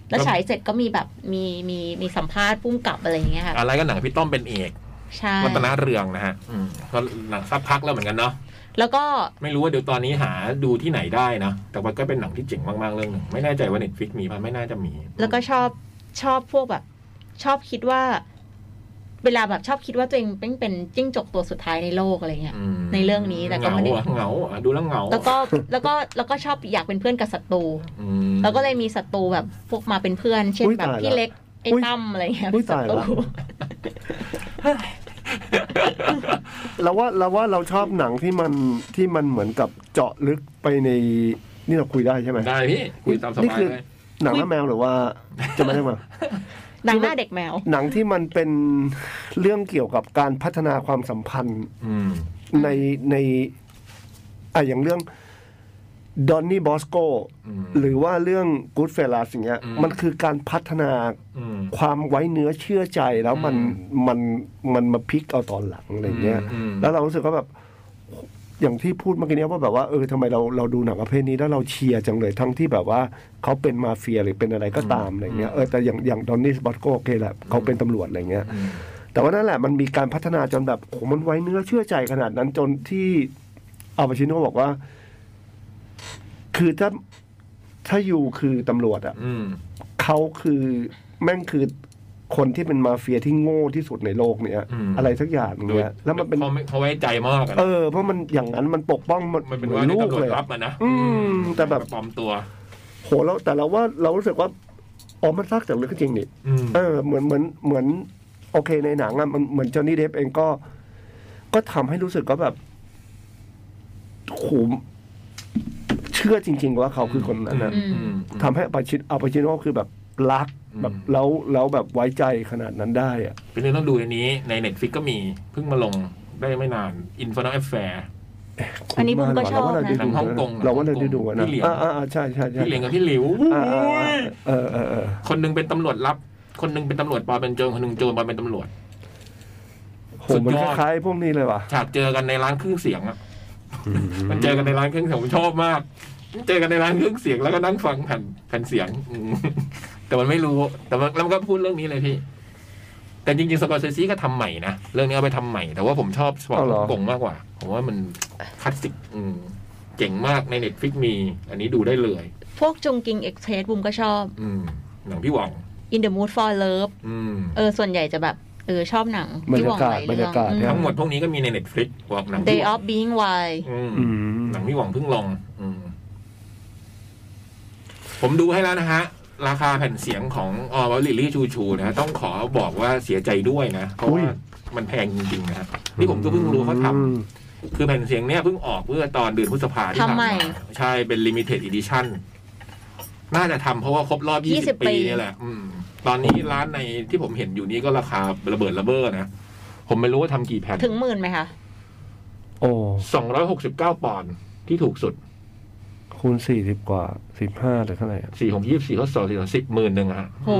แล้ว
แล้ว
ฉายเสร็จก็มีแบบมีมีมีสัมภาษณ์ปุ้มกลับอะไรอย่างเงี้ยค่ะ
อะไรก็หนังพี่ต้อมเป็นเอก
ใช่
วัฒนาเรืองนะฮะอืมก็หนังสักพักแล้วเหมือนกันเนาะ
แล้วก็
ไม่รู้ว่าเดี๋ยวตอนนี้หาดูที่ไหนได้นะ แต่ว่าก็เป็นหนังที่เจ๋งมาก ๆ เรื่องหนึ่ง ไม่แน่ใจว่าเน็ตฟิกมีป่ะไม่น่าจะมี
แล้วก็ชอบชอบพวกแบบ ชอบคิดว่า เวลาแบบชอบคิดว่าตัวเองเป็นเป็นจิ้งจกตัวสุดท้ายในโลกอะไรเงี้ย
อืม
ในเรื่องนี้แต่ก็ไม่ได้
เหงาอะเหงาอะดูแล้วเหงา
แล้วก็แล้วก็แล้วก็ชอบอยากเป็นเพื่อนกับศัตรู
อืม
แล้วก็เลยมีศัตรูแบบพวกมาเป็นเพื่อน เช่น
อุ๊ย
แบบ
ตายละ
พี่เล็กไอ้
อุ๊ย
ตั้มอะไรเงี้ย
อุ๊ย
เป็นศัตรู
ตายละ เราว่าเราว่าเราชอบหนังที่มันที่มันเหมือนกับเจาะลึกไปในนี่เราคุยได้ใช่ไหม
ได้พี่คุยตามส
นี่
บาย
คือ
เลย
หนังหน้าแมวหรือว่าจะไม่ได้มา
หนังหน้าเด็กแมว
หนังที่มันเป็นเรื่องเกี่ยวกับการพัฒนาความสัมพันธ์
อืม
ในในอ่ะอย่างเรื่องดอนนี่บอสโก
อืม
หรือว่าเรื่องกู๊ดเฟล l สอย่างเงี้ย
อืม
มันคือการพัฒนา
อืม
ความไว้เนื้อเชื่อใจแล้วมัน
อื
มันมันมาพลิกเอาตอนหลังอะไรเงี้ย
อืม
แล้วเรารู้สึกว่าแบบอย่างที่พูดเมื่อกี้เนี้ยว่าแบบว่าเออทำไมเราเราดูหนังประเภทนี้แล้วเราเชียร์จังเลยทั้งที่แบบว่าเขาเป็นมาเฟียหรือเป็นอะไรก็ตามอะไรเงี้ยเออแต่อย่างอย่างดอนนี่สปอตโกโอเคแหละเขาเป็นตำรวจอะไรเงี้ย
อืม
แต่ว่านั่นแหละมันมีการพัฒนาจนแบบโหมันไว้เนื้อเชื่อใจขนาดนั้นจนที่อัลปาชิโนบอกว่า คือถ้าถ้าอยู่คือตำรวจอะ
อืม
เขาคือแม่งคือคนที่เป็นมาเฟียที่โง่ที่สุดในโลกเนี่ย
อืม
อะไรสักอย่างเนี่ยแล้วมันเป็น
เขาไเขาไว้ใจมากอะ
เออ เพราะมันอย่างนั้นมันปกป้องมัน
มันเป็น
ห
ว่า
มือ
ที่
ลูก
ตำรวจ
เลย
รั
อะ
บอะนะ
อืมแต่แบบ
ปลอมตัว
โหเราแต่เราว่าเรารู้สึกว่าอ๋อมันซากจากเรื่องจริงนี่
อืม
เออเหมือนเหมือนเหมือน โอเคในหนังอะมันเหมือนจอห์นนี่เดฟเองก็ ก็ทำให้รู้สึกก็แบบโหเชื่อจริง ๆ ว่าเขาคือคนนั้นนะ
อืมอืม
ทำให้อาปาชิอาปาชิโนคือแบบรัก
อืม
แบบแล้วแล้วแบบไว้ใจขนาดนั้นได้อะ
เป็นเรื่องต้องดูในนี้ในเน็ตฟิกก็มีเพิ่งมาลงได้ไม่นาน Infernal Affair
อันนี้ผมก็ชอบ
เรา
นะ
ว่าเราได้
ห
ดู
นังฮ่องกง
เราว่าเราได้ดู
พี่
นะ
เหลียง
อ่าอ่าอ่าใช่ใช่ใช่
พี่เหลียงกับพี่หลิว
อ่าอ่าอ่าเออเออเออ
คนหนึงเป็นตำรวจลับ คนหนึ่งเป็นตำรวจปอยเป็นโจรคนหนึ่งโจรปอยเป็นตำรวจ
โห
สุด
มัน
ย
ค
อด
ล้ายๆพวกนี้เลยว่ะ
ฉากเจอกันในร้านเครื่องเสียงอะมันเจอกันในร้านเครื่องเสียงผมชอบมาก เจอกันในร้านเครื่องเสียงแล้วก็นั่งฟังแผ่นแผ่นเสียงอืมแต่มันไม่รู้ แต่มันแล้วมันก็พูดเรื่องนี้เลยพี่ แต่จริงๆสกอร์เซซีก็ทำใหม่นะ เรื่องนี้เอาไปทำใหม่ แต่ว่าผมชอบสปอร์ต
เอาเหรอ
กงมากกว่า ผมว่ามันคลาสสิกอืมเจ๋งมากในเน็ตฟิกมี อันนี้ดูได้เลย
พวกจงกิงเอ็กเพรสบุมก็ชอบ
อืมหนังพี่หว่อง
In the Mood for Love
อืม
เออ ส่วนใหญ่จะแบบ เออ ชอบหนัง
บรร
ที่ห
ยา
วัง
กาศ
หลาย
บร
เรื่อย
ราง กาศเนี่ย
ทั้งหมดพวกนี้ก็มีในเน็ตฟลิกบอกหนังพี่
Day
หว่อง
of Being Wild
อืม
อืม
หนังพี่หวังเพิ่งลงอืมผมดูให้แล้วนะฮะ ราคาแผ่นเสียงของออวลิลลี่ชูชูนะต้องขอบอกว่าเสียใจด้วยนะ เพราะว่ามันแพงจริงๆนะฮะนี่ผมก็เพิ่งรู้เขาท
อืม
ำคือแผ่นเสียงเนี้ยเพิ่งออกเมื่อตอนเดือนพฤษภาที่ผ่าน
ทำใหม่
มาใช่เป็นลิมิเต็ดอีดิชั่นน่าจะทำเพราะว่าครบรอบ
20
20 ปีเนี่ยแหละ อืม ตอนนี้ร้านในที่ผมเห็นอยู่นี้ก็ราคาระเบิดระเบ้อนะ ผมไม่รู้ว่าทำกี่แผ่น
ถึงหมื่นไหมคะ
โอ้
สองร้อยหกสิบเก้าปอนด์ที่ถูกสุด
คูณสี่สิบกว่าสิบห้าหรือเท่าไหร่อะ
สี่หกยี่สิบสี่เขาสองสี่สองสิบหมื่นหนึ่งอะฮะ
โห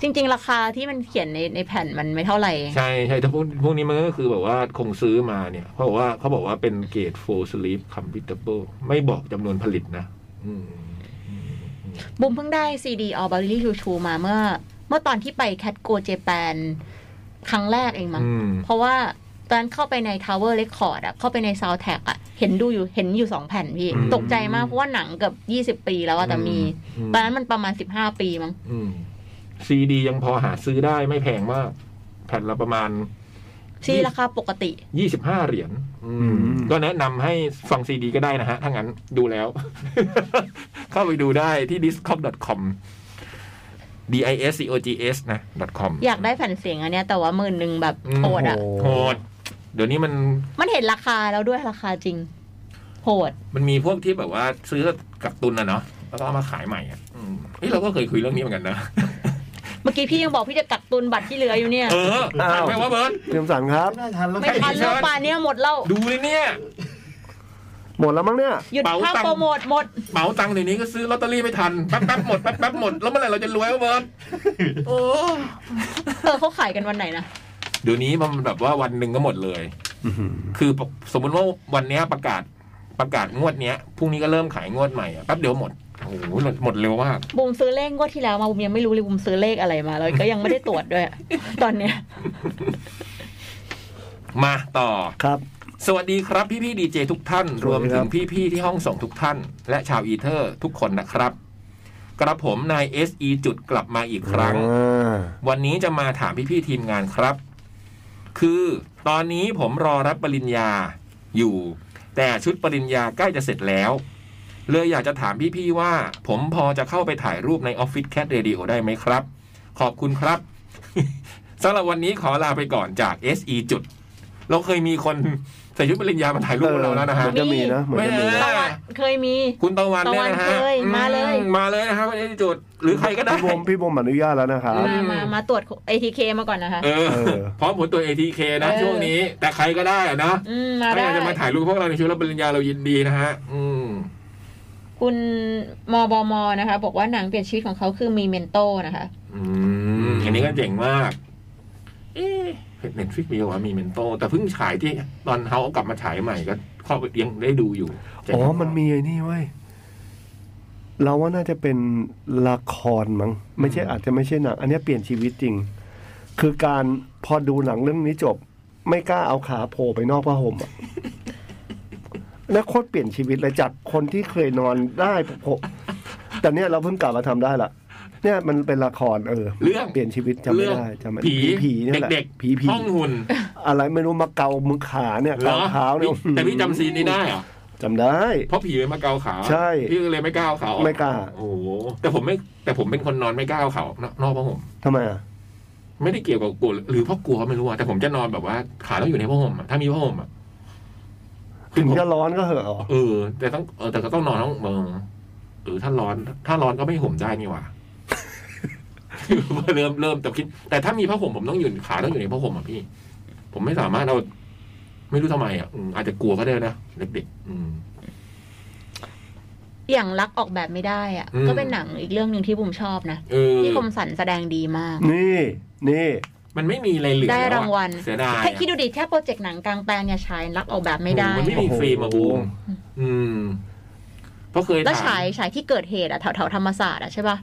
จริง ๆ ราคาที่มันเขียนในในแผ่นมันไม่เท่าไหร่
ใช่ใช่แต่พวกพวกนี้มันก็คือแบบว่าคงซื้อมาเนี่ย เพราะว่าเขาบอกว่าเป็นเกรด full sleep compatible ไม่บอกจำนวนผลิตนะ อืม
บุมเพิ่งได้ซีดีออบาริลี่ชูชูมาเมื่อ เมื่อตอนที่ไปแคทโกเจแปนครั้งแรกเองมั้ง
อืม
เพราะว่าตอนนนเข้าไปใน Tower Record อะเข้าไปใน Soundtrack อะเห็นดูอยู่เห็นอยู่สองแผ่นพี่
อืม
ตกใจมากเพราะว่าหนังเกือบ20 ปีแล้วอะแต่มี ตอนนั้นมันประมาณ 15 ปีมั้ง
ซีดียังพอหาซื้อได้ไม่แพงมาก แผ่นละประมาณ
ที่ราคาปกติ
ยี่สิบห้าเหรียญอืมก็แนะนำให้ฟังซีดีก็ได้นะฮะ ถ้างั้นดูแล้ว (laughs) เข้าไปดูได้ที่ discog.com d i s c o g s นะ .com
อยากได้แผ่นเสียงอันเนี้ยแต่ว่าหมื่นหนึ่งแบบ
อืม
โหดอะ
โหด เดี๋ยวนี้มัน
มันเห็นราคาแล้วด้วยราคาจริงโหด
มันมีพวกที่แบบว่าซื้อกับตุนอะเนาะแล้วก็เอามาขายใหม่อะอืมเฮ้ยเราก็เคยคุยเรื่องนี้เหมือนกันนะ
เมื่อกี้พี่ยังบอกพี่จะกักตุนบัตรที่เหลืออยู่เนี่ย
เออทันไหมว่าเบิร์น
เตรียมสันครับ
น่าทันแล้ว
ไม่ทันแล้วป่านเนี้ยหมดแล้ว
ดูเลยเนี่ย
หมดแล้วมั้งเนี่ย
หยุด
เป๋า
ภาพ
ตังค์
โปรโมทหมด
เหมาตังค์เดี๋ยวนี้ก็ซื้อลอตเตอรี่ไม่ทันแป๊บแป๊บๆหมดแป๊บแป๊บๆหมดแล้วเมื่อไหร่เราจะรวยวะเบิร์นโอ้
เออเขาขายกันวันไหนนะ
เดี๋ยวนี้มันแบบว่าวันหนึ่งก็หมดเลย คือปกสมมุติว่าวันเนี้ยประกาศประกาศงวดเนี้ยพรุ่งนี้ก็เริ่มขายงวดใหม่อะแป๊บเดียวหมด โอ้โหหมดเร็วมาก
บุมซื้อเลขงวดที่แล้วมาบุมยังไม่รู้เลยบุมซื้อเลขอะไรมาแล้วก็ยังไม่ได้ตรวจด้วย ตอนเนี้ย
มาต่อ
ครับ
สวัสดีครับพี่พี่ดีเจทุกท่าน
ส
ร
วั
ว
ส
ม
ดีค
ถึ
รับ
งพี่พี่ๆที่ห้องส่งทุกท่าน และชาวอีเทอร์ทุกคนนะครับ กระผมนาย SE จุดกลับมาอีกครั้ง
อ่า
วันนี้จะมาถามพี่พี่ๆทีมงานครับ คือตอนนี้ผมรอรับปริญญาอยู่ แต่ชุดปริญญาใกล้จะเสร็จแล้ว เลยอยากจะถามพี่ๆว่า ผมพอจะเข้าไปถ่ายรูปในออฟฟิศแคทเรดิโอได้ไหมครับ ขอบคุณครับ (laughs) สำหรับวันนี้ขอลาไปก่อนจาก SE จุด เราเคยมีคนใส่ชุดปริญญามาถ่ายรูปเราแล้วนะ
เห
ฮะ
มือนจะมีนะเหมือนจะมี
ไม่
นะ
ได้
ตะวันเคยมี
คุณตะวันเนี่ยนะฮะ
ตะวันเคยมาเลย
อืมาเลยนะครับ SE จุด หรือใครก็ได้
พี่บมพี่บมอนุญาตแล้วนะครับ
มามามาตรวจ ATK มาก่อนนะคะ
เออ
เออ
พร้อมผลตัว ATK นะ
เออ
ช่วงนี้ แต่ใครก็ได้อะนะ
อืมมา
ถ้าอ
ได้
ยากจะมาถ่ายรูปพวกเราในชุดรับปริญญาเรายินดีนะฮะ อืม
คุณมบมนะคะ บอกว่าหนังเปลี่ยนชีวิตของเขาคือมีเมนโตนะคะ
อืม อันนี้ก็เจ๋งมาก เอ๊ะเน็ตฟิกมีวะมีเมนโต แต่เพิ่งฉายที่ ตอนเขาเอากลับมาฉายใหม่ก็เข้าไปยังได้ดูอยู่เจ๋ง
อ๋อ มันมีไอ้นี่เว้ย เราว่าน่าจะเป็นละครมั้ง ไม่ใช่อาจจะไม่ใช่หนัง อันเนี้ยเปลี่ยนชีวิตจริง คือการพอดูหนังเรื่องนี้จบ ไม่กล้าเอาขาโผล่ไปนอกผ้าห่มอะ (laughs) แล้วโคตรเปลี่ยนชีวิตเลยจากคนที่เคยนอนได้ผมแต่เนี้ยเราเพิ่งกลับมาทำได้ละ เนี่ยมันเป็นละครเออ
เรื่อง
เปลี่ยนชีวิตจำไม่
เรื่อง
ได้จำไม่ได้
ผี
ผีๆเนี่ยแหละ
เด็ก
ผีผี
ห้องหุ่น
อะไรไม่รู้มาเกามือขาเนี่ย
เหร
เกา
อ
เท้าเนี่ย
พี่แต่พี่จำซีนนี้ได้เหรอ
จำได้
เพราะผีเลยมาเกาขา
ใช่
พี่ก็เลยไม่กล้าเอาขาออ
ไม่กล้า
โอ้โห แต่ผมไม่ แต่ผมเป็นคนนอนไม่กล้าเอาขานอกผ้าห่ม
ทำไมอ่ะ
ไม่ได้เกี่ยวกับกลัวหรือเพราะกลัวไม่รู้อะแต่ผมจะนอนแบบว่าขาต้องอยู่ในผ้าห่มอะถ้ามีผ้าห่มอะ
ถึง
ผม
จะร้อนก็เหอะอ๋อ
เออ แต่ต้องเออแต่ก็ต้องนอนต้องเออหรือถ้าร้อน ถ้าร้อนก็ไม่ห่มได้นี่หว่า (laughs) เริ่มเริ่มแต่คิด แต่ถ้ามีผ้าห่มผมต้องอยู่ขาต้องอยู่ในผ้าห่มอะพี่ ผมไม่สามารถเอาไม่รู้ทำไมอะอืมอาจจะกลัวก็ได้นะเด็กๆอืม
อย่างรักออกแบบไม่ได้อะ
อืม
ก็เป็นหนังอีกเรื่องหนึ่งที่บุมชอบนะ
เออ
ที่คมสันแสดงดีมาก
นี่นี่
มันไม่มีอะไรเหลือ
ได้
แล้อะ
รางวัล
เสียดาย
แค่คิดดูดิแค่โปรเจกต์หนังกลางแปลงเนี่ยฉายรักออกแบบไม่ได้
มันไม่มีฟิล์มอะบูมอืมเพราะเคย
แล้ว
ถ่า
ฉายยฉายที่เกิดเหตุอะแถวแถวๆธรรมศาสตร์อะใช่ป่ะ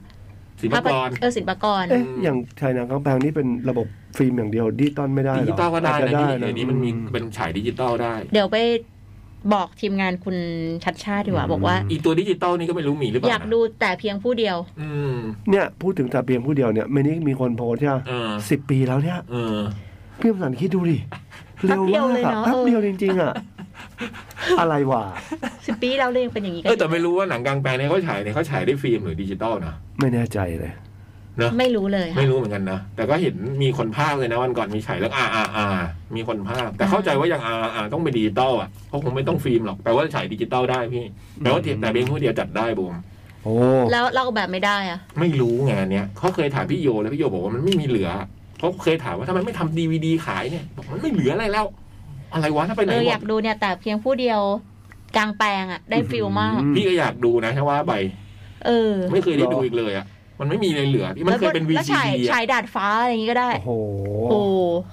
ศิลปากร
เออศิลปากร
เอ๊ะ
อืม
อย่างชายหนังกลางแปลงนี่เป็นระบบฟิล์มอย่างเดียวดิจิตอลไม่ได้เหรอ
ดิจิตอลก็ได้
าจจ
นะที่เดี๋ยวนี้มันมี
อื
เป็นฉายดิจิตอลได้
เดี๋ยวไปบอกทีมงานคุณชัดชาติดีกว่า
อืม
บอกว่า
อีตัวดิจิตอลนี่ก็ไม่รู้มีหรือเปล่า
อยากดูแต่เพียงผู้เดียว
อืม
เนี่ย พูดถึงแต่เพียงผู้เดียวเนี่ยไม่นี่มีคนโพสต์ใช่ไหม
เออ
สิบปีแล้วเนี่ย
เออ
พี่อมสันคิดดูดิ
แป๊
เร็
บ
ว
เดียว
มาก
เลย
อะ
เนอะ
แป๊บ
เออ
เดียวจริงๆอะอะไรวะ
สิบปีแล้วเลยยังเป็นอย่างนี้กั
เออแต่ไม่รู้ว่าหนังกลางแปลงเนี่ยเขาฉายเนี่ยเขาฉายได้วยฟิล์มหรือดิจิตอลนะ
ไม่แน่ใจเลย
ไม่รู้เลยค่ะ
ไม่รู้เหมือนกันนะ แต่ก็เห็นมีคนภาคเลยนะวันก่อนมีฉายแล้วอ่าอ่าอ่ามีคนภาค แต่เข้าใจว่าอย่างอ่าอ่าต้องเป็นดิจิตอลอ่ะเขาคงไม่ต้องฟิล์มหรอกแปลว่าฉายดิจิตอลได้พี่แปลว่าเทียบแต่เบงผู้เดียวจัดได้บูม
โอ้
แล้วเราออกแบบไม่ได้อะ
ไม่รู้ไงานเนี้ยเขาเคยถามพี่โยแล้วพี่โยบอกว่ามันไม่มีเหลือเขาเคยถามว่าทำไมไม่ทำดีวดีขายเนี่ยบอกมันไม่เหลืออะไรแล้ว อะไรวะถ้าไปไหน
เออ
หม
อยา
ด
กดูเนี่ย แต่เพียงผู้เดียวกลางแปลงอะได้ฟิลมาก
พี่ก็อยากดูนะใช่ว่าใบ
เออ
ไม่เคยได้ดูอีกเลยอ่ะมันไม่มีอะไรเหลือพี่มันเคยเป็น
แล้วฉาย
VCD
ฉายดาดฟ้าอะไรอย่างนี้ก็ได้
โอ้โห
โอ้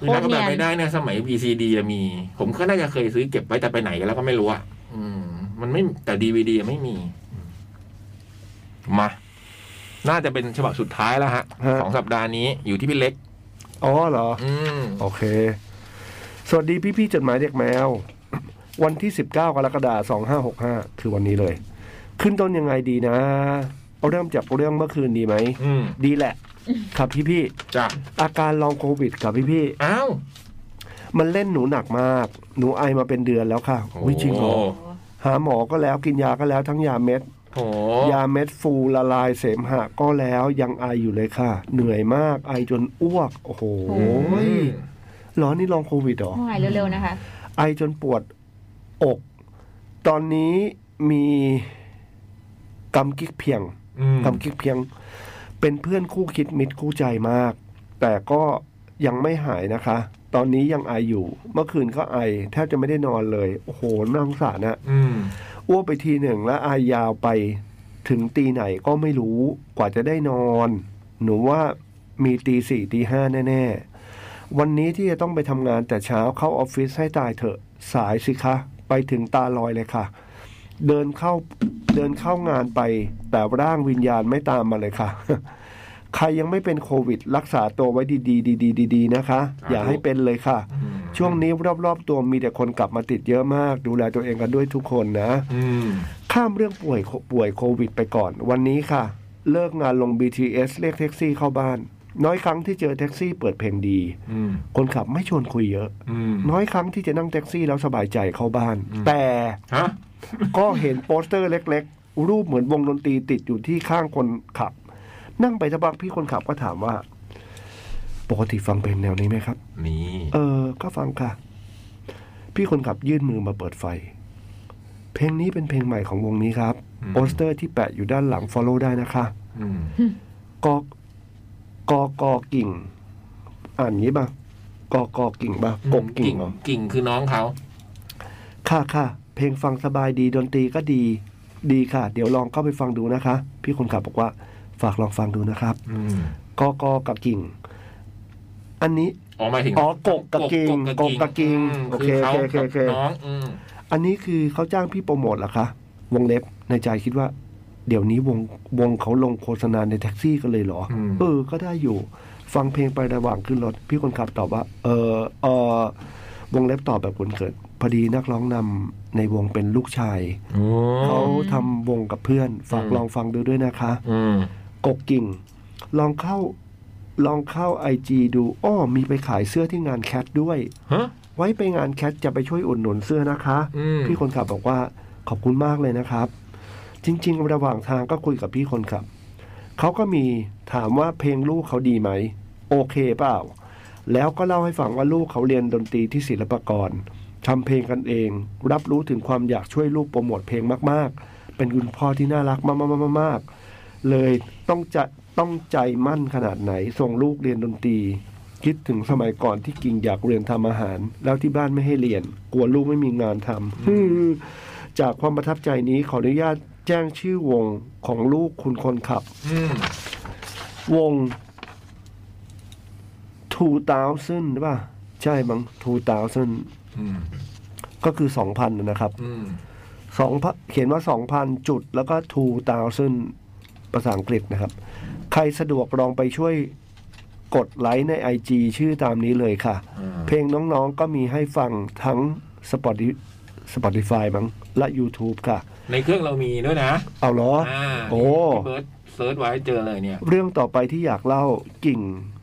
โค
มี
ต
นัก
ร
แบ
เนี
บ
ยน
ไม่ได้เนี่ยสมัย VCD จะมี ผมก็น่าจะเคยซื้อเก็บไว้แต่ไปไหนกันแล้วก็ไม่รู้อ่ะอืม มันไม่แต่ DVD อะไม่มีอืมมา น่าจะเป็นฉบับสุดท้ายแล้วฮะ
ฮะ
ของสัปดาห์นี้อยู่ที่พี่เล็ก
อ๋อเหรอ
อืม
โอเค สวัสดีพี่ๆจดหมายเด็กแมว (coughs) วันที่ 19 กรกฎาคม2565 คือวันนี้เลย ขึ้นต้นยังไงดีนะ เอาเริ่มจากเรื่องเมื่อคืนดีไหม
อืม
ดีแหละ ครับพี่
จ้ะ
ๆอาการลองโควิดครับพี่
อ้าว
ๆมันเล่นหนูหนักมาก หนูไอมาเป็นเดือนแล้วค่ะวิจริงเหรอหาหมอก็แล้วกินยาก็แล้วทั้งยาเม็ด
โอ้โห
ยาเม็ดฟูละลายเสมหะก็แล้วยังไออยู่เลยค่ะ เหนื่อยมากไอจนอ้วก โอ้โหร้อนนี่ลองโควิดเหรอ
ต้องหายเร็วๆนะคะ
ไอจนปวดอก ตอนนี้มีกำกิ๊กเพียง
อืม
กำกิ๊กเพียง เป็นเพื่อนคู่คิดมิตรคู่ใจมาก แต่ก็ยังไม่หายนะคะ ตอนนี้ยังไออยู่ เมื่อคืนก็ไอแทบจะไม่ได้นอนเลย โอ้โหน่าสงสารนะ
อืม
อ้วกไปทีหนึ่งแล้วอายยาวไปถึงตีไหนก็ไม่รู้กว่าจะได้นอน หนูว่ามีตีสี่ตีห้าแน่ ๆ วันนี้ที่จะต้องไปทำงานแต่เช้าเข้าออฟฟิศให้ตายเถอะสายสิคะ ไปถึงตาลอยเลยค่ะ เดินเข้าเดินเข้างานไป แต่ร่างวิญญาณไม่ตามมาเลยค่ะ (laughs) ใครยังไม่เป็นโควิด รักษาตัวไว้ดีๆดีๆดีๆนะคะ อย่าให้เป็นเลยค่ะ
อืม
ช่วงนี้รอบๆตัวมีแต่คนกลับมาติดเยอะมาก ดูแลตัวเองกันด้วยทุกคนนะ
อืม
ข้ามเรื่องป่วยโคป่วยโควิดไปก่อน วันนี้ค่ะ เลิกงานลง BTS เรียกแท็กซี่เข้าบ้าน น้อยครั้งที่เจอแท็กซี่เปิดเพลงดี
อืม
คนขับไม่ชวนคุยเยอะ
อืม
น้อยครั้งที่จะนั่งแท็กซี่แล้วสบายใจเข้าบ้าน แต่
ฮะ
ก็เห็นโปสเตอร์เล็กๆ รูปเหมือนวงดนตรีติดอยู่ที่ข้างคนขับ นั่งไปสักพักพี่คนขับก็ถามว่า ปกติฟังเพลงแนวนี้ไหมครับ
นี่
เออ ก็ฟังค่ะ พี่คนขับยื่นมือมาเปิดไฟ เพลงนี้เป็นเพลงใหม่ของวงนี้ครับ โปสเตอร์ที่แปะอยู่ด้านหลัง follow ได้นะคะ
อืม
กอกอกอกิ่ง อ่านงี้ป่ะกอกอกิ่งป่ะกกกิ่งเหรอ
กิ่งคือน้องเขา
ค่ะค่ะ เพลงฟังสบายดีดนตรีก็ดี ดีค่ะ เดี๋ยวลองเข้าไปฟังดูนะคะ พี่คนขับบอกว่า ฝากลองฟังดูนะครับ
อืม
กอกอกับกิ่ง อันนี้
อ๋อหมายถึง
อ๋อกบกับกิ่งกบกับกิ่ง
ม
โอเค
ขา
โอเคโอเค
กับน้องอืม
อันนี้คือเขาจ้างพี่โปรโมทเหรอคะ วงเล็บในใจคิดว่า เดี๋ยวนี้วงวงเขาลงโฆษณาในแท็กซี่กันเลยเหรอ
อืม
เออ ก็ได้อยู่ ฟังเพลงไประหว่างขึ้นรถ พี่คนขับตอบว่า เออเออวงเล็บตอบแบบคนเกิด พอดีนักร้องนำในวงเป็นลูกชาย
โอ้
เขาทำวงกับเพื่อน ฝาก
อืม
ลองฟังดูด้วยนะคะ
อืม
กกกิ่ง ลองเข้า ลองเข้าไอจีดู อ้อ มีไปขายเสื้อที่งานแคทด้วย
ฮะ
ไว้ไปงานแคทจะไปช่วยอุดหนุนเสื้อนะคะ
อืม
พี่คนขับบอกว่าขอบคุณมากเลยนะครับ จริง ๆ ระหว่างทางก็คุยกับพี่คนขับ เขาก็มีถามว่าเพลงลูกเขาดีไหม โอเคเปล่า แล้วก็เล่าให้ฟังว่าลูกเขาเรียนดนตรีที่ศิลปากรทำเพลงกันเอง รับรู้ถึงความอยากช่วยลูกโปรโมทเพลงมาก ๆ เป็นคุณพ่อที่น่ารักมากๆๆๆๆเลยต้องจะต้องใจมั่นขนาดไหน ส่งลูกเรียนดนตรี คิดถึงสมัยก่อนที่กิ่งอยากเรียนทำอาหาร แล้วที่บ้านไม่ให้เรียน กลัวลูกไม่มีงานทำจากความประทับใจนี้ขออนุญาต แจ้งชื่อวงของลูกคุณคนขับ
อืม
วง 2000หรือเปล่า ใช่มั้ง2000
อืม
ก็คือ 2,000นะนะครับ
อืม
สองพันเขียนว่า 2,000 จุดแล้วก็ 2000 ภาษาอังกฤษนะครับ ใครสะดวกลองไปช่วยกดไลค์ใน IG ชื่อตามนี้เลยค่ะ
อ่า
เพลงน้องๆก็มีให้ฟังทั้ง Spotify- Spotify มั้งและ YouTube ค่ะ
ในเครื่องเรามีด้วยนะ
เอาเหรอ
อ่า
โอ้
พี่เบิร์ดเซิร์ชไว้เจอเลยเนี่ย
เรื่องต่อไปที่อยากเล่ากิ่ง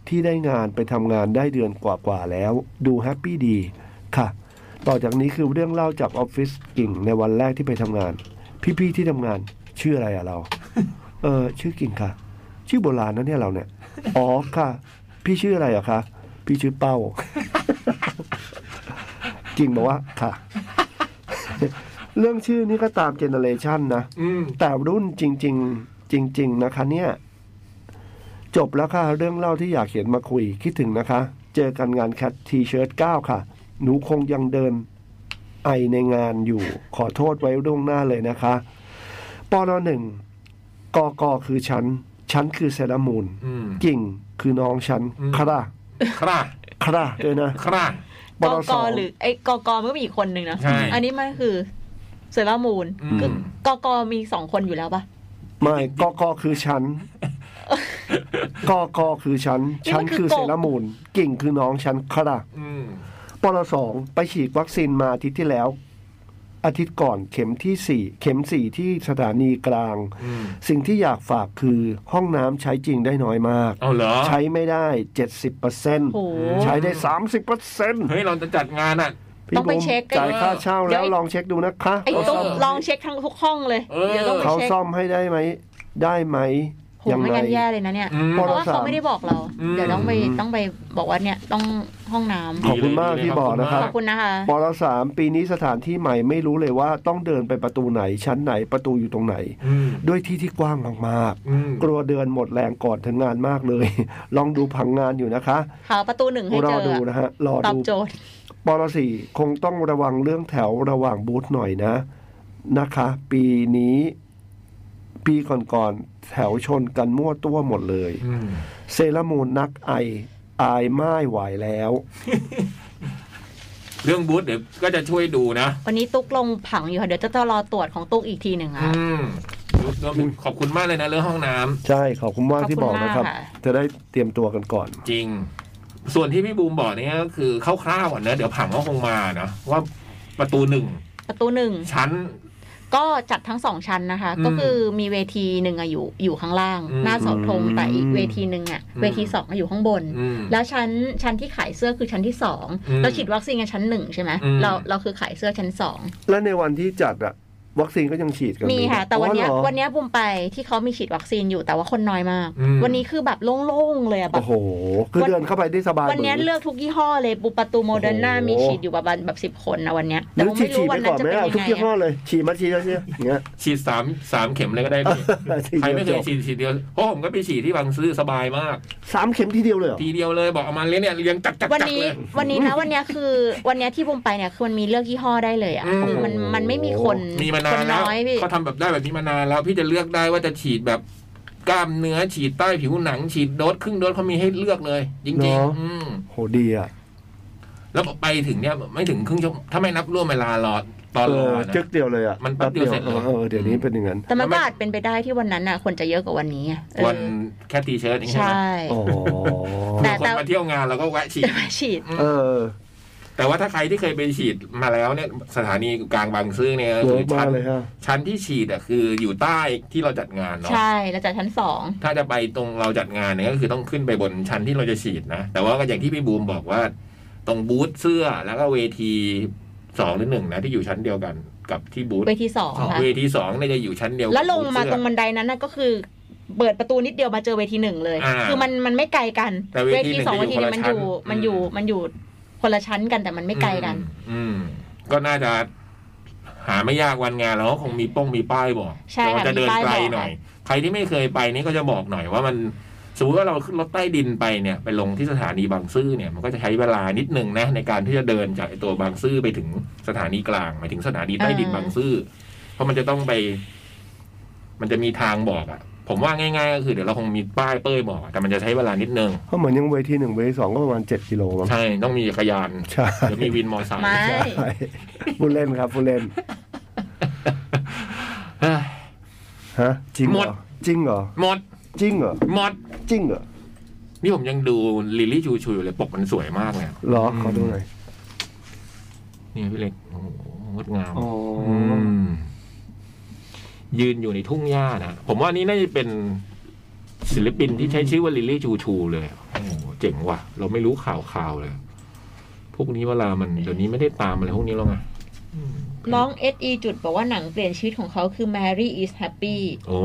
ที่ได้งานไปทำงานได้เดือนกว่าๆแล้ว ดูแฮปปี้ดีค่ะ ต่อจากนี้คือเรื่องเล่าจากออฟฟิศกิ่งในวันแรกที่ไปทำงาน พี่ๆที่ทำงานชื่ออะไรอะเรา เออชื่อกิ่งค่ะ ชื่อโบราณนะเนี่ยเราเนี่ยอ๋อค่ะ พี่ชื่ออะไรอะคะพี่ชื่อเป้า กิ่งบอกว่าค่ะ เรื่องชื่อนี่ก็ตามเจเนอเรชันนะ
อืม
แต่รุ่นจริง ๆ จริง ๆ นะคะ เนี่ย จบแล้วค่ะ เรื่องเล่าที่อยากเห็นมาคุยคิดถึงนะคะ เจอกันงานแคททีเชิร์ต9ค่ะ หนูคงยังเดินไอในงานอยู่ ขอโทษไว้ล่วงหน้าเลยนะคะปนหนึ่งกกคือฉัน ฉันคือเซรามูล
อืม
กิ่งคือน้องฉัน
อืม
ครา
ครับ
คราด้วยนะครับ ป
ก
น
ก
สอง
หรือไอ้กกมันก็มีอีกคนหนึ่งนะ
ใช่
อันนี้มันคือเซรามูล
อืม
คือกกมีสองคนอยู่แล้วปะ
ไม่กกคือฉันกกคือฉัน ฉันคือเซรามูลกิ่งคือน้องฉันครา
อืม
ปลสองไปฉีดวัคซีนมาอาทิตย์ที่แล้ว อาทิตย์ก่อนเข็มที่สี่เข็มสี่ที่สถานีกลาง
อืม
สิ่งที่อยากฝากคือห้องน้ำใช้จริงได้น้อยมาก
เอาเหรอ
ใช้ไม่ได้ 70%
โอ้
ใช้ได้ 30%
เฮ้ย เราจะจัดงานอ่ะ
พี่
ต้องไป
บุ๋ม
เช็ค
จ่าย
เออ
ค่าเช่า
เดี๋
แล้
ย
ว
วไอ้
ลองเช็คดูนะคะ
ไอ้
เออ
ต้องลองเช็คทั้งทุกห้องเลย
เออ
เดี๋ยวต้องไป
เขา
เช็ค
ซ่อมให้ได้ไหม ได้ไหม
โห
ยัง
ไม่
ไง
งั้นแย่เลยนะเนี่ย
อืม
เพราะว่า
ปลสาม
เขาไม่ได้บอกเรา
อืม
เดี๋ยวต้องไปต้องไปบอกว่าเนี่ยต้องห้องน้ำ
ขอบคุณมากที่บอกนะครับ
ขอบคุณนะคะ
ปลสามปีนี้สถานที่ใหม่ไม่รู้เลยว่าต้องเดินไปประตูไหน ชั้นไหนประตูอยู่ตรงไหน
อืม
ด้วยที่ที่กว้างมากๆ
อืม
กลัวเดินหมดแรงก่อนถึงงานมากเลย (laughs) ลองดูผังงานอยู่นะคะ
หาประตูหนึ่งให้
ร
เจ
อ
อ
ดูนะฮะ รอ
ตอบ
ดู
โจทย์
ปรสี่คงต้องระวังเรื่องแถวระหว่างบูธหน่อยนะ นะคะ ปีนี้ ปีก่อนๆ แถวชนกันมั่วตัวหมดเลย
อืม
เซรามูนนักไอ อายไม่ายไหวแล้ว
เรื่องบูธเดี๋ยวก็จะช่วยดูนะ
วันนี้ตุ๊กลงผังอยู่ค่ะ เดี๋ยวจะต้องรอตรวจของตุ๊กอีกทีหนึ่ง
อื
อ่ะ
มขอบคุณมากเลยนะเรื่องห้องน้ำ
ใช่ขอบคุณมากที่บอกนะครับ
ขอบคุณมากค่ะ
จะได้เตรียมตัวกันก่อน
จริง ส่วนที่พี่บูมบอกเนี่ยก็คือคร่าวๆก่อนนะเดี๋ยวผังก็คงมานะว่าประตูหนึ่ง
ประตูหนึ่ง
ชั้น
ก็จัดทั้งสองชั้นนะคะ
อืม
ก็คือมีเวทีหนึ่งอะอยู่อยู่ข้างล่าง
อืม
หน้าเสาธง
อืม
แต่อีกเวทีหนึ่งอะ
อืม
เวทีสองอะอยู่ข้างบน
อืม
แล้วชั้นชั้นที่ขายเสื้อคือชั้นที่สอง
อืม
เราฉีดวัคซีนกันชั้นหนึ่งใช่ไหม
อืม
เราเราคือขายเสื้อชั้นสอง
และในวันที่จัดอะวัคซีนก็ยังฉีดกัน
มีค่ะ แต่วันเนี้ย
อ๋อเหรอ
วันเนี้ยบุมไปที่เขามีฉีดวัคซีนอยู่แต่ว่าคนน้อยมาก
อืม
วันนี้คือแบบโล่งๆเลยอะแบ
โอ้
บ
โห คือ
วัน
เดินเข้าไปได้สบาย
วันเนี้ย
หมื
เลือกทุกยี่ห้อเลยบุประตูโมเดอร์นา
โอ้โห
มีฉีดอยู่ประมาณแบบสิบคนนะวันเนี้ย
ห
แต่
รือ
ว่า
ฉีด
ไม่
ฉี
รู้
ด
วั
ไป
น
ก่
นั้
อน น
จะ
ไหม
เป็น
เอา
ยัง
ทุก
ไง
ยี่ห้อ
อะ
เลย ฉีดมาฉีดแล้วเนี่ยอย่างเงี้ย
ฉีดสามสามเข็มเลยก็ได้พี่
ฉีด
ใคร
เดีย
ไม่
ว
เค
จ
ย
บ
ฉีดทีเดียวเพราะผมก็ไปฉีดที่บางซื่อสบายมาก
สามเข็มทีเดียวเลยเหรอ
ทีเดียวเลยบอกเอามาเลี้ยงเนี่ยเลี้ยงจักจัก
วัน
จัก
นี้
เลย
วันนี้นะวันเนี้ยคือวันเนี้ยที่บุมไปเนี่ยคือมันมีเลือกยี่ห้อได้เลยอะ
อืม
คือมันมันไม่มีคน
มีมานา
คน น
แล้ว
น้อยพี่
เขาทำแบบได้แบบนี้มานานแล้วพี่จะเลือกได้ว่าจะฉีดแบบกล้ามเนื้อฉีดใต้ผิวหนัง ฉีดโดสครึ่งโดสเขามีให้เลือกเลย จริง
เนอะ
ๆอืม
โหดีอ่ะ
แล้วไปถึงเนี่ยไม่ถึงครึ่งชั่วโมงถ้าไม่นับร่วมเวลารอตอน
เอ
รอ
อ
นะ
จึกเดียวเลยอ่ะ
มันแป๊บเดียวเสร็จเลย
ออเดี๋ยวนี้เป็นอย่างนั้น
แต่มันก็อาจเป็นไปได้ที่วันนั้นน่ะคนจะเยอะกว่าวันนี้อะเออ
วันแค่ตีเชิ้ตอย่างเงี้ย
ใช่
อ๋อ
แต่
คนมาเที่ยวงานเราก็แวะฉีด
จะมาฉีด
เออ
แต่ว่าถ้าใครที่เคยไปฉีดมาแล้วเนี่ยสถานีกลางบางซื่อเนี่ย
เวิ
คือ
ร์
ก
มา
ชั้
ก
น
เลยฮะ
ชั้นที่ฉีดอ่ะคืออยู่ใต้ที่เราจัดงานเนาะ
ใช่แล้วจากชั้นสอง
ถ้าจะไปตรงเราจัดงานเนี่ยก็คือต้องขึ้นไปบนชั้นที่เราจะฉีดนะ แต่ว่าก็อย่างที่พี่บูมบอกว่า ตรงบูธเสื้อแล้วก็เวทีสองหรือหนึ่งนะที่อยู่ชั้นเดียวกันกับที่บูธ
เวทีสองค่ะ
เวทีสองเนี่ยจะอยู่ชั้นเดียวกับ
แล้วลง
บู
มา
ธ
ต
เสื้
ร
อ
งบันไดนั้นน่ะก็คือ เปิดประตูนิดเดียวมาเจอเวทีหนึ่งเลย
อ่า
คือมันมันไม่ไกลกัน
แต่เวที
สอง
ห
เว
นึ่ง
ที
จะอยู่
เนี่ยมันอยู่
คนละชั้น
มันอยู่มันอยู่คนละชั้นกันแต่มันไม่ไกลกัน
อืมอืม ก็น่าจะหาไม่ยากวันงานเราก็คงมีป้องมีป้ายบอก
ใช่
แต่ว่า
ค่ะ
จะเดิน
มีป้าย
ไกล
บอก
หน่อย ใครที่ไม่เคยไปนี่ก็จะบอกหน่อยว่ามันสมมติว่าเราขึ้นรถใต้ดินไปเนี่ยไปลงที่สถานีบางซื่อเนี่ยมันก็จะใช้เวลานิดหนึ่งนะ ในการที่จะเดินจากไอ้ตัวบางซื่อไปถึงสถานีกลางหมายถึงสถานีใต้ดินบางซื่อเพราะมันจะต้องไป มันจะมีทางบอกอะผมว่าง่ายๆก็คือเดี๋ยวเราคงมีป้ายเป้ยบอกอะแต่มันจะใช้เวลานิดนึง
เพราะเหมือนยังเวทีหนึ่งเวทีสองก็ประมาณเจ็ดกิโลมั้ง
ใช่ต้องมีจักรยาน
ใช่
เดี๋ยวมีวินมอเตอร์ไซค์
ไม่
ใช่ผู้เล่นครับผู้เล่น
เฮ้ย
ฮะจริง
ห
เห
ม
ร
ด
อจริงเหรอ
หมด
จริงเหรอ
หมด
จริงเหรอ
นี่ผมยังดูลิลลี่ชูชูอยู่เลยปกมันสวยมากเลยอะ
เหรอขอดูหน่อย
นี่พี่เล็กโอ้โหงดงาม
อ๋ออ
อืมยืนอยู่ในทุ่งหญ้านะ ผมว่านี่น่าจะเป็นศิลปินที่ใช้ชื่อว่าลิลลี่ชูชูเลยโอ้โหเจ๋งว่ะ เราไม่รู้ข่าวข่าวๆเลย พวกนี้เวลามันเดี๋ยวนี้ไม่ได้ตามอะไรพวกนี้แล้วไง
น้องเอสีจุดบอกว่าหนังเปลี่ยนชีวิตของเขาคือ Mary is happy
โอ้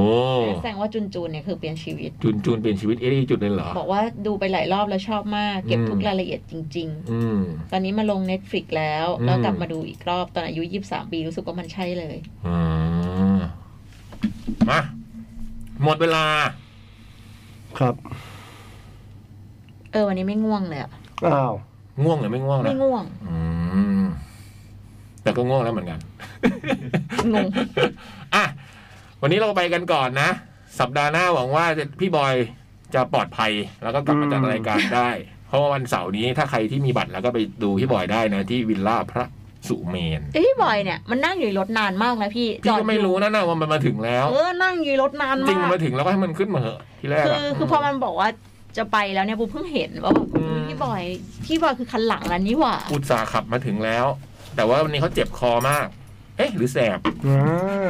แสดงว่าจุนจูนเนี่ยคือเปลี่ยนชีวิต
จูนจูนเปลี่ยนชีวิตเอรี่จุดเลยเหรอ
บอกว่าดูไปหลายรอบแล้วชอบมาก เก็บ
อืม
ทุกรายละเอียดจริง
อืม
ๆ ตอนนี้มาลง Netflix แล้ว
อืม
แล้วกลับมาดูอีกรอบตอนอายุ 23 ปีรู้สึกว่ามันใช่เลย
อ่ามา หมดเวลา
ครับ
เออวันนี้ไม่ง่วงเลยอะ
อ้าว
ง่วงหรือไม่ง่วง
ไม่
นะ
ง่วง
อืม แต่ก็ง่วงแล้วเหมือนกัน (laughs)
งง
อ่ะ วันนี้เราไปกันก่อนนะ สัปดาห์หน้าหวังว่าจะพี่บอยจะปลอดภัย แล้วก็กลับมาจัด
อืม
รายการได้ เพราะว่าวันเสาร์นี้ถ้าใครที่มีบัตรแล้วก็ไปดูพี่บอยได้นะ ที่วิลล่าพระสุเมน
แต่พี่บอยเนี่ยมันนั่งอยู่ในรถนานมากนะพี่
พี่ก็ไม่
ยู่
รู้นะนะว่ามันมาถึงแล้ว
เออนั่งอยู่ในรถนาน
จริ
มา
มัน
งก
มาถึงแล้วก็ให้มันขึ้นมาเหอะทีแรก
คือ
อะ
คือพอมันบอกว่าจะไปแล้วเนี่ยปูเพิ่งเห็นว่าแบบ
อืม
อุ๊ยพี่บอยพี่บอยคือคันหลังแล้วนี่หว่า
อุตส่าห์ขับมาถึงแล้ว แต่ว่าวันนี้เขาเจ็บคอมาก เอ๊ะ หรือแสบ
อ่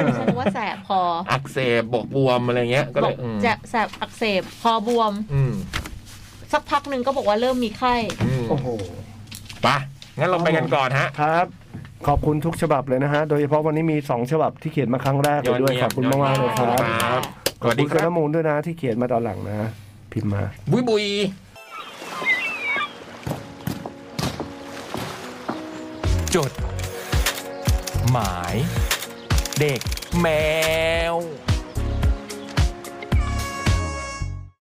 า
ฉันว่าแสบคอ
อักเสบบวกบวมอะไรเงี้ย ก็
บ
เล
อ
ย
ก
อืม
จะแสบอักเสบคอบวม
อืม
สักพักหนึ่งก็บอกว่าเริ่มมีไข้
อืม
โอ้โห
ไปงั้นเราไปกันก่อนฮะ
ครับ ขอบคุณทุกฉบับเลยนะฮะ โดยเฉพาะวันนี้มี 2 ฉบับที่เขียนมาครั้งแรกเลยด้วย ขอบคุณมากมากๆเลยครับ
ขอบคุณครับ สวัส
ขอบ
ดี
คุณ
ค
คุ
รั
ณ
บ
น้ำมูลด้วยนะที่เขียนมาตอนหลังนะ พิมพ์มา
บุยบ
จ
ุย
ด หมาย เด็กแมว